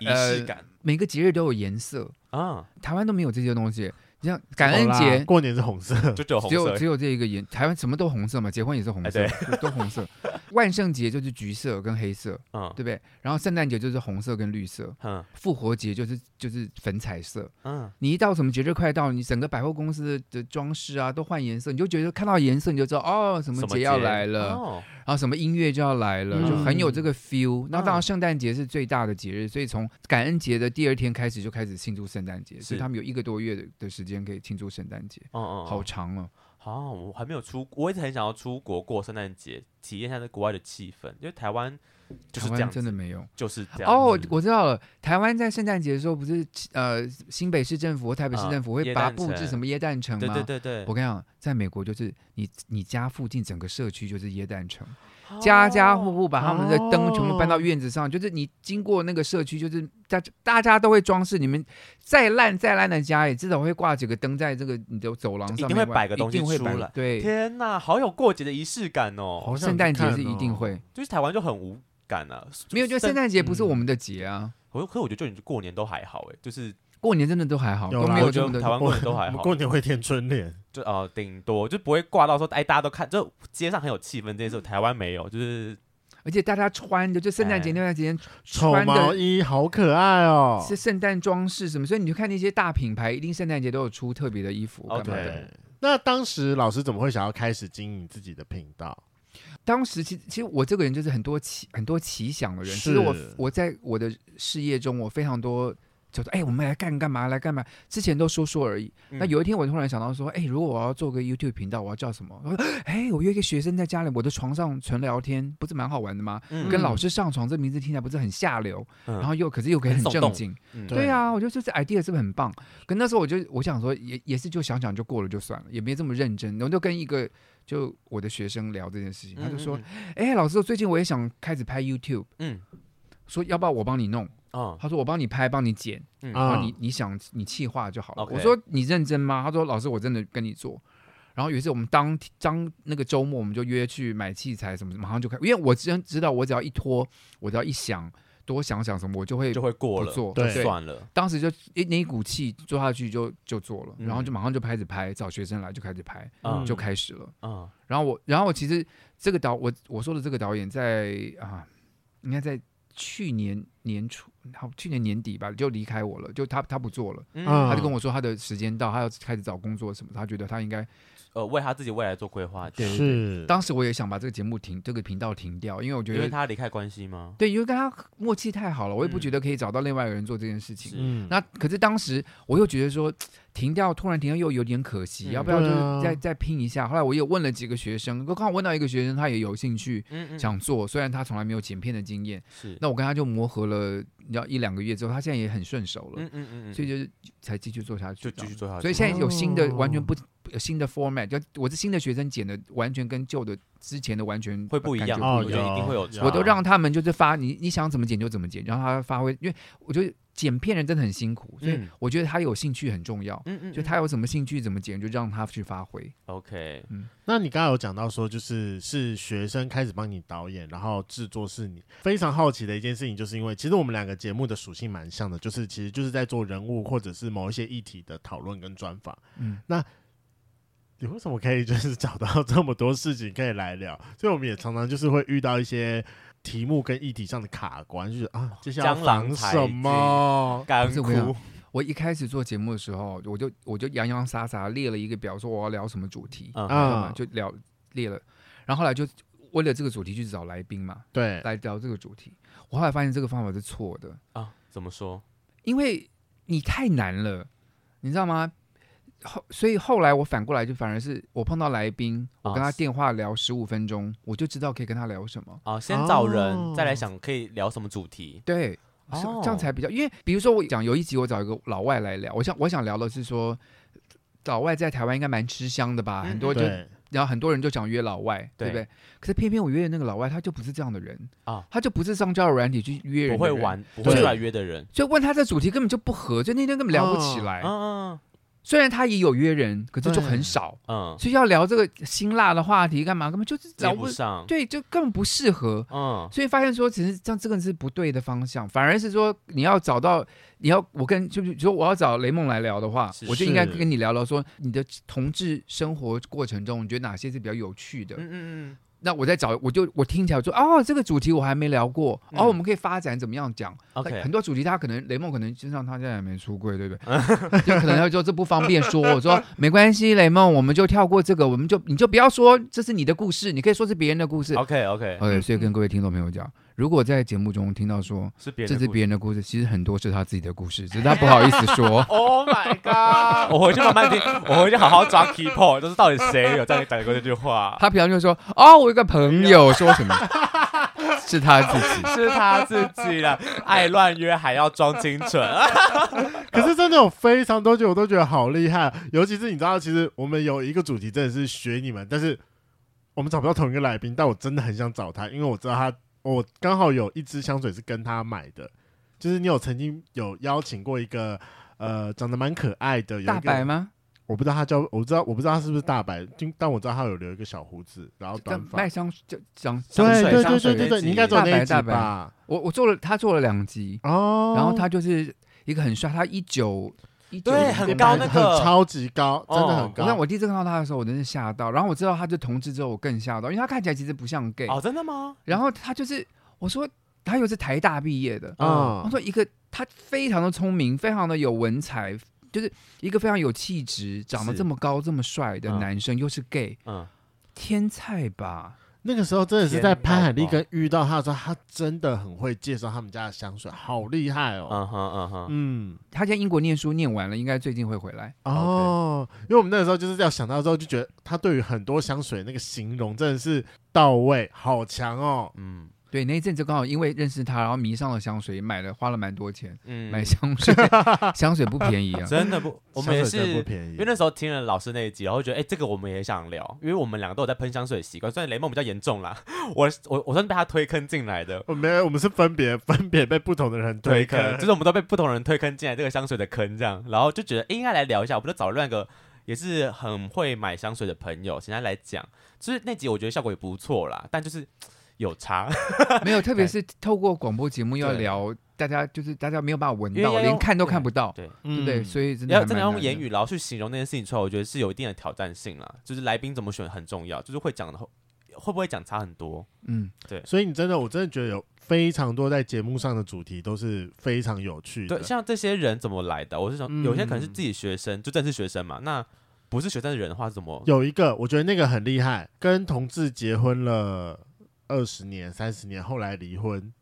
[SPEAKER 2] 仪
[SPEAKER 3] 呃
[SPEAKER 2] 式感
[SPEAKER 3] 每个节日都有颜色，
[SPEAKER 2] 啊，
[SPEAKER 3] 台湾都没有这些东西。你像感恩
[SPEAKER 1] 好啦
[SPEAKER 3] 节。
[SPEAKER 1] 过年是红色，
[SPEAKER 2] 就只有红
[SPEAKER 3] 只有
[SPEAKER 2] 色
[SPEAKER 3] 只。有这一个颜，台湾什么都红色嘛，结婚也是红色，
[SPEAKER 2] 哎
[SPEAKER 3] 都红色。 万圣节就是橘色跟黑色，
[SPEAKER 2] 嗯
[SPEAKER 3] 对不对？然后圣诞节就是红色跟绿色，
[SPEAKER 2] 嗯
[SPEAKER 3] 复活节就是就是粉彩色。
[SPEAKER 2] 嗯，
[SPEAKER 3] 你一到什么节日快到，你整个百货公司的装饰啊都换颜色，你就觉得看到颜色你就知道哦，什么
[SPEAKER 2] 什么
[SPEAKER 3] 节要来了，
[SPEAKER 2] 哦
[SPEAKER 3] 然后什么音乐就要来了，就很有这个 feel。那当然，
[SPEAKER 2] 嗯
[SPEAKER 3] 圣诞节是最大的节日，所以从感恩节的第二天开始就开始庆祝圣诞节，所
[SPEAKER 2] 是
[SPEAKER 3] 以他们有一个多月的的时间可以庆祝圣诞节，
[SPEAKER 2] 哦哦，
[SPEAKER 3] 好长哦。
[SPEAKER 2] 好，我还没有出，我一直很想要出国过圣诞节，体验一下在国外的气氛，因为台湾就
[SPEAKER 3] 台
[SPEAKER 2] 是这样
[SPEAKER 3] 湾
[SPEAKER 2] 子，
[SPEAKER 3] 真的没有。
[SPEAKER 2] 就是这样子。
[SPEAKER 3] 哦，我我知道了。台湾在圣诞节的时候，不是呃新北市政府或台北市
[SPEAKER 2] 啊
[SPEAKER 3] 政府
[SPEAKER 2] 耶
[SPEAKER 3] 会把
[SPEAKER 2] 诞
[SPEAKER 3] 布置
[SPEAKER 2] 城
[SPEAKER 3] 什么耶诞城吗？
[SPEAKER 2] 对对对对，
[SPEAKER 3] 我跟你讲，在美国就是你你家附近整个社区就是耶诞城，
[SPEAKER 2] 哦
[SPEAKER 3] 家家户户把他们的灯全部搬到院子上，就是你经过那个社区，就是大大家都会装饰。你们再烂再烂的家也至少会挂几个灯在这个你的走廊
[SPEAKER 2] 一
[SPEAKER 3] 上面
[SPEAKER 2] 定会
[SPEAKER 3] 吧，
[SPEAKER 2] 摆个东西
[SPEAKER 3] 一定会摆
[SPEAKER 2] 出来
[SPEAKER 3] 对，
[SPEAKER 2] 哦天呐，好有过节的仪式感哦！
[SPEAKER 1] 好想
[SPEAKER 3] 圣诞节
[SPEAKER 1] 去
[SPEAKER 3] 是
[SPEAKER 1] 看
[SPEAKER 3] 一定
[SPEAKER 1] 哦
[SPEAKER 3] 会，
[SPEAKER 2] 就是台湾就很无感啊，
[SPEAKER 3] 没有就圣诞节不是我
[SPEAKER 2] 嗯
[SPEAKER 3] 们的节啊，
[SPEAKER 2] 我可是我觉得就你过年都还好哎，就是
[SPEAKER 3] 过年真的都还好，
[SPEAKER 1] 有
[SPEAKER 3] 都
[SPEAKER 1] 啦
[SPEAKER 3] 没有
[SPEAKER 2] 我
[SPEAKER 3] 这
[SPEAKER 2] 觉
[SPEAKER 3] 么
[SPEAKER 2] 得
[SPEAKER 3] 多
[SPEAKER 2] 台。湾过年都
[SPEAKER 3] 哦
[SPEAKER 1] 我
[SPEAKER 2] 还
[SPEAKER 1] 们
[SPEAKER 2] 好，
[SPEAKER 1] 过年会贴春联，
[SPEAKER 2] 就呃顶多就不会挂到说哎大家都看，就街上很有气氛这件事，台湾没有，就是
[SPEAKER 3] 而且大家穿的就圣诞节
[SPEAKER 2] 哎
[SPEAKER 3] 那段时间
[SPEAKER 1] 丑
[SPEAKER 3] 穿的
[SPEAKER 1] 毛衣好可爱哦。
[SPEAKER 3] 是圣诞装饰什么，所以你就看那些大品牌，一定圣诞节都有出特别的衣服
[SPEAKER 1] 哦
[SPEAKER 3] 干嘛的。
[SPEAKER 2] 对
[SPEAKER 1] 对。那当时老师怎么会想要开始经营自己的频道？
[SPEAKER 3] 当时其实其实我这个人就是很多奇很多奇想的人，
[SPEAKER 1] 是
[SPEAKER 3] 其实我我在我的事业中，我非常多就说，哎、我们来干干嘛来干嘛，之前都说说而已。那
[SPEAKER 2] 嗯
[SPEAKER 3] 有一天我突然想到说，哎、如果我要做个 YouTube 频道，我要叫什么？我说，哎、我约一个学生在家里我的床上纯聊天，不是蛮好玩的吗？
[SPEAKER 2] 嗯
[SPEAKER 3] 跟老师上床这名字听起来不是很下流，
[SPEAKER 2] 嗯
[SPEAKER 3] 然后又可是又可以
[SPEAKER 2] 很
[SPEAKER 3] 很
[SPEAKER 2] 耸
[SPEAKER 3] 正
[SPEAKER 2] 动
[SPEAKER 3] 经。
[SPEAKER 2] 嗯
[SPEAKER 1] 对
[SPEAKER 3] 对啊，我觉得这次 idea 是不是很棒？可那时候我就我想说也，也是就想想就过了就算了，也没这么认真。然后就跟一个就我的学生聊这件事情，他就说
[SPEAKER 2] 嗯：“
[SPEAKER 3] 哎、老师，最近我也想开始拍 YouTube，
[SPEAKER 2] 嗯
[SPEAKER 3] 说要不要我帮你弄？
[SPEAKER 2] 嗯
[SPEAKER 3] 他说我帮你拍，帮你剪，
[SPEAKER 2] 嗯
[SPEAKER 3] 然后
[SPEAKER 1] 啊
[SPEAKER 3] 你你想你气化就好了。
[SPEAKER 2] OK
[SPEAKER 3] 我说你认真吗？他说老师，我真的跟你做。然后有一次我们当当那个周末，我们就约去买器材什么，马上就开，因为我真知道我只要一拖，我只要一想多想想什么，我就会
[SPEAKER 2] 就会过
[SPEAKER 3] 不
[SPEAKER 2] 了，
[SPEAKER 3] 做，
[SPEAKER 1] 对
[SPEAKER 2] 就算了，
[SPEAKER 3] 当时就一那一股气做下去就就做了，
[SPEAKER 2] 嗯
[SPEAKER 3] 然后就马上就开始拍，找学生来就开始拍，
[SPEAKER 2] 嗯
[SPEAKER 3] 就开始了。
[SPEAKER 2] 嗯
[SPEAKER 3] 然后我，然后我其实这个导我我说的这个导演在啊，应该在去年年初，好去年年底吧，就离开我了，就他他不做了，
[SPEAKER 1] 嗯
[SPEAKER 2] 啊
[SPEAKER 3] 他就跟我说他的时间到，他要开始找工作什么，他觉得他应该。
[SPEAKER 2] 呃为他自己未来做规划，
[SPEAKER 1] 是
[SPEAKER 3] 当时我也想把这个节目停，这个频道停掉，因为我觉
[SPEAKER 2] 因为
[SPEAKER 3] 得
[SPEAKER 2] 他离开关系吗？
[SPEAKER 3] 对，因为跟他默契太好了，我也不
[SPEAKER 2] 嗯
[SPEAKER 3] 觉得可以找到另外一个人做这件事情。
[SPEAKER 2] 是
[SPEAKER 1] 嗯，
[SPEAKER 3] 那可是当时我又觉得说停掉，突然停掉又有点可惜，
[SPEAKER 2] 嗯
[SPEAKER 3] 要不要就
[SPEAKER 1] 对啊
[SPEAKER 3] 是再、再拼一下？后来我也问了几个学生，刚好问到一个学生，他也有兴趣
[SPEAKER 2] 嗯嗯，
[SPEAKER 3] 想做，虽然他从来没有剪片的经验，
[SPEAKER 2] 是，
[SPEAKER 3] 那我跟他就磨合了，你知道一两个月之后，他现在也很顺手了，
[SPEAKER 2] 嗯嗯嗯嗯，
[SPEAKER 3] 所以就是才继续做下去
[SPEAKER 2] 就
[SPEAKER 3] 这样，
[SPEAKER 2] 继续做下去，
[SPEAKER 3] 所以现在有新的
[SPEAKER 1] 哦
[SPEAKER 3] 完全不。有新的 format，就我是新的学生剪的，完全跟旧的之前的完全
[SPEAKER 2] 嗯会不一
[SPEAKER 3] 感
[SPEAKER 2] 样，
[SPEAKER 3] 觉
[SPEAKER 1] 哦
[SPEAKER 2] 我觉得一定会有
[SPEAKER 1] 有
[SPEAKER 2] 差，
[SPEAKER 3] 我都让他们就是发你你想怎么剪就怎么剪，让他发挥，因为我觉得剪片人真的很辛苦，所以
[SPEAKER 2] 嗯
[SPEAKER 3] 我觉得他有兴趣很重要，
[SPEAKER 2] 嗯嗯，
[SPEAKER 3] 就他有什么兴趣怎么剪就让他去发挥。
[SPEAKER 2] OK，
[SPEAKER 1] 那你刚刚有讲到说，就是是学生开始帮你导演，然后制作是你。非常好奇的一件事情，就是因为其实我们两个节目的属性蛮像的，就是其实就是在做人物或者是某一些议题的讨论跟专访。
[SPEAKER 3] 嗯，
[SPEAKER 1] 你为什么可以就是找到这么多事情可以来聊？所以我们也常常就是会遇到一些题目跟议题上的卡关，就是啊，接下来要
[SPEAKER 2] 江郎
[SPEAKER 1] 防
[SPEAKER 2] 才
[SPEAKER 1] 什么？
[SPEAKER 2] 干
[SPEAKER 3] 不是
[SPEAKER 2] 枯
[SPEAKER 3] 我想我一开始做节目的时候，我就我就洋洋洒洒列了一个表，说我要聊什么主题，
[SPEAKER 2] 嗯
[SPEAKER 1] 啊
[SPEAKER 3] 干嘛就聊列了，然后后来就为了这个主题去找来宾嘛，
[SPEAKER 1] 对，
[SPEAKER 3] 来聊这个主题。我后来发现这个方法是错的，
[SPEAKER 2] 啊，怎么说？
[SPEAKER 3] 因为你太难了，你知道吗？后所以后来我反过来就反而是我碰到来宾，我跟他
[SPEAKER 2] 啊
[SPEAKER 3] 电话聊十五分钟，我就知道可以跟他聊什么。
[SPEAKER 4] 啊，先找人，
[SPEAKER 1] 哦
[SPEAKER 4] 再来想可以聊什么主题。
[SPEAKER 3] 对，是
[SPEAKER 2] 哦
[SPEAKER 3] 这样才比较。因为比如说我讲有一集我找一个老外来聊，我想我想聊的是说。老外在台湾应该蛮吃香的吧，
[SPEAKER 4] 嗯
[SPEAKER 3] 很多就
[SPEAKER 1] 对，
[SPEAKER 3] 然后很多人就想约老外，
[SPEAKER 2] 对
[SPEAKER 3] 对不对？可是偏偏我约的那个老外，他就不是这样的人
[SPEAKER 2] 啊
[SPEAKER 3] 他就不是上交友软体去约人，
[SPEAKER 2] 不会，玩不
[SPEAKER 1] 对
[SPEAKER 2] 会出来约的人，
[SPEAKER 3] 所以问他这主题根本就不合，就那天根本聊不起来。
[SPEAKER 2] 嗯嗯
[SPEAKER 3] 虽然他也有约人，可是就很少，
[SPEAKER 2] 嗯，
[SPEAKER 3] 所以要聊这个辛辣的话题干嘛？根本就是
[SPEAKER 2] 接
[SPEAKER 3] 聊
[SPEAKER 2] 不上，
[SPEAKER 3] 对，就根本不适合。
[SPEAKER 2] 嗯
[SPEAKER 3] 所以发现说，其实这样这个是不对的方向，反而是说你要找到，你要我跟就是说我要找雷梦来聊的话
[SPEAKER 2] 是，
[SPEAKER 3] 我就应该
[SPEAKER 1] 是
[SPEAKER 3] 跟你聊聊说你的同志生活过程中，你觉得哪些是比较有趣的？
[SPEAKER 2] 嗯嗯嗯
[SPEAKER 3] 那我再找，我就我听起来我说哦，这个主题我还没聊过，
[SPEAKER 2] 嗯
[SPEAKER 3] 哦，我们可以发展怎么样讲？
[SPEAKER 2] ，OK，
[SPEAKER 3] 很多主题他可能雷梦可能身上他现在还没出柜，对不对？ 就可能他就说这不方便说。我说没关系，雷梦，我们就跳过这个，我们就你就不要说这是你的故事，你可以说是别人的故事。
[SPEAKER 2] OK OK，
[SPEAKER 3] OK，所以跟各位听众朋友讲，如果在节目中听到说
[SPEAKER 2] 是别人
[SPEAKER 3] 这
[SPEAKER 2] 的
[SPEAKER 3] 是
[SPEAKER 2] 故
[SPEAKER 3] 别
[SPEAKER 2] 事。
[SPEAKER 3] 人的故事，其实很多是他自己的故事，只是他不好意思说
[SPEAKER 2] Oh my god！我回 去慢慢听，我回去好好抓 key point，就是到底谁有在讲过这句话？
[SPEAKER 3] 他平常就说哦，我有个朋友说什么，是他自己。
[SPEAKER 2] 是他自己了，爱乱约还要装清纯，
[SPEAKER 1] 可是真的有非常多集，我都觉得好厉害，尤其是你知道，其实我们有一个主题真的是学你们，但是我们找不到同一个来宾，但我真的很想找他，因为我知道他，我刚好有一支香水是跟他买的，就是你有曾经有邀请过一个呃长得蛮可爱的，有一个
[SPEAKER 3] 大白吗？
[SPEAKER 1] 我不知道他叫，我知道我不知道他是不是大白，就但我知道他有留一个小胡子，然后短
[SPEAKER 3] 但
[SPEAKER 1] 发
[SPEAKER 3] 卖。香就讲，
[SPEAKER 1] 对
[SPEAKER 2] 香水
[SPEAKER 1] 对
[SPEAKER 2] 香
[SPEAKER 1] 对
[SPEAKER 2] 水
[SPEAKER 1] 对对对，
[SPEAKER 2] 那
[SPEAKER 1] 你应该走那一集
[SPEAKER 3] 大白大白
[SPEAKER 1] 吧？
[SPEAKER 3] 我我做了，他做了两集，
[SPEAKER 1] 哦，
[SPEAKER 3] 然后他就是一个很帅，他一九一九
[SPEAKER 2] 对很高那个
[SPEAKER 1] 很超级高，真的很
[SPEAKER 2] 哦
[SPEAKER 1] 高。
[SPEAKER 3] 我看我第一次看到他的时候，我真是吓到。然后我知道他是同志之后，我更吓到，因为他看起来其实不像 gay。
[SPEAKER 2] 哦，真的吗？
[SPEAKER 3] 然后他就是，我说他又是台大毕业的，
[SPEAKER 1] 啊
[SPEAKER 3] 哦我，说一个他非常的聪明，非常的有文采，就是一个非常有气质，长得
[SPEAKER 2] 是
[SPEAKER 3] 这么高这么帅的
[SPEAKER 2] 嗯
[SPEAKER 3] 男生，又是 gay，
[SPEAKER 2] 嗯，
[SPEAKER 3] 天才吧？
[SPEAKER 1] 那个时候真的是在潘海利
[SPEAKER 2] 天
[SPEAKER 1] 根遇到他的时候，他真的很会介绍他们家的香水，好厉害哦。
[SPEAKER 2] 嗯哼嗯哼，
[SPEAKER 1] 嗯，
[SPEAKER 3] 他在英国念书，念完了，应该最近会回来。
[SPEAKER 1] 哦，因为我们那个时候就是要想到之后就觉得他对于很多香水那个形容真的是到位，好强哦。
[SPEAKER 2] 嗯
[SPEAKER 3] 对，那一阵子刚好因为认识他，然后迷上了香水，也买了，花了蛮多钱。
[SPEAKER 2] 嗯
[SPEAKER 3] 买香 水，香水不便宜啊。
[SPEAKER 2] 真的不，我们也
[SPEAKER 1] 香水真的
[SPEAKER 2] 是
[SPEAKER 1] 不。便宜
[SPEAKER 2] 因为，那时候听了老师那一集，然后觉得哎、这个我们也想聊，因为我们两个都有在喷香水的习惯，虽然雷梦比较严重啦， 我我我算是被他推坑进来的，
[SPEAKER 1] 我们哦我们是分别分别被不同的人
[SPEAKER 2] 推
[SPEAKER 1] 推
[SPEAKER 2] 坑，就是我们都被不同人推坑进来这个香水的坑，这样，然后就觉得、诶哎应该来聊一下，我们就找了那个也是很会买香水的朋友，请他来讲，就是那集我觉得效果也不错啦，但就是嘖有差，
[SPEAKER 3] 没有，特别是透过广播节目要
[SPEAKER 2] 对
[SPEAKER 3] 聊，大家就是大家没有办法闻
[SPEAKER 2] 因为
[SPEAKER 3] 到，
[SPEAKER 2] 要
[SPEAKER 3] 连
[SPEAKER 2] 用
[SPEAKER 3] 看都
[SPEAKER 2] 对
[SPEAKER 3] 看不到，
[SPEAKER 2] 对，
[SPEAKER 1] 嗯
[SPEAKER 3] 对不对？所以真的
[SPEAKER 2] 要
[SPEAKER 3] 还
[SPEAKER 2] 真的
[SPEAKER 3] 蛮
[SPEAKER 2] 要用
[SPEAKER 3] 难
[SPEAKER 2] 言
[SPEAKER 3] 的
[SPEAKER 2] 语，然后去形容那件事情出来，我觉得是有一定的挑战性啦，就是来宾怎么选很重要，就是会讲的后会不会讲差很多，
[SPEAKER 3] 嗯，
[SPEAKER 1] 所以你真的，我真的觉得有非常多在节目上的主题都是非常有趣的。
[SPEAKER 2] 对，像这些人怎么来的，我是想、有些可能是
[SPEAKER 1] 嗯
[SPEAKER 2] 自己学生，就正是学生嘛，那不是学生的人的话是怎么？
[SPEAKER 1] 有一个，我觉得那个很厉害，跟同志结婚了二十年、三十年，后来离婚，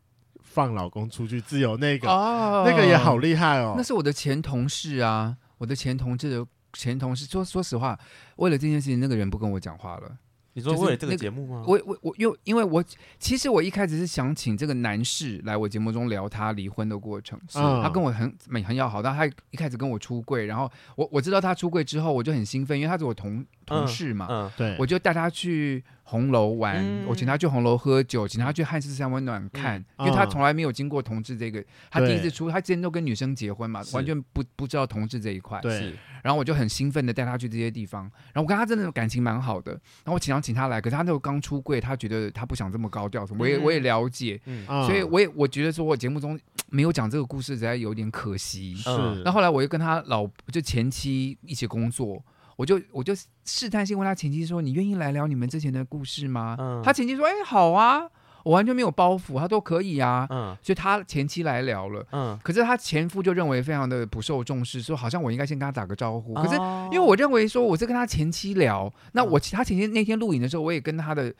[SPEAKER 1] 放老公出去自由那个，
[SPEAKER 3] 哦
[SPEAKER 1] 那个也好，厉害哦
[SPEAKER 3] 那。是我的前同事啊，我的前同志的前同事。说说实话，为了这件事情，那个人不跟我讲话了。
[SPEAKER 2] 你说
[SPEAKER 3] 就是
[SPEAKER 2] 为了这个
[SPEAKER 3] 那个
[SPEAKER 2] 节目
[SPEAKER 1] 哦
[SPEAKER 2] 吗？
[SPEAKER 3] 我我我又因为我其实我一开始是想请这个男士来我节目中聊他离婚的过程，
[SPEAKER 1] 是嗯
[SPEAKER 3] 他跟我很很很要好，但他一开始跟我出柜，然后我我知道他出柜之后，我就很兴奋，因为他是我同同
[SPEAKER 2] 嗯
[SPEAKER 3] 事嘛，
[SPEAKER 2] 嗯
[SPEAKER 1] 对，
[SPEAKER 3] 我就带他去红楼玩，
[SPEAKER 2] 嗯
[SPEAKER 3] 我请他去红楼喝酒，请他去汉室三温暖看，因为他从来没有经过同志这个，他第一次出，他之前都跟女生结婚嘛，
[SPEAKER 2] 是
[SPEAKER 3] 完全不不知道同志这一块。
[SPEAKER 1] 对，
[SPEAKER 2] 是
[SPEAKER 3] 然后我就很兴奋的带他去这些地方，然后我跟他真的感情蛮好的，然后我经常请他来，可是他那时候刚出柜，他觉得他不想这么高调什么，我也
[SPEAKER 2] 嗯
[SPEAKER 3] 我也了解，
[SPEAKER 2] 嗯
[SPEAKER 1] 嗯
[SPEAKER 3] 所以我也我觉得说我节目中没有讲这个故事，实在有点可惜。
[SPEAKER 1] 是
[SPEAKER 2] 嗯
[SPEAKER 3] 那后来我又跟他老就前妻一起工作，我就我就试探性问他前妻说：“你愿意来聊你们之前的故事吗？”
[SPEAKER 2] 嗯
[SPEAKER 3] 他前妻说：“哎、好啊，我完全没有包袱，他都可以啊。
[SPEAKER 2] 嗯
[SPEAKER 3] 所以他前妻来聊了，
[SPEAKER 2] 嗯，
[SPEAKER 3] 可是他前夫就认为非常的不受重视，说好像我应该先跟他打个招呼。可是
[SPEAKER 2] 因
[SPEAKER 3] 因为我认为说我是跟他前妻聊，那
[SPEAKER 2] 哦嗯
[SPEAKER 3] 我其他前妻那天录影的时候，我也跟他的。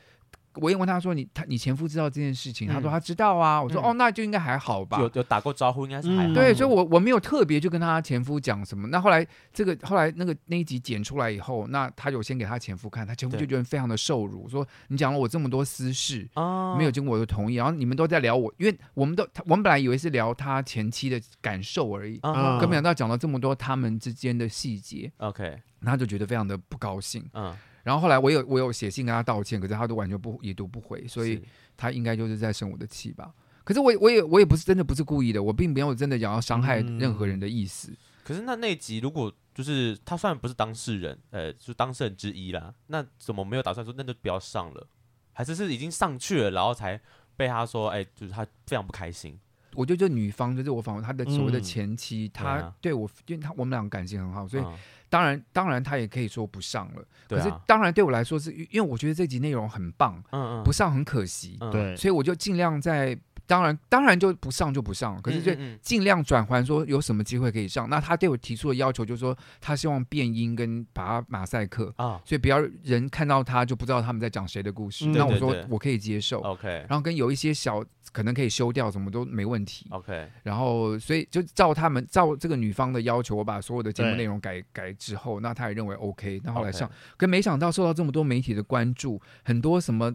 [SPEAKER 3] 我也问他说你他你前夫知道这件事情，他说
[SPEAKER 1] 嗯
[SPEAKER 3] 他知道啊，我说
[SPEAKER 1] 嗯
[SPEAKER 3] 哦那就应该还好吧，
[SPEAKER 2] 有有打过招呼，应该是还好。
[SPEAKER 1] 嗯
[SPEAKER 3] 对，所以我我没有特别就跟她前夫讲什么。那后来这个后来那个那一集剪出来以后，那她有先给她前夫看，她前夫就
[SPEAKER 2] 对
[SPEAKER 3] 觉得非常的受辱，说你讲了我这么多私事，
[SPEAKER 2] 啊
[SPEAKER 3] 没有经过我的同意，然后你们都在聊我，因为我们都我们本来以为是聊她前妻的感受而已，
[SPEAKER 1] 嗯
[SPEAKER 2] 啊
[SPEAKER 3] 可没想到讲了这么多他们之间的细节，
[SPEAKER 2] ，OK，
[SPEAKER 3] 然后她就觉得非常的不高兴。
[SPEAKER 2] 嗯，
[SPEAKER 3] 然后后来我有我有写信跟她道歉，可是她都完全不已读不回，所以
[SPEAKER 2] 是
[SPEAKER 3] 他应该就是在生我的气吧。可是我我也我也不是真的不是故意的，我并没有真的想要伤害任何人的意思。
[SPEAKER 2] 可是那那一集如果就是他虽然不是当事人，呃，就当事人之一啦，那怎么没有打算说那就不要上了？还是是已经上去了，然后才被他说，哎、就是他非常不开心。
[SPEAKER 3] 我觉得就女方就是我访问她的所谓的前妻，
[SPEAKER 2] 对啊
[SPEAKER 3] 她对我，因为她我们俩感情很好，所以
[SPEAKER 2] 嗯
[SPEAKER 3] 当然当然她也可以说不上了。
[SPEAKER 2] 对
[SPEAKER 3] 可是
[SPEAKER 2] 啊，
[SPEAKER 3] 当然对我来说是，因为我觉得这集内容很棒，
[SPEAKER 2] 嗯嗯，
[SPEAKER 3] 不上很可惜，
[SPEAKER 2] 嗯，
[SPEAKER 1] 对，
[SPEAKER 3] 所以我就尽量在当然当然就不上就不上，可是就
[SPEAKER 2] 嗯嗯嗯
[SPEAKER 3] 尽量转换说有什么机会可以上。那她对我提出的要求就是说，她希望变音跟把马赛克，
[SPEAKER 2] 啊
[SPEAKER 3] 所以不要人看到他就不知道他们在讲谁的故事。
[SPEAKER 1] 嗯
[SPEAKER 3] 那我
[SPEAKER 2] 对对
[SPEAKER 3] 说
[SPEAKER 2] 对哦
[SPEAKER 3] 我可以接受，
[SPEAKER 2] ，OK
[SPEAKER 3] 然后跟有一些小可能可以修掉，什么都没问题。
[SPEAKER 2] OK，
[SPEAKER 3] 然后所以就照他们照这个女方的要求，我把所有的节目
[SPEAKER 1] 对
[SPEAKER 3] 内容改改之后，那他也认为 OK。那后来上，可没想到受到这么多媒体的关注，很多什么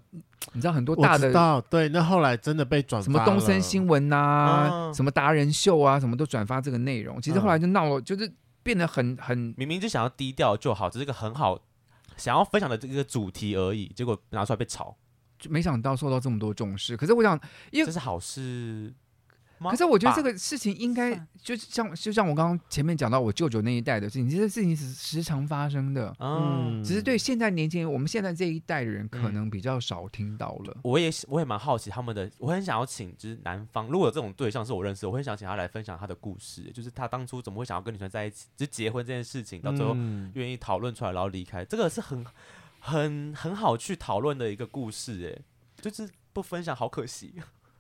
[SPEAKER 3] 你知道很多大
[SPEAKER 1] 我知
[SPEAKER 3] 的。
[SPEAKER 1] 道，对，那后来真的被转
[SPEAKER 3] 什么
[SPEAKER 1] 发
[SPEAKER 3] 东森
[SPEAKER 1] 了
[SPEAKER 3] 新闻呐、
[SPEAKER 2] 嗯
[SPEAKER 3] 什么达人秀啊，什么都转发这个内容。其实后来就闹了，就是变得很很
[SPEAKER 2] 明明就想要低调就好，只是一个很好想要分享的这个主题而已，结果拿出来被炒，
[SPEAKER 3] 就没想到受到这么多重视。可是我想，因为
[SPEAKER 2] 这是好事吗？
[SPEAKER 3] 可是我觉得这
[SPEAKER 2] 个
[SPEAKER 3] 个事情应该
[SPEAKER 2] 算
[SPEAKER 3] 就是像就像我刚刚前面讲到我舅舅那一代的事情，其实事情是时常发生的，
[SPEAKER 2] 嗯，
[SPEAKER 3] 只是啊对现在年轻人，我们现在这一代的人可能比较少听到了。
[SPEAKER 2] 我也喜我也蛮好奇他们的，我很想要请，就是男方如果有这种对象是我认识的，我很想请他来分享他的故事，就是他当初怎么会想要跟女生在一起，就是结婚这件事情，到最后
[SPEAKER 1] 嗯
[SPEAKER 2] 愿意讨论出来，然后离开，这个是很很很好去讨论的一个故事，哎，就是不分享好可惜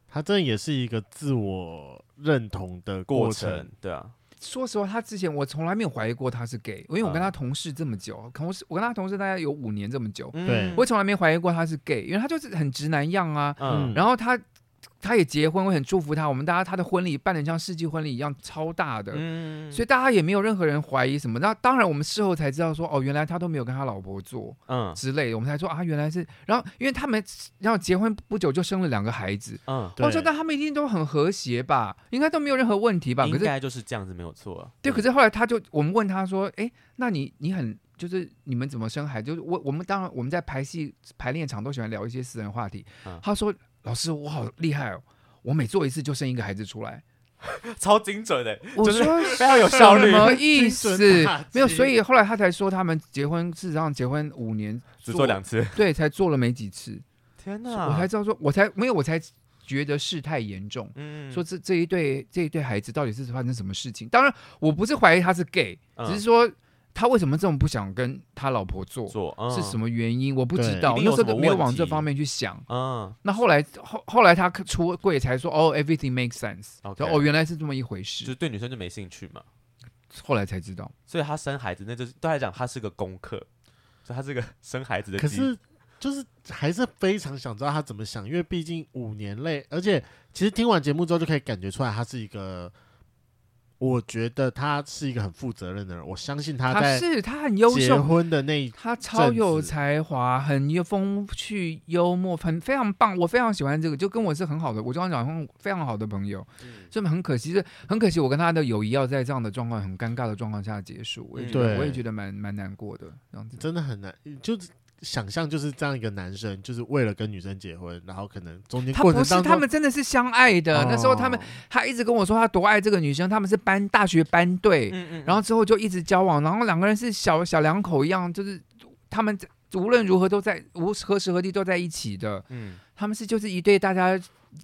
[SPEAKER 1] 他这也是一个自我认同的
[SPEAKER 2] 过
[SPEAKER 1] 程。
[SPEAKER 2] 程，对啊，
[SPEAKER 3] 说实话，他之前我从来没有怀疑过他是 gay，因为我
[SPEAKER 2] 嗯
[SPEAKER 3] 跟他同事这么久，同事我跟他同事大概有五年这么久，
[SPEAKER 2] 嗯
[SPEAKER 1] 对
[SPEAKER 3] 我从来没怀疑过他是 gay，因为他就是很直男样啊。
[SPEAKER 1] 嗯
[SPEAKER 2] 嗯
[SPEAKER 3] 然后他他也结婚，我很祝福他，我们大家他的婚礼办的像世纪婚礼一样超大的，
[SPEAKER 2] 嗯
[SPEAKER 3] 所以
[SPEAKER 2] 以
[SPEAKER 3] 大家也没有任何人怀疑什么。那当然，我们事后才知道说，哦，原来他都没有跟他老婆做
[SPEAKER 2] 嗯
[SPEAKER 3] 之类的，我们才说啊，原来是。然后，因为他们然后结婚不久就生了两个孩子，
[SPEAKER 2] 嗯，
[SPEAKER 1] 对
[SPEAKER 3] 我说那他们一定都很和谐吧，应该都没有任何问题吧？可
[SPEAKER 2] 应
[SPEAKER 3] 是
[SPEAKER 2] 该就是这样子没有错啊，
[SPEAKER 3] 对，可
[SPEAKER 2] 是
[SPEAKER 3] 是后来他就我们问他说，哎，那你你很就是你们怎么生孩子？就是我我们当然我们在排戏排练场都喜欢聊一些私人话题。
[SPEAKER 2] 嗯
[SPEAKER 3] 他说老师我好厉害哦。我每做一次就生一个孩子出来，
[SPEAKER 2] 嗯超精准的，
[SPEAKER 3] 我
[SPEAKER 2] 就是
[SPEAKER 3] 说
[SPEAKER 2] 非常有效率
[SPEAKER 3] 什，么意
[SPEAKER 1] 精
[SPEAKER 3] 思
[SPEAKER 1] 准打击？
[SPEAKER 3] 没有，所以后来他才说他们结婚，事实上结婚五年
[SPEAKER 2] 只做两 次，
[SPEAKER 3] 对，才做了没几次，
[SPEAKER 2] 天哪，
[SPEAKER 3] 我才知道说，我才没有，我才觉得事态严重。
[SPEAKER 2] 嗯
[SPEAKER 3] 说这这一对这一对孩子到底是发生什么事情？当然，我不是怀疑他是 gay，、只是
[SPEAKER 2] 嗯
[SPEAKER 3] 说他为什么这么不想跟他老婆做，
[SPEAKER 2] 做
[SPEAKER 3] 嗯是什
[SPEAKER 2] 么？
[SPEAKER 3] 么原因？我不
[SPEAKER 1] 对
[SPEAKER 3] 知道，
[SPEAKER 2] 一定
[SPEAKER 3] 那
[SPEAKER 2] 有
[SPEAKER 3] 时候
[SPEAKER 2] 什么
[SPEAKER 3] 都没有
[SPEAKER 2] 问
[SPEAKER 3] 往这
[SPEAKER 2] 题
[SPEAKER 3] 方面去想。
[SPEAKER 2] 嗯
[SPEAKER 3] 那后来后后来他出柜才说哦，everything makes sense，
[SPEAKER 2] OK
[SPEAKER 3] 就哦原来是这么一回
[SPEAKER 2] 就是
[SPEAKER 3] 事，
[SPEAKER 2] 对女生就没兴趣嘛，
[SPEAKER 3] 后来才知道。
[SPEAKER 2] 所以她生孩子那就是对她来讲，她是个功课，所以她是个 生孩子的
[SPEAKER 1] 可
[SPEAKER 2] 基因。
[SPEAKER 1] 是就是还是非常想知道他怎么想，因为毕竟五年内，而且其实听完节目之后就可以感觉出来，他是一个，我觉得他是一个很负责任的人，我相信他
[SPEAKER 3] 他
[SPEAKER 1] 在
[SPEAKER 3] 是他很优
[SPEAKER 1] 结
[SPEAKER 3] 秀，
[SPEAKER 1] 婚的那一
[SPEAKER 3] 他超有
[SPEAKER 1] 阵子
[SPEAKER 3] 才华，很有风趣幽默，很非常棒，我非常喜欢这个，就跟我是很好的，我刚刚讲非常好的朋友，所以很可惜，是很可惜，我跟他的友谊要在这样的状况很尴尬的状况下结束，我也觉得
[SPEAKER 1] 嗯对
[SPEAKER 3] 我也觉得蛮蛮难过的这样子。
[SPEAKER 1] 真的很难，就是想象就是这样一个男生，就是为了跟女生结婚，然后可能中间
[SPEAKER 3] 他
[SPEAKER 1] 过程
[SPEAKER 3] 不
[SPEAKER 1] 当中哦
[SPEAKER 3] 是，他们真的是相爱的。那时候他们，他一直跟我说他多爱这个女生，他们是班大学班队，
[SPEAKER 2] 嗯嗯
[SPEAKER 3] 然后之后就一直交往，然后两个人是小小两口一样，就是他们无论如何都在无何时何地都在一起的。
[SPEAKER 2] 嗯，
[SPEAKER 3] 他们是就是一对大家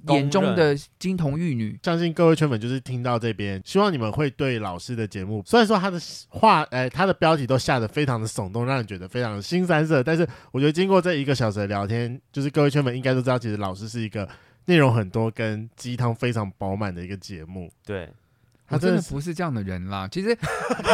[SPEAKER 2] 公
[SPEAKER 3] 眼中
[SPEAKER 2] 认
[SPEAKER 3] 的金童玉女。
[SPEAKER 1] 相信各位圈粉就是听到这边，希望你们会对老师的节目，虽然说他的话，哎、他的标题都下的非常的耸动，让人觉得非常的新三色，但是我觉得经过这一个小时的聊天，就是各位圈粉应该都知道，其实老师是一个内容很多跟鸡汤非常饱满的一个节目。
[SPEAKER 2] 对，
[SPEAKER 1] 他
[SPEAKER 3] 我真
[SPEAKER 1] 真
[SPEAKER 3] 的
[SPEAKER 1] 的是，
[SPEAKER 3] 不是这样的人啦。其实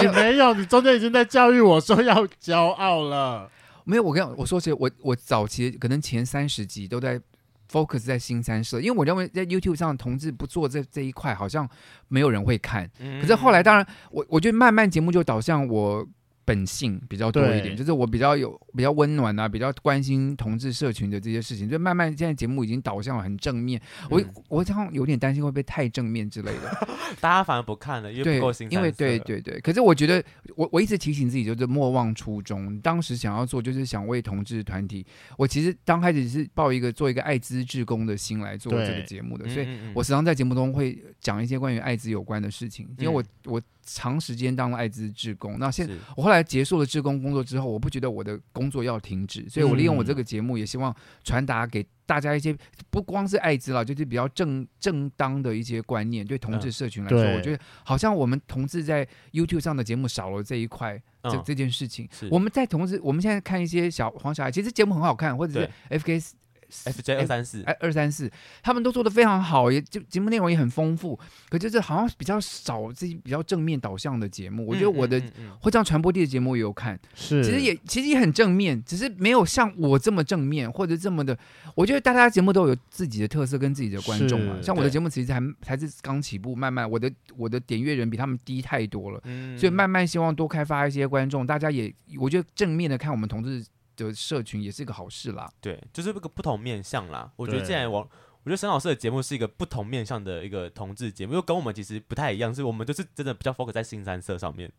[SPEAKER 1] 你没有，你中间已经在教育我说要骄傲了。
[SPEAKER 3] 没有，我跟你讲我说其实我我早期可能前三十集都在 focus 在新三社，因为我认为在 YouTube 上同志不做这这一块，好像没有人会看。
[SPEAKER 2] 嗯
[SPEAKER 3] 可是后来，当然，我我觉得慢慢节目就导向我本性比较多一
[SPEAKER 1] 对
[SPEAKER 3] 点，就是我比较有比较温暖啊，比较关心同志社群的这些事情。就慢慢现在节目已经导向很正面，我、
[SPEAKER 2] 嗯
[SPEAKER 3] 我好像有点担心会不会太正面之类的。
[SPEAKER 2] 大家反而不看了，因为
[SPEAKER 3] 对
[SPEAKER 2] 不够新，
[SPEAKER 3] 因为
[SPEAKER 2] 三色
[SPEAKER 3] 对对对，可是我觉得我我一直提醒自己，就是莫忘初衷。当时想要做，就是想为同志团体。我其实刚开始是抱一个做一个艾滋志工的心来做这
[SPEAKER 1] 对
[SPEAKER 3] 个节目的，
[SPEAKER 2] 嗯
[SPEAKER 3] 所以
[SPEAKER 2] 嗯嗯
[SPEAKER 3] 我时常在节目中会讲一些关于艾滋有关的事情，
[SPEAKER 2] 嗯
[SPEAKER 3] 因为我、我长时间当了艾滋志工，那现
[SPEAKER 2] 是
[SPEAKER 3] 我后来结束了志工工作之后，我不觉得我的工作要停止，所以我利用我
[SPEAKER 1] 嗯
[SPEAKER 3] 这个节目，也希望传达给大家一些不光是艾滋啦，就是比较正正当的一些观念，对
[SPEAKER 2] 嗯
[SPEAKER 3] 同志社群来说，
[SPEAKER 1] 对
[SPEAKER 3] 我觉得好像我们同志在 YouTube 上的节目少了这一块，这
[SPEAKER 2] 嗯
[SPEAKER 3] 这件事情
[SPEAKER 2] 是，
[SPEAKER 3] 我们在同志，我们现在看一些小黄小孩，其实节目很好看，或者是 FK
[SPEAKER 2] FJ 二三四，
[SPEAKER 3] 哎，二三四，他们都做的非常好，也就节目内容也很丰富，可就是好像比较少这些比较正面导向的节目。我觉得我的
[SPEAKER 2] 嗯嗯嗯
[SPEAKER 3] 会这样传播力的节目也有看，
[SPEAKER 1] 是，
[SPEAKER 3] 其实也其实也很正面，只是没有像我这么正面或者这么的。我觉得大家节目都有自己的特色跟自己的观众嘛，
[SPEAKER 1] 是
[SPEAKER 3] 像我的
[SPEAKER 2] 对
[SPEAKER 3] 节目其实还还是刚起步，慢慢我的我的点阅人比他们低太多了。
[SPEAKER 2] 嗯
[SPEAKER 3] 所以慢慢希望多开发一些观众，大家也我觉得正面的看我们同志的社群也是一个好事啦。
[SPEAKER 2] 对，就是这个不同面向啦。我觉得
[SPEAKER 1] 对
[SPEAKER 2] 既然王，我觉得沈老师的节目是一个不同面向的一个同志节目，又跟我们其实不太一样，是我们就是真的比较 focus 在新三色上面，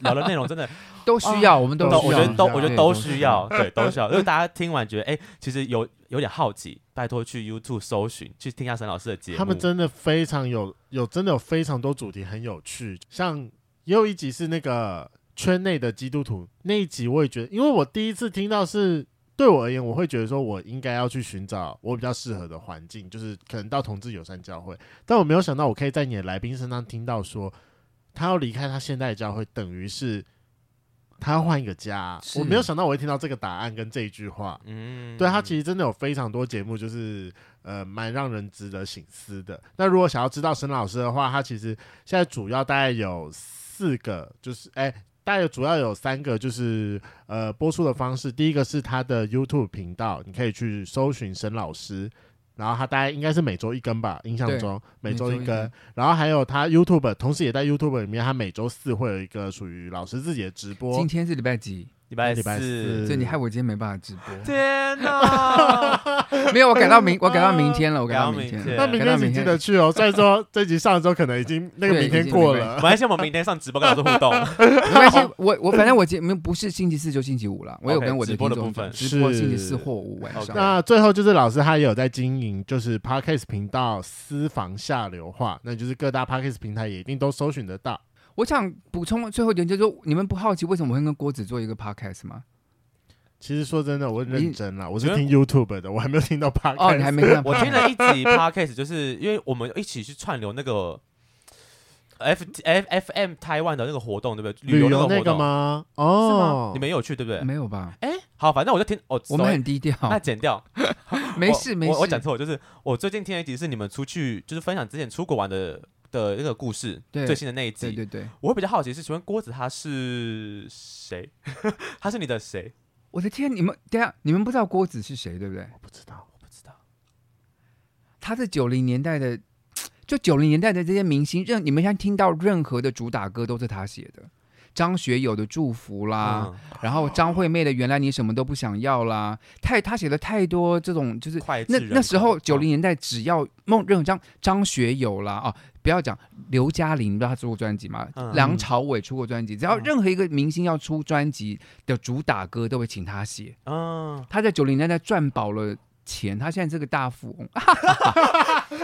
[SPEAKER 2] 聊的内容 真的
[SPEAKER 3] 都需要，我们都
[SPEAKER 1] 都
[SPEAKER 3] 需
[SPEAKER 2] 哦都，
[SPEAKER 3] 要，
[SPEAKER 2] 我觉得都，
[SPEAKER 1] 需要
[SPEAKER 2] 我觉得都需要，
[SPEAKER 3] 对需
[SPEAKER 2] 对，都需要。因为 大家听完觉得，哎，其实有有点好奇，拜托去 YouTube 搜寻，去听一下沈老师的节目。
[SPEAKER 1] 他们真的非常有有真的有非常多主题很有趣，像也有一集是那个圈内的基督徒那一集，我也觉得，因为我第一次听到是。对我而言，我会觉得说，我应该要去寻找我比较适合的环境，就是可能到同志友善教会。但我没有想到，我可以在你的来宾身上听到说，他要离开他现代的教会，等于是他要换一个家。
[SPEAKER 3] 是
[SPEAKER 1] 我没有想到我会听到这个答案跟这一句话。
[SPEAKER 2] 嗯，嗯
[SPEAKER 1] 对他其实真的有非常多节目，就是呃蛮让人值得省思的。那如果想要知道沈老师的话，他其实现在主要大概有四个，就是哎。大概主要有三个，就是呃播出的方式。第一个是他的 YouTube 频道，你可以去搜寻沈老师，然后他大概应该是每周一更吧，印象
[SPEAKER 3] 对
[SPEAKER 1] 中每周一
[SPEAKER 3] 每周一
[SPEAKER 1] 更
[SPEAKER 3] 更。
[SPEAKER 1] 然后还有他 YouTube，同时也在 YouTube 里面，他每周四会有一个属于老师自己的直播。
[SPEAKER 3] 今天是礼拜几？
[SPEAKER 2] 礼拜
[SPEAKER 1] 礼拜四
[SPEAKER 2] 四，
[SPEAKER 3] 所以你害我今天没办法直播。
[SPEAKER 2] 天 哪！
[SPEAKER 3] 没有，我改到明，我改到明天了，我改到明
[SPEAKER 2] 改
[SPEAKER 3] 天
[SPEAKER 1] 那
[SPEAKER 2] 到
[SPEAKER 3] 了。
[SPEAKER 1] 明
[SPEAKER 3] 改
[SPEAKER 1] 天
[SPEAKER 3] 到
[SPEAKER 1] 请记得去哦。虽然说这集上的时候可能已经那个
[SPEAKER 3] 对
[SPEAKER 1] 明天
[SPEAKER 3] 已经
[SPEAKER 1] 过
[SPEAKER 3] 没
[SPEAKER 1] 了
[SPEAKER 2] 没，关系，我们明天上直播跟老师互动。
[SPEAKER 3] 没关系， 我我反正我节目不是星期四就星期五了，我有
[SPEAKER 2] OK，
[SPEAKER 3] 跟我的
[SPEAKER 2] 直播
[SPEAKER 3] 听
[SPEAKER 2] 的
[SPEAKER 3] 众
[SPEAKER 2] 部分
[SPEAKER 3] 直播
[SPEAKER 1] 是
[SPEAKER 3] 星期四或五晚上。
[SPEAKER 1] 那最后就是老师他也有在经营，就是 podcast 频道私房下流话，那就是各大 podcast 平台也一定都搜寻得到。
[SPEAKER 3] 我想补充最后一点，就是说你们不好奇为什么我会跟郭子做一个 podcast 吗？
[SPEAKER 1] 其实说真的，我很认真啦，我是
[SPEAKER 2] 觉得
[SPEAKER 1] 听 YouTube 的，我还没有听到 podcast。
[SPEAKER 3] 哦，你还没看到
[SPEAKER 2] 我听了一集 podcast，就是因为我们一起去串流那个 F F F M 台湾的那个活动，对不对？
[SPEAKER 1] 旅
[SPEAKER 2] 游
[SPEAKER 1] 游
[SPEAKER 2] 个
[SPEAKER 1] 那
[SPEAKER 2] 活
[SPEAKER 1] 个
[SPEAKER 2] 动？
[SPEAKER 1] 吗？
[SPEAKER 2] 是
[SPEAKER 1] 哦
[SPEAKER 2] 吗，？你们也有去对不对？
[SPEAKER 3] 没有吧？
[SPEAKER 2] 哎，好，反正我就听哦，
[SPEAKER 3] 我们
[SPEAKER 2] sorry，
[SPEAKER 3] 很低调，
[SPEAKER 2] 那剪掉，
[SPEAKER 3] 没事
[SPEAKER 2] 我
[SPEAKER 3] 没
[SPEAKER 2] 我
[SPEAKER 3] 事。
[SPEAKER 2] 我讲错，就是我最近听了一集是你们出去就是分享之前出国玩的的那个故事，
[SPEAKER 3] 对
[SPEAKER 2] 最新的那一
[SPEAKER 3] 对
[SPEAKER 2] 集。
[SPEAKER 3] 对对，
[SPEAKER 2] 我会比较好奇是，请问郭子他是谁？ 他是你的谁？
[SPEAKER 3] 我的天，你们等一下你们不知道郭子是谁对不对？
[SPEAKER 1] 我不知道，
[SPEAKER 2] 我不知道，
[SPEAKER 3] 他是九零年代的，就九零年代的这些明星，任你们现在听到任何的主打歌都是他写的，张学友的《祝福》啦，
[SPEAKER 2] 嗯，
[SPEAKER 3] 然后张惠妹的《原来你什么都不想要》啦，太他写了太多这种就是。
[SPEAKER 2] 脍炙
[SPEAKER 3] 那
[SPEAKER 2] 嗯人
[SPEAKER 3] 那时
[SPEAKER 2] 口
[SPEAKER 3] 候九零年代，只要梦任何张张学友啦哦，不要讲刘嘉玲，你知道他出过专辑吗？
[SPEAKER 2] 嗯
[SPEAKER 3] 梁朝伟出过专辑，只要任何一个明星要出专辑的主打歌，都会请他写。
[SPEAKER 2] 嗯，
[SPEAKER 3] 他在九零年代赚饱了钱，他现在是个大富翁，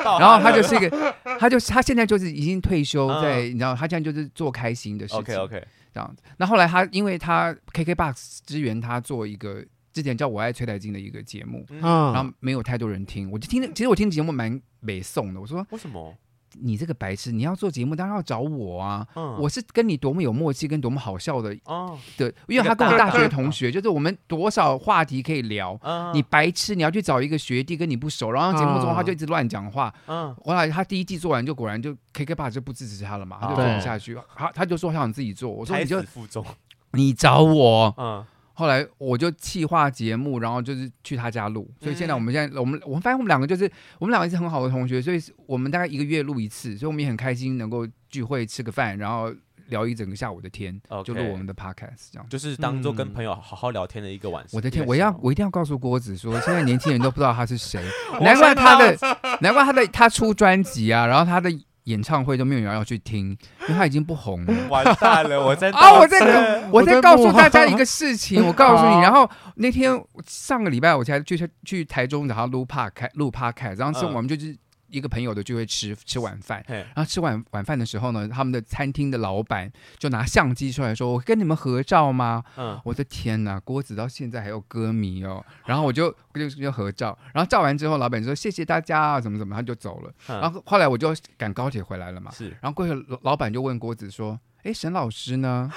[SPEAKER 2] 到
[SPEAKER 3] 然后他就是一个，他就他现在就是已经退休
[SPEAKER 2] 嗯
[SPEAKER 3] 在，你知道，他现在就是做开心的事情
[SPEAKER 2] OK OK，
[SPEAKER 3] 这样子。那后来他因为他 KKBOX 支援他做一个之前叫我爱崔台金的一个节目，然
[SPEAKER 1] 嗯
[SPEAKER 3] 后，没有太多人听，我就听了，其实我听节目蛮北宋的，我说
[SPEAKER 2] 为什么？
[SPEAKER 3] 你这个白痴，你要做节目当然要找我啊。
[SPEAKER 2] 嗯，
[SPEAKER 3] 我是跟你多么有默契，跟多么好笑的
[SPEAKER 2] 哦，
[SPEAKER 3] 的，因为他跟我大学同学，就是我们多少话题可以聊，
[SPEAKER 2] 嗯，
[SPEAKER 3] 你白痴，你要去找一个学弟跟你不熟，然后节目中他就一直乱讲话。
[SPEAKER 2] 嗯
[SPEAKER 3] 后来他第一季做完就果然就 KK 爸就不支持他了嘛，他就做
[SPEAKER 1] 对
[SPEAKER 3] 不下去，他他就说他想自己做，我说
[SPEAKER 2] 胎
[SPEAKER 3] 你就
[SPEAKER 2] 死腹中，
[SPEAKER 3] 你找我
[SPEAKER 2] 嗯，
[SPEAKER 3] 后来我就企划节目，然后就是去他家录，所以现在我们现在我们我们发现我们两个就是我们两个是很好的同学，所以我们大概一个月录一次，所以我们也很开心能够聚会吃个饭，然后聊一整个下午的天
[SPEAKER 2] OK
[SPEAKER 3] 就录我们的 podcast 这样。
[SPEAKER 2] 就是当做跟
[SPEAKER 1] 嗯
[SPEAKER 2] 朋友好好聊天的一个晚上。
[SPEAKER 3] 嗯我的
[SPEAKER 2] 一
[SPEAKER 3] 天！
[SPEAKER 2] 个
[SPEAKER 3] 我要
[SPEAKER 2] 下午
[SPEAKER 3] 我一定要告诉郭子说，现在年轻人都不知道他是谁，难怪他的， 难怪他的他出专辑啊，然后他的演唱会都没有人要去听，因为他已经不红了。
[SPEAKER 2] 完蛋了，我在
[SPEAKER 3] 啊！我在
[SPEAKER 2] 道歉
[SPEAKER 3] 我在
[SPEAKER 1] 我在
[SPEAKER 3] 告诉
[SPEAKER 1] 幕后
[SPEAKER 3] 大家一个事情，我告诉
[SPEAKER 1] 好
[SPEAKER 3] 你。然后那天上个礼拜我才去去台中，然后录 p 开录 p 开，然后是
[SPEAKER 2] 嗯
[SPEAKER 3] 我们就是一个朋友的聚会吃吃晚饭。
[SPEAKER 2] 嘿
[SPEAKER 3] 然后吃晚晚饭的时候呢，他们的餐厅的老板就拿相机出来说：“我跟你们合照吗？”
[SPEAKER 2] 嗯，
[SPEAKER 3] 我的天呐，郭子到现在还有歌迷哦。然后我就我就就合照，然后照完之后，老板说谢谢大家啊，怎么怎么，他就走了。
[SPEAKER 2] 嗯
[SPEAKER 3] 然后后来我就赶高铁回来了嘛。
[SPEAKER 2] 是，
[SPEAKER 3] 然后过去老老板就问郭子说：“哎，沈老师呢？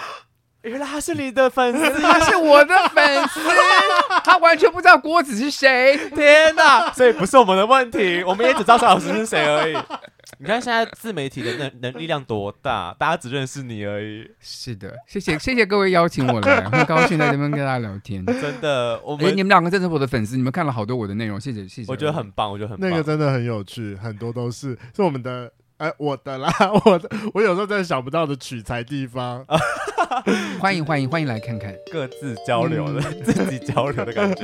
[SPEAKER 2] 原来他是你的粉丝，啊
[SPEAKER 3] 他是我的粉丝，他完全不知道郭子是谁。
[SPEAKER 2] 天哪！所以不是我们的问题，我们也只知道邵老师是谁而已。 你看现在自媒体的能能力量多大，大家只认识你而已。
[SPEAKER 3] 是的，谢谢谢谢各位邀请 我来，很高兴在这边跟大家聊天。
[SPEAKER 2] 真的，我
[SPEAKER 3] 哎，
[SPEAKER 2] 们
[SPEAKER 3] 你们两个真是我的粉丝，你们看了好多我的内容，谢谢谢谢。
[SPEAKER 2] 我觉得很棒，我觉得很棒。
[SPEAKER 1] 那个真的很有趣，很多都是是我们的。哎、我的啦， 我的，我有时候真的想不到的取材地方，
[SPEAKER 3] 欢迎欢迎欢迎来看看。
[SPEAKER 2] 各自交流的，
[SPEAKER 3] 嗯
[SPEAKER 2] 自己交流的感觉。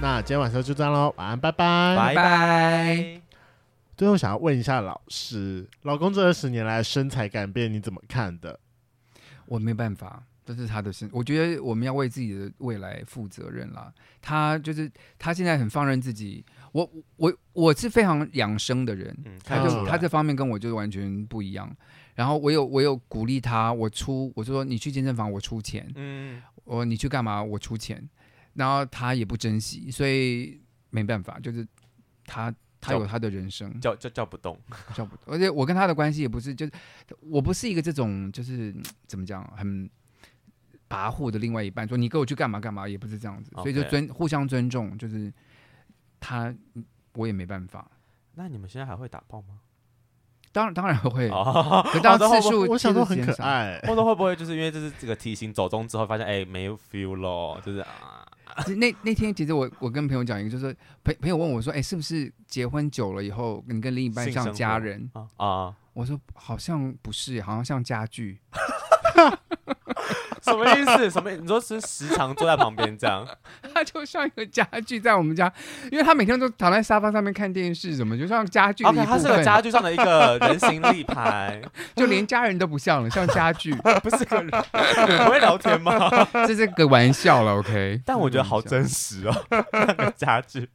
[SPEAKER 1] 那今天晚上就这样喽，晚安，拜拜。
[SPEAKER 2] 拜拜。
[SPEAKER 1] 最后想要问一下老师，老公这二十年来的身材改变你怎么看的？
[SPEAKER 3] 我没办法，这是他的身。我觉得我们要为自己的未来负责任啦。他就是他现在很放任自己。我我我是非常养生的人，
[SPEAKER 2] 嗯，
[SPEAKER 3] 他
[SPEAKER 2] 看
[SPEAKER 1] 得
[SPEAKER 2] 出
[SPEAKER 3] 就
[SPEAKER 1] 出
[SPEAKER 3] 他
[SPEAKER 2] 来。
[SPEAKER 3] 这方面跟我就完全不一样。然后我有我有鼓励他，我出我说你去健身房我出钱，
[SPEAKER 2] 嗯，
[SPEAKER 3] 我你去干嘛我出钱，然后他也不珍惜，所以没办法，就是他他
[SPEAKER 2] 叫
[SPEAKER 3] 有他的人生。
[SPEAKER 2] 叫叫叫不动。
[SPEAKER 3] 叫不，而且我跟他的关系也不是，就是我不是一个这种就是嗯怎么讲很跋扈的另外一半，说你跟我去干嘛干嘛，也不是这样子，所以就
[SPEAKER 2] OK
[SPEAKER 3] 尊互相尊重，就是他我也没办法，
[SPEAKER 2] 那你们现在还会打炮吗？
[SPEAKER 3] 当然当然会，
[SPEAKER 2] 哦，
[SPEAKER 3] 可 当次数
[SPEAKER 1] 我想说很
[SPEAKER 3] 次
[SPEAKER 1] 可
[SPEAKER 3] 数减少，
[SPEAKER 1] 爱、
[SPEAKER 2] 或者会不会就是因为这是这个提醒走中之后，发现哎没有 feel 咯，就是啊，
[SPEAKER 3] 其实那那天其实我我跟朋友讲一个，就是朋朋友问我说，哎、是不是结婚久了以后，你跟另一半
[SPEAKER 2] 性
[SPEAKER 3] 像
[SPEAKER 2] 生
[SPEAKER 3] 家
[SPEAKER 2] 活
[SPEAKER 3] 人？
[SPEAKER 2] 啊啊，
[SPEAKER 3] 我说好像不是，好像像家具。
[SPEAKER 2] 什么意思？什么？你说是时常坐在旁边这 样？
[SPEAKER 3] 他就像一个家具在我们家，因为他每天都躺在沙发上面看电视，什么就像家具的一
[SPEAKER 2] OK，
[SPEAKER 3] 部
[SPEAKER 2] 它是
[SPEAKER 3] 分，
[SPEAKER 2] 个家具上的一个人形立牌，
[SPEAKER 3] 就连家人都不像了，像家 具。
[SPEAKER 2] 不是个人。不会聊天吗？
[SPEAKER 3] 嗯这是个玩笑了，OK？
[SPEAKER 2] 但我觉得好
[SPEAKER 3] 这是个玩
[SPEAKER 2] 真实哦，那个家具。